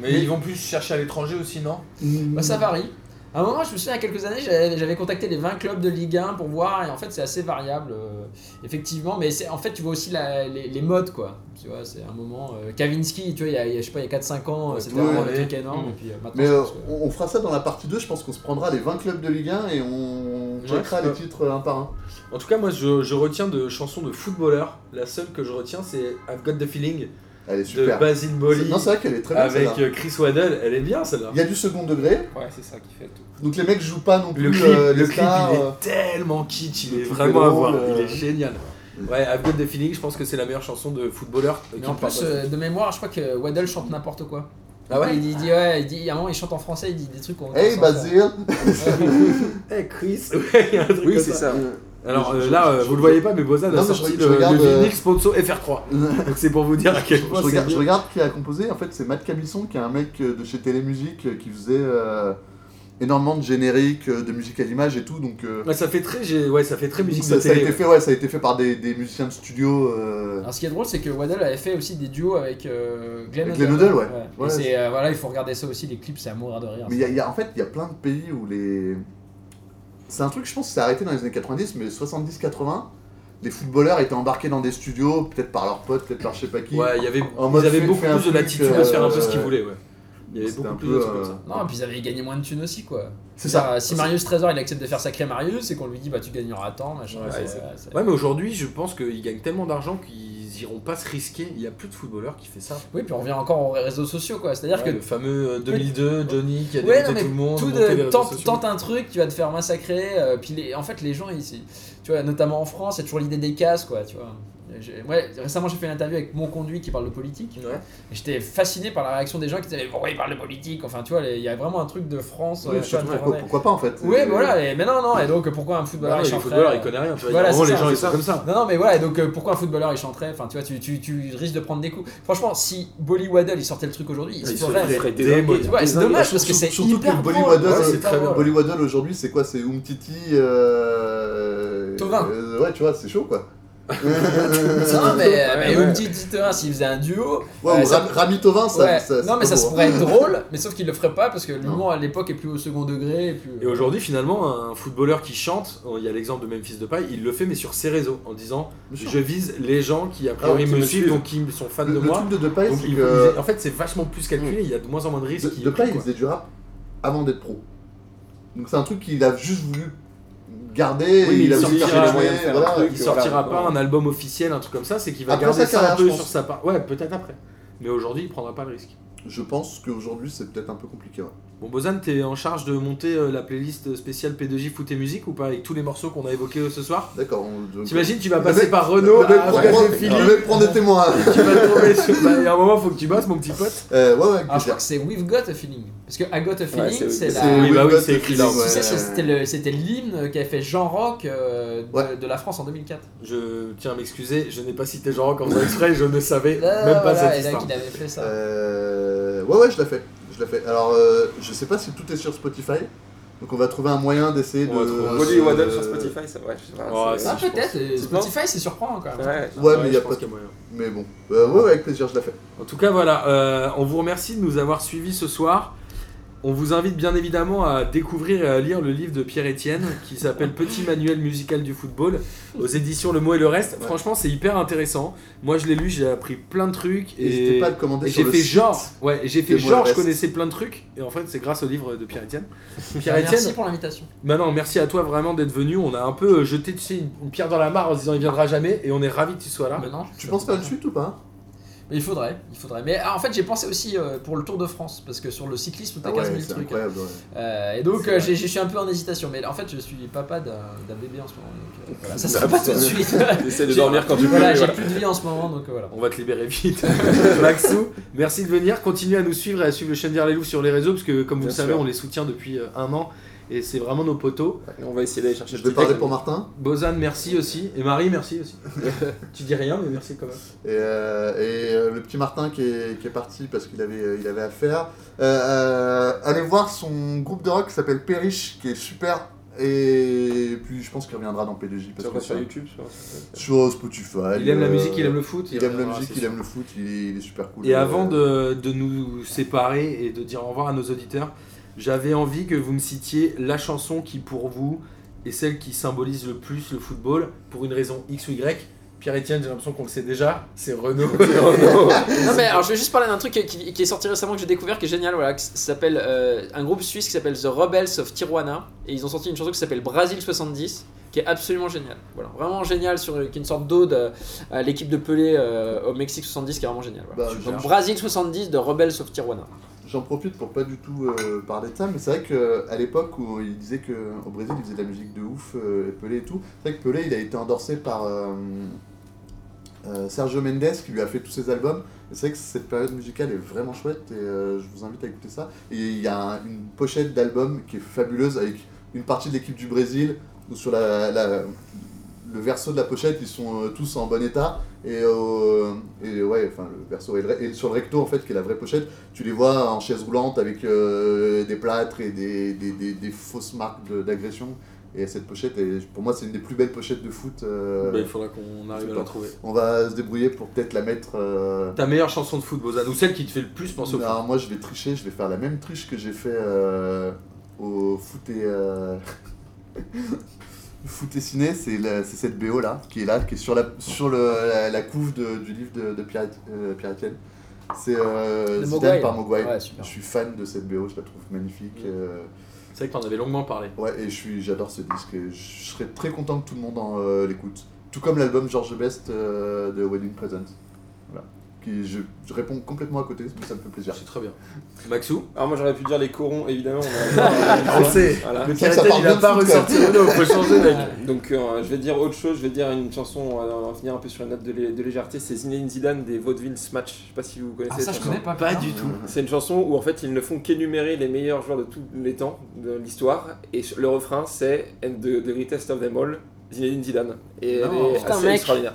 Mais, ils vont plus chercher à l'étranger aussi, non
Hmm.
Bah, ça varie. À un moment, je me souviens, il y a quelques années, j'avais j'avais contacté les 20 clubs de Ligue 1 pour voir, et en fait, c'est assez variable, euh, effectivement. Mais c'est- en fait, tu vois aussi la- les, les modes, quoi. Tu vois, c'est un moment. euh, Kavinsky, tu vois, il y a, il y a, je sais pas, il y a 4-5 ans, euh, c'était
ouais,
vraiment un
ouais.
truc énorme.
Mmh.
Et puis, euh, maintenant,
Mais
je
euh,
pense que-
on, on fera ça dans la partie 2, je pense qu'on se prendra les 20 clubs de Ligue 1 et on
Ouais,
checkera
c'est
les
pas-
titres euh, un par un.
En tout cas, moi, je, je retiens de chansons de footballeurs. La seule que je retiens, c'est I've Got the Feeling
Elle est
de
super.
Basil
C'est-
Boli
Non, c'est vrai qu'elle est très bien
avec
celle-là.
euh, Chris Waddell. Elle est bien celle-là.
Il y a du second degré,
Ouais, c'est ça qui fait tout.
donc les mecs jouent pas non plus
Le clip,
euh, les
le clip,
stars,
il
euh,
est tellement kitsch, il
le
est
truc
vraiment à
drôle,
voir.
euh. Mm.
Il est génial. Ouais, I've Got the Feeling, je pense que c'est la meilleure chanson de footballeur. euh,
Mais
qui
en
me parle
plus,
pas.
euh, de mémoire, je crois que Waddle chante n'importe quoi.
ah ouais
il, dit- il dit, ouais, il dit, à un moment, il chante en français, il dit des trucs qu'on.
Hey
qu'on s'entend.
(laughs) Basile
Eh, Chris, (laughs) ouais, il y a un truc comme ça. Alors euh, là, euh, vous le voyez pas, mais Bozan
Non,
a
mais je-
sorti
je
le,
regarde,
le
euh,
vinyle sponsor FR3. Donc c'est pour vous dire à quel
je,
point c'est
regarde, je
bien.
regarde qui a composé, en fait c'est Matt Camisson qui est un mec euh, de chez Télémusique euh, qui faisait euh, énormément de génériques, euh, de musique à l'image et tout, donc euh,
Ouais, ça fait très, j'ai- ouais, ça fait très musique
ça,
de
ça a
télé.
été fait, ouais, ça a été fait par des, des musiciens de studio. euh,
Alors, ce qui est drôle, c'est que Waddle avait fait aussi des duos avec euh, Glenn
Avec Glenn Hoddle, ouais.
Et
Ouais,
c'est,
c'est-
euh, voilà, il faut regarder ça aussi, les clips, c'est à mourir de
Ah,
rire.
Mais il y a- il y a- en fait, il y a plein de pays où les. C'est un truc, je pense, qui s'est arrêté dans les années 90, mais 70-80, les footballeurs étaient embarqués dans des studios, peut-être par leurs potes, peut-être par je sais pas qui.
Ouais, il y avait,
En
ils
mode
avaient
fait-
beaucoup
fait un
plus de
truc,
latitude
euh,
à faire un peu ce qu'ils
ouais.
voulaient. Ouais. Il y avait
C'était
beaucoup
un
plus
peu,
de trucs comme ça. Ah,
euh,
Non, puis ils avaient gagné moins de thunes aussi, quoi.
C'est ça.
Euh, Si Marius Trésor il accepte de faire sacré Marius, c'est qu'on lui dit bah tu gagneras tant, machin.
Ouais,
c'est-
c'est-
c'est-
Ouais, mais aujourd'hui, je pense qu'ils gagnent tellement d'argent qu'ils iront pas se risquer. Il y a plus de footballeurs qui fait ça.
Oui, puis on revient encore aux réseaux sociaux, quoi. C'est-à-dire
Ouais, le fameux euh, 2002, Johnny qui a
que. Ouais, non,
dégoûté
mais
tout le monde.
tout
monté
de-
les réseaux
tente,
sociaux.
tente un truc, tu vas te faire massacrer. euh, puis les- en fait, les gens ici, tu vois, notamment en France, il y a toujours l'idée des cases, quoi, tu vois. J'ai- Ouais, récemment j'ai fait une interview avec Mon Conduit qui parle de politique.
Ouais.
Et J'étais fasciné par la réaction des gens qui disaient Bon, il parle de politique. Enfin, tu vois, les- il y a vraiment un truc de France.
Ouais,
euh, tu vois,
surtout,
de
pourquoi,
Tournai.
pourquoi pas en fait
Ouais,
Euh,
voilà. et- mais non, non. Et donc, pourquoi un
Bah,
footballeur
ouais,
il
les
chanterait,
footballeurs,
euh,
ils connaissent rien. Tu vois,
Voilà,
vraiment,
c'est
les
ça,
gens,
c'est
ils sont
ça.
comme ça.
Non, non, mais voilà, et donc euh, pourquoi un footballeur il chanterait Enfin, tu vois, tu, tu, tu risques de prendre des coups. Franchement, si Bolly Waddle il sortait le truc aujourd'hui, il se
Ils
ferait.
se feraient
Ouais,
démolir.
c'est dommage parce
Surtout-
que c'est
surtout
hyper
que Bolly
drôle.
Waddle,
Ouais,
c'est
hyper
très bien.
drôle.
Bolly Waddle aujourd'hui, c'est quoi C'est Umtiti. Euh...
Tovin.
euh, ouais, tu vois, c'est chaud quoi.
Non, mais, euh, mais
ouais.
une petite petite erreur, s'il faisait un duo.
Ouais,
euh,
ou
ça-
Ram- Rami Tovin, ça.
ouais.
ça- c'est
non, mais
pas
ça se
beau, hein.
pourrait être drôle, mais sauf qu'il le ferait pas parce que
Non.
l'humour à l'époque est plus au second degré. Et, plus...
Et aujourd'hui, finalement, un footballeur qui chante, il y a l'exemple de Memphis Depay, il le fait, mais sur ses réseaux, en disant
Bien sûr.
Je vise les gens qui, a priori,
Ah, qui
me
me
suivent,
suivent.
donc qui sont fans
Le,
de
le
moi.
truc de Depay,
Donc,
c'est
il-
que.
il- en fait, c'est vachement plus calculé, il y a de moins en moins de risques.
De,
qui-
Depay, il
quoi.
faisait du rap avant d'être pro. Donc c'est un truc qu'il a juste voulu garder.
Oui,
et
mais
il a
il
voulu
sortira-
chercher les
il y a moyen de faire un
voilà.
truc.
Il
que
sortira
voilà,
pas un
non.
album officiel, un truc comme ça, c'est qu'il va
Après
garder
sa
ça un
carrière,
peu
je pense.
sur sa part. Ouais, peut-être après. Mais aujourd'hui, il prendra pas le risque.
Je pense qu'aujourd'hui, c'est peut-être un peu compliqué. ouais.
Bon, Bozan, t'es en charge de monter euh, la playlist spéciale P2J Foot et Musique ou pas avec tous les morceaux qu'on a évoqués euh, ce soir
D'accord. on- donc- euh,
T'imagines, tu vas
Le
passer
mec-
par
Le
Renault,
mec
à
prend-
Fred et
le
Philippe,
mec prend des témoins. (laughs)
tu vas tomber sur. Bah, il y a un moment, faut que tu bosses, mon petit pote.
Euh, ouais, ouais, avec
Alors, Ah, je
plaisir.
crois que c'est We've Got a Feeling. Parce que I Got a Feeling,
c'est-
c'est
C'est
la.
oui,
We've
bah oui,
Got
c'est
the
écrit là,
Feeling,
ouais.
Tu sais,
ouais.
c'était le- c'était l'hymne qui a fait Jean Rock euh, de,
Ouais.
de la France en 2004.
Je tiens à m'excuser, je n'ai pas cité Jean Rock en faisant exprès, je ne savais même
Là,
pas cette
voilà, et là,
histoire.
qu'il avait fait ça.
Euh, Ouais, ouais, je l'ai fait. Je l'ai fait. Alors, euh, je sais pas si tout est sur Spotify. Donc, on va trouver un moyen d'essayer de.
On va trouver-
Bolly et Waddle sur
euh,
Spotify, ça, ouais. je sais pas,
Ouais,
c'est-
ça,
Ah,
je
peut-être. euh,
Tu penses
Spotify, c'est surprenant quand même.
Ouais.
Ouais, mais il y a
je
pas
pense
de-
qu'il y a moyen.
Mais bon. Euh, ouais, ouais, avec plaisir, je l'ai fait.
En tout cas, voilà, euh, on vous remercie de nous avoir suivis ce soir. On vous invite bien évidemment à découvrir et à lire le livre de Pierre Étienne qui
(laughs)
s'appelle Petit manuel musical du football aux éditions Le Mot et le Reste.
Ouais.
Franchement, c'est hyper intéressant. Moi, je l'ai lu, j'ai appris plein de trucs
N'hésitez
et,
pas à le commander
et
sur
j'ai
le
fait
site.
genre, ouais, et j'ai fait
Le Mot et le
genre, je
Reste.
connaissais plein de trucs et en fait, c'est grâce au livre de Pierre
(laughs)
Étienne. Pierre
Bah,
Étienne,
Merci pour l'invitation.
Bah non, merci à toi vraiment d'être venu. On a un peu euh, jeté tu sais, une, une pierre dans la mare en se disant il viendra jamais et on est ravi que Ah, tu sois là.
Maintenant,
Tu penses faire une suite ou pas hein
Mais il faudrait, il faudrait. Mais ah, en fait, j'ai pensé aussi euh, pour le Tour de France, parce que sur le cyclisme, t'as
Ah ouais,
15 000
c'est
trucs.
incroyable. ouais.
Euh, et donc, euh, j'ai- je suis un peu en hésitation. Mais en fait, je suis papa d'un d'un bébé en ce moment. Donc, euh, voilà, ça sera pas tout de suite.
Essaie de
(laughs) J'ai-
dormir quand tu peux.
voilà,
mais
j'ai
voilà.
plus de vie en ce moment, donc euh, voilà.
On va te libérer
(laughs)
vite. Maxou, merci de venir. Continuez à nous suivre et à suivre le chaîne Derrière les Loups sur les réseaux parce que, comme vous
Bien
le savez,
sûr.
on les soutient depuis euh, un an Et c'est vraiment nos poteaux.
Et on va essayer d'aller chercher
Je vais
le petit
parler
texte.
pour Martin.
Bozan, merci aussi. Et Marie, merci
(laughs)
aussi. tu dis rien, mais merci quand même.
Et, euh, et, euh, le petit Martin qui est, qui est parti parce qu'il avait, euh, il avait affaire. Euh, euh, allez voir son groupe de rock qui s'appelle Perich, qui est super. Et puis je pense qu'il reviendra dans PDJ. Parce
Sur
que
quoi, sur
c'est-
YouTube sur-
sur Spotify.
Il aime la
euh,
musique, il aime le foot.
Il aime la
reviendra,
musique,
c'est
il
sûr.
aime le foot, il est, il est super cool.
Et
Euh,
avant de, de nous séparer et de dire au revoir à nos auditeurs, j'avais envie que vous me citiez la chanson qui, pour vous, est celle qui symbolise le plus le football, pour une raison X ou Y. Pierre-Etienne, j'ai l'impression qu'on le sait déjà, c'est Renault. (laughs)
Non mais alors je vais juste parler d'un truc qui, qui- qui est sorti récemment que j'ai découvert qui est génial voilà, qui s- s'appelle euh, un groupe suisse qui s'appelle The Rebels of Tijuana et ils ont sorti une chanson qui s'appelle Brasil 70 qui est absolument géniale. Voilà, vraiment géniale sur qui est une sorte d'ode euh, à l'équipe de Pelé euh, au Mexique 70 qui est vraiment géniale. voilà.
bah,
Donc
j'en-
Brasil 70 de Rebels of Tijuana.
J'en profite pour pas du tout euh, parler de ça, mais c'est vrai qu'à l'époque où il disait qu'au Brésil il faisait de la musique de ouf, euh, et Pelé et tout, c'est vrai que Pelé il a été endorsé par euh, euh, Sergio Mendes qui lui a fait tous ses albums. Et c'est vrai que cette période musicale est vraiment chouette et euh, je vous invite à écouter ça. Et il y a un- une pochette d'album qui est fabuleuse avec une partie de l'équipe du Brésil où sur la, la- le verso de la pochette ils sont euh, tous en bon état et, euh, et ouais, enfin le verso et, le re- et sur le recto en fait qui est la vraie pochette tu les vois en chaise roulante avec euh, des plâtres et des, des, des- des fausses marques de- d'agression. Et cette pochette, est- pour moi, c'est une des plus belles pochettes de foot. euh,
Bah, il faudra qu'on arrive à la trouver.
on va se débrouiller pour peut-être la mettre. euh,
Ta meilleure chanson de foot, Bozan, ou celle qui te fait le plus penser au foot.
Alors, moi, je vais tricher, je vais faire la même triche que j'ai fait euh, au foot et. euh, (laughs) foot et ciné, c'est la- c'est cette BO là, qui est là, qui est sur la, sur le, la, la couve de- du livre de, de Pierre, euh, Pierre Etienne. C'est euh,
De
Zidane
Mogwai.
par Mogwai.
Ouais, super.
Je suis fan de cette BO, je la trouve magnifique. euh,
C'est vrai que t'en avais longuement parlé.
Ouais, et je suis, j'adore ce disque. et Je serais très content que tout le monde en euh, l'écoute. Tout comme l'album George Best euh, de Wedding Present. Voilà. Qui, je, je réponds complètement à côté, mais ça me fait plaisir.
C'est très bien. Maxou
Alors moi j'aurais pu dire les corons évidemment. on
(laughs)
a-
On sait.
Voilà.
Le
Ça, ça
Pierre-Etienne, il
parle
a
bien de
pas
foot,
ressorti Renault, faut changer, mec.
Donc euh, je vais dire autre chose, je vais dire une chanson, euh, on va finir un peu sur une note de, lé- de légèreté, c'est Zinedine Zidane des Vaudeville Match. Je sais pas si vous connaissez
Ah, ça,
cette
je
chanson.
connais pas.
Pas
putain.
du tout.
C'est une chanson où en fait ils ne font qu'énumérer les meilleurs joueurs de tous les temps de l'histoire et le refrain c'est And the, the greatest of them all, Zinedine Zidane. Et
Non.
elle est
Putain,
assez
mec.
extraordinaire.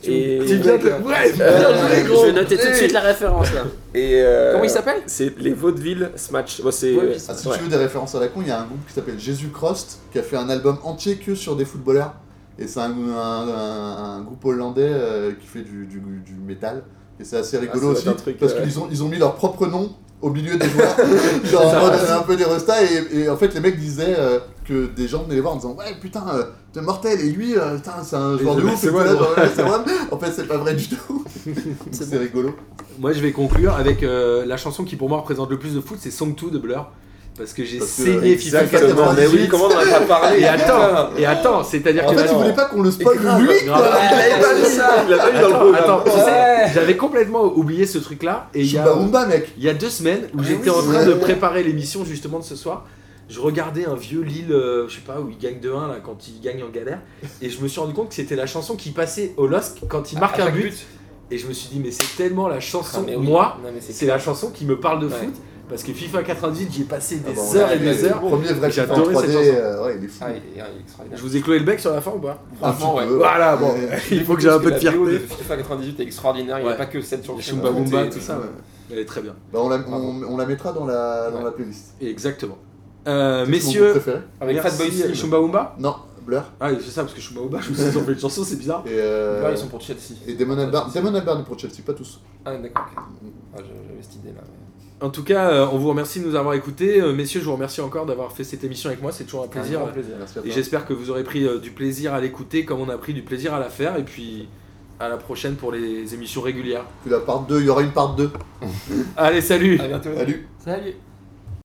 Tu-
Et,
Tu viens de- Ouais,
Euh,
bien joué, gros.
je vais noter tout de suite la référence là.
et, euh,
Comment il s'appelle
C'est les Vaudeville Smash. Bon, c'est
Vaudeville
Ah, si
ouais.
tu veux des références à la con, il y a un groupe qui s'appelle Jésus Crost qui a fait un album entier que sur des footballeurs. Et c'est un, un- un- un groupe hollandais euh, qui fait du, du, du métal. Et c'est assez rigolo
Ah,
aussi
ça doit être un truc,
parce
ouais.
qu'ils ont, ils ont mis leur propre nom au milieu des joueurs. Genre en mode, euh, un peu des restas. Et, et en fait, les mecs disaient euh, que des gens venaient les voir en disant Ouais, putain, euh, t'es mortel. Et lui, euh, putain, c'est un joueur de
bah,
ouf.
c'est
et tout
moi,
là,
moi.
genre, Ouais, c'est moi. En fait, c'est pas vrai du tout. c'est rigolo.
Moi, je vais conclure avec euh, la chanson qui pour moi représente le plus de foot, c'est Song 2 de Blur. Parce que j'ai
Parce que-
saigné FIFA
Exactement,
98.
Mais oui, comment on en a pas parlé
Et attends, et attends, c'est-à-dire
En
que
fait,
là,
ils voulaient pas qu'on le spoil
grave,
lui.
hein.
euh,
grave.
(laughs)
Ouais,
quoi. Ah, Il avait pas
c'est
mis.
ça, il l'a pas eu dans le
attends,
programme.
tu sais,
Ouais.
j'avais complètement oublié ce truc-là. Et il y a,
Chumba Wumba, mec.
il y a deux semaines où j'étais
Ah oui,
en
c'est
train
vrai.
de préparer l'émission justement de ce soir. Je regardais un vieux Lille, euh, je sais pas, où il gagne 2-1 là quand il gagne en galère. Et je me suis rendu compte que c'était la chanson qui passait au LOSC quand il marque un
chaque
but. Et je me suis dit, mais c'est tellement la chanson,
Ah, mais oui.
moi,
Non, mais
C'est la chanson qui me parle de
Ouais.
foot parce que FIFA 98, j'y ai passé des
Ah bon,
heures
ouais,
et des
le
heures.
Premier vrai
J'ai
FIFA en
adoré
3D,
cette chanson.
euh, ouais, il est fou. Ah,
Ah, il est- il est extraordinaire.
Je vous ai cloué le bec sur la fin ou pas
Un petit
franchement, ouais.
peu.
Voilà, Ah, bon,
hein.
Bah,
Ouais.
(laughs) il faut que j'ai un peu de
Parce la BO
fierté.
FIFA 98 est extraordinaire, il n'y
Ouais.
a pas que cette
Les
chanson.
Shumba Wumba,
Tout
tout
est-
ça, ouais. Elle est très bien.
euh, Bah, on, la, on, on la mettra dans la, dans
Ouais.
la playlist.
Et Exactement. Euh,
C'est mon groupe
messieurs,
préféré
Avec Fatboy Slim.
euh, Shumba Wumba
Non, Blur.
Ah, c'est ça, parce que Shumba Wumba, (laughs) je me suis dit, ils ont fait une chanson, c'est bizarre.
Et, euh,
Là, ils sont pour Chelsea.
et Damon Albarn. Damon Albarn est pour Chelsea, pas tous.
Ah, d'accord. ok. Ah, je- J'avais cette idée là.
En tout cas, euh, on vous remercie de nous avoir écoutés. Euh, messieurs, je vous remercie encore d'avoir fait cette émission avec moi, c'est toujours un plaisir.
Merci à
Et
toi.
j'espère que vous aurez pris euh, du plaisir à l'écouter comme on a pris du plaisir à la faire. Et puis, à la prochaine pour les émissions régulières.
Puis la part 2, il y aura une part 2.
Allez, salut
À bientôt.
Salut.
Salut.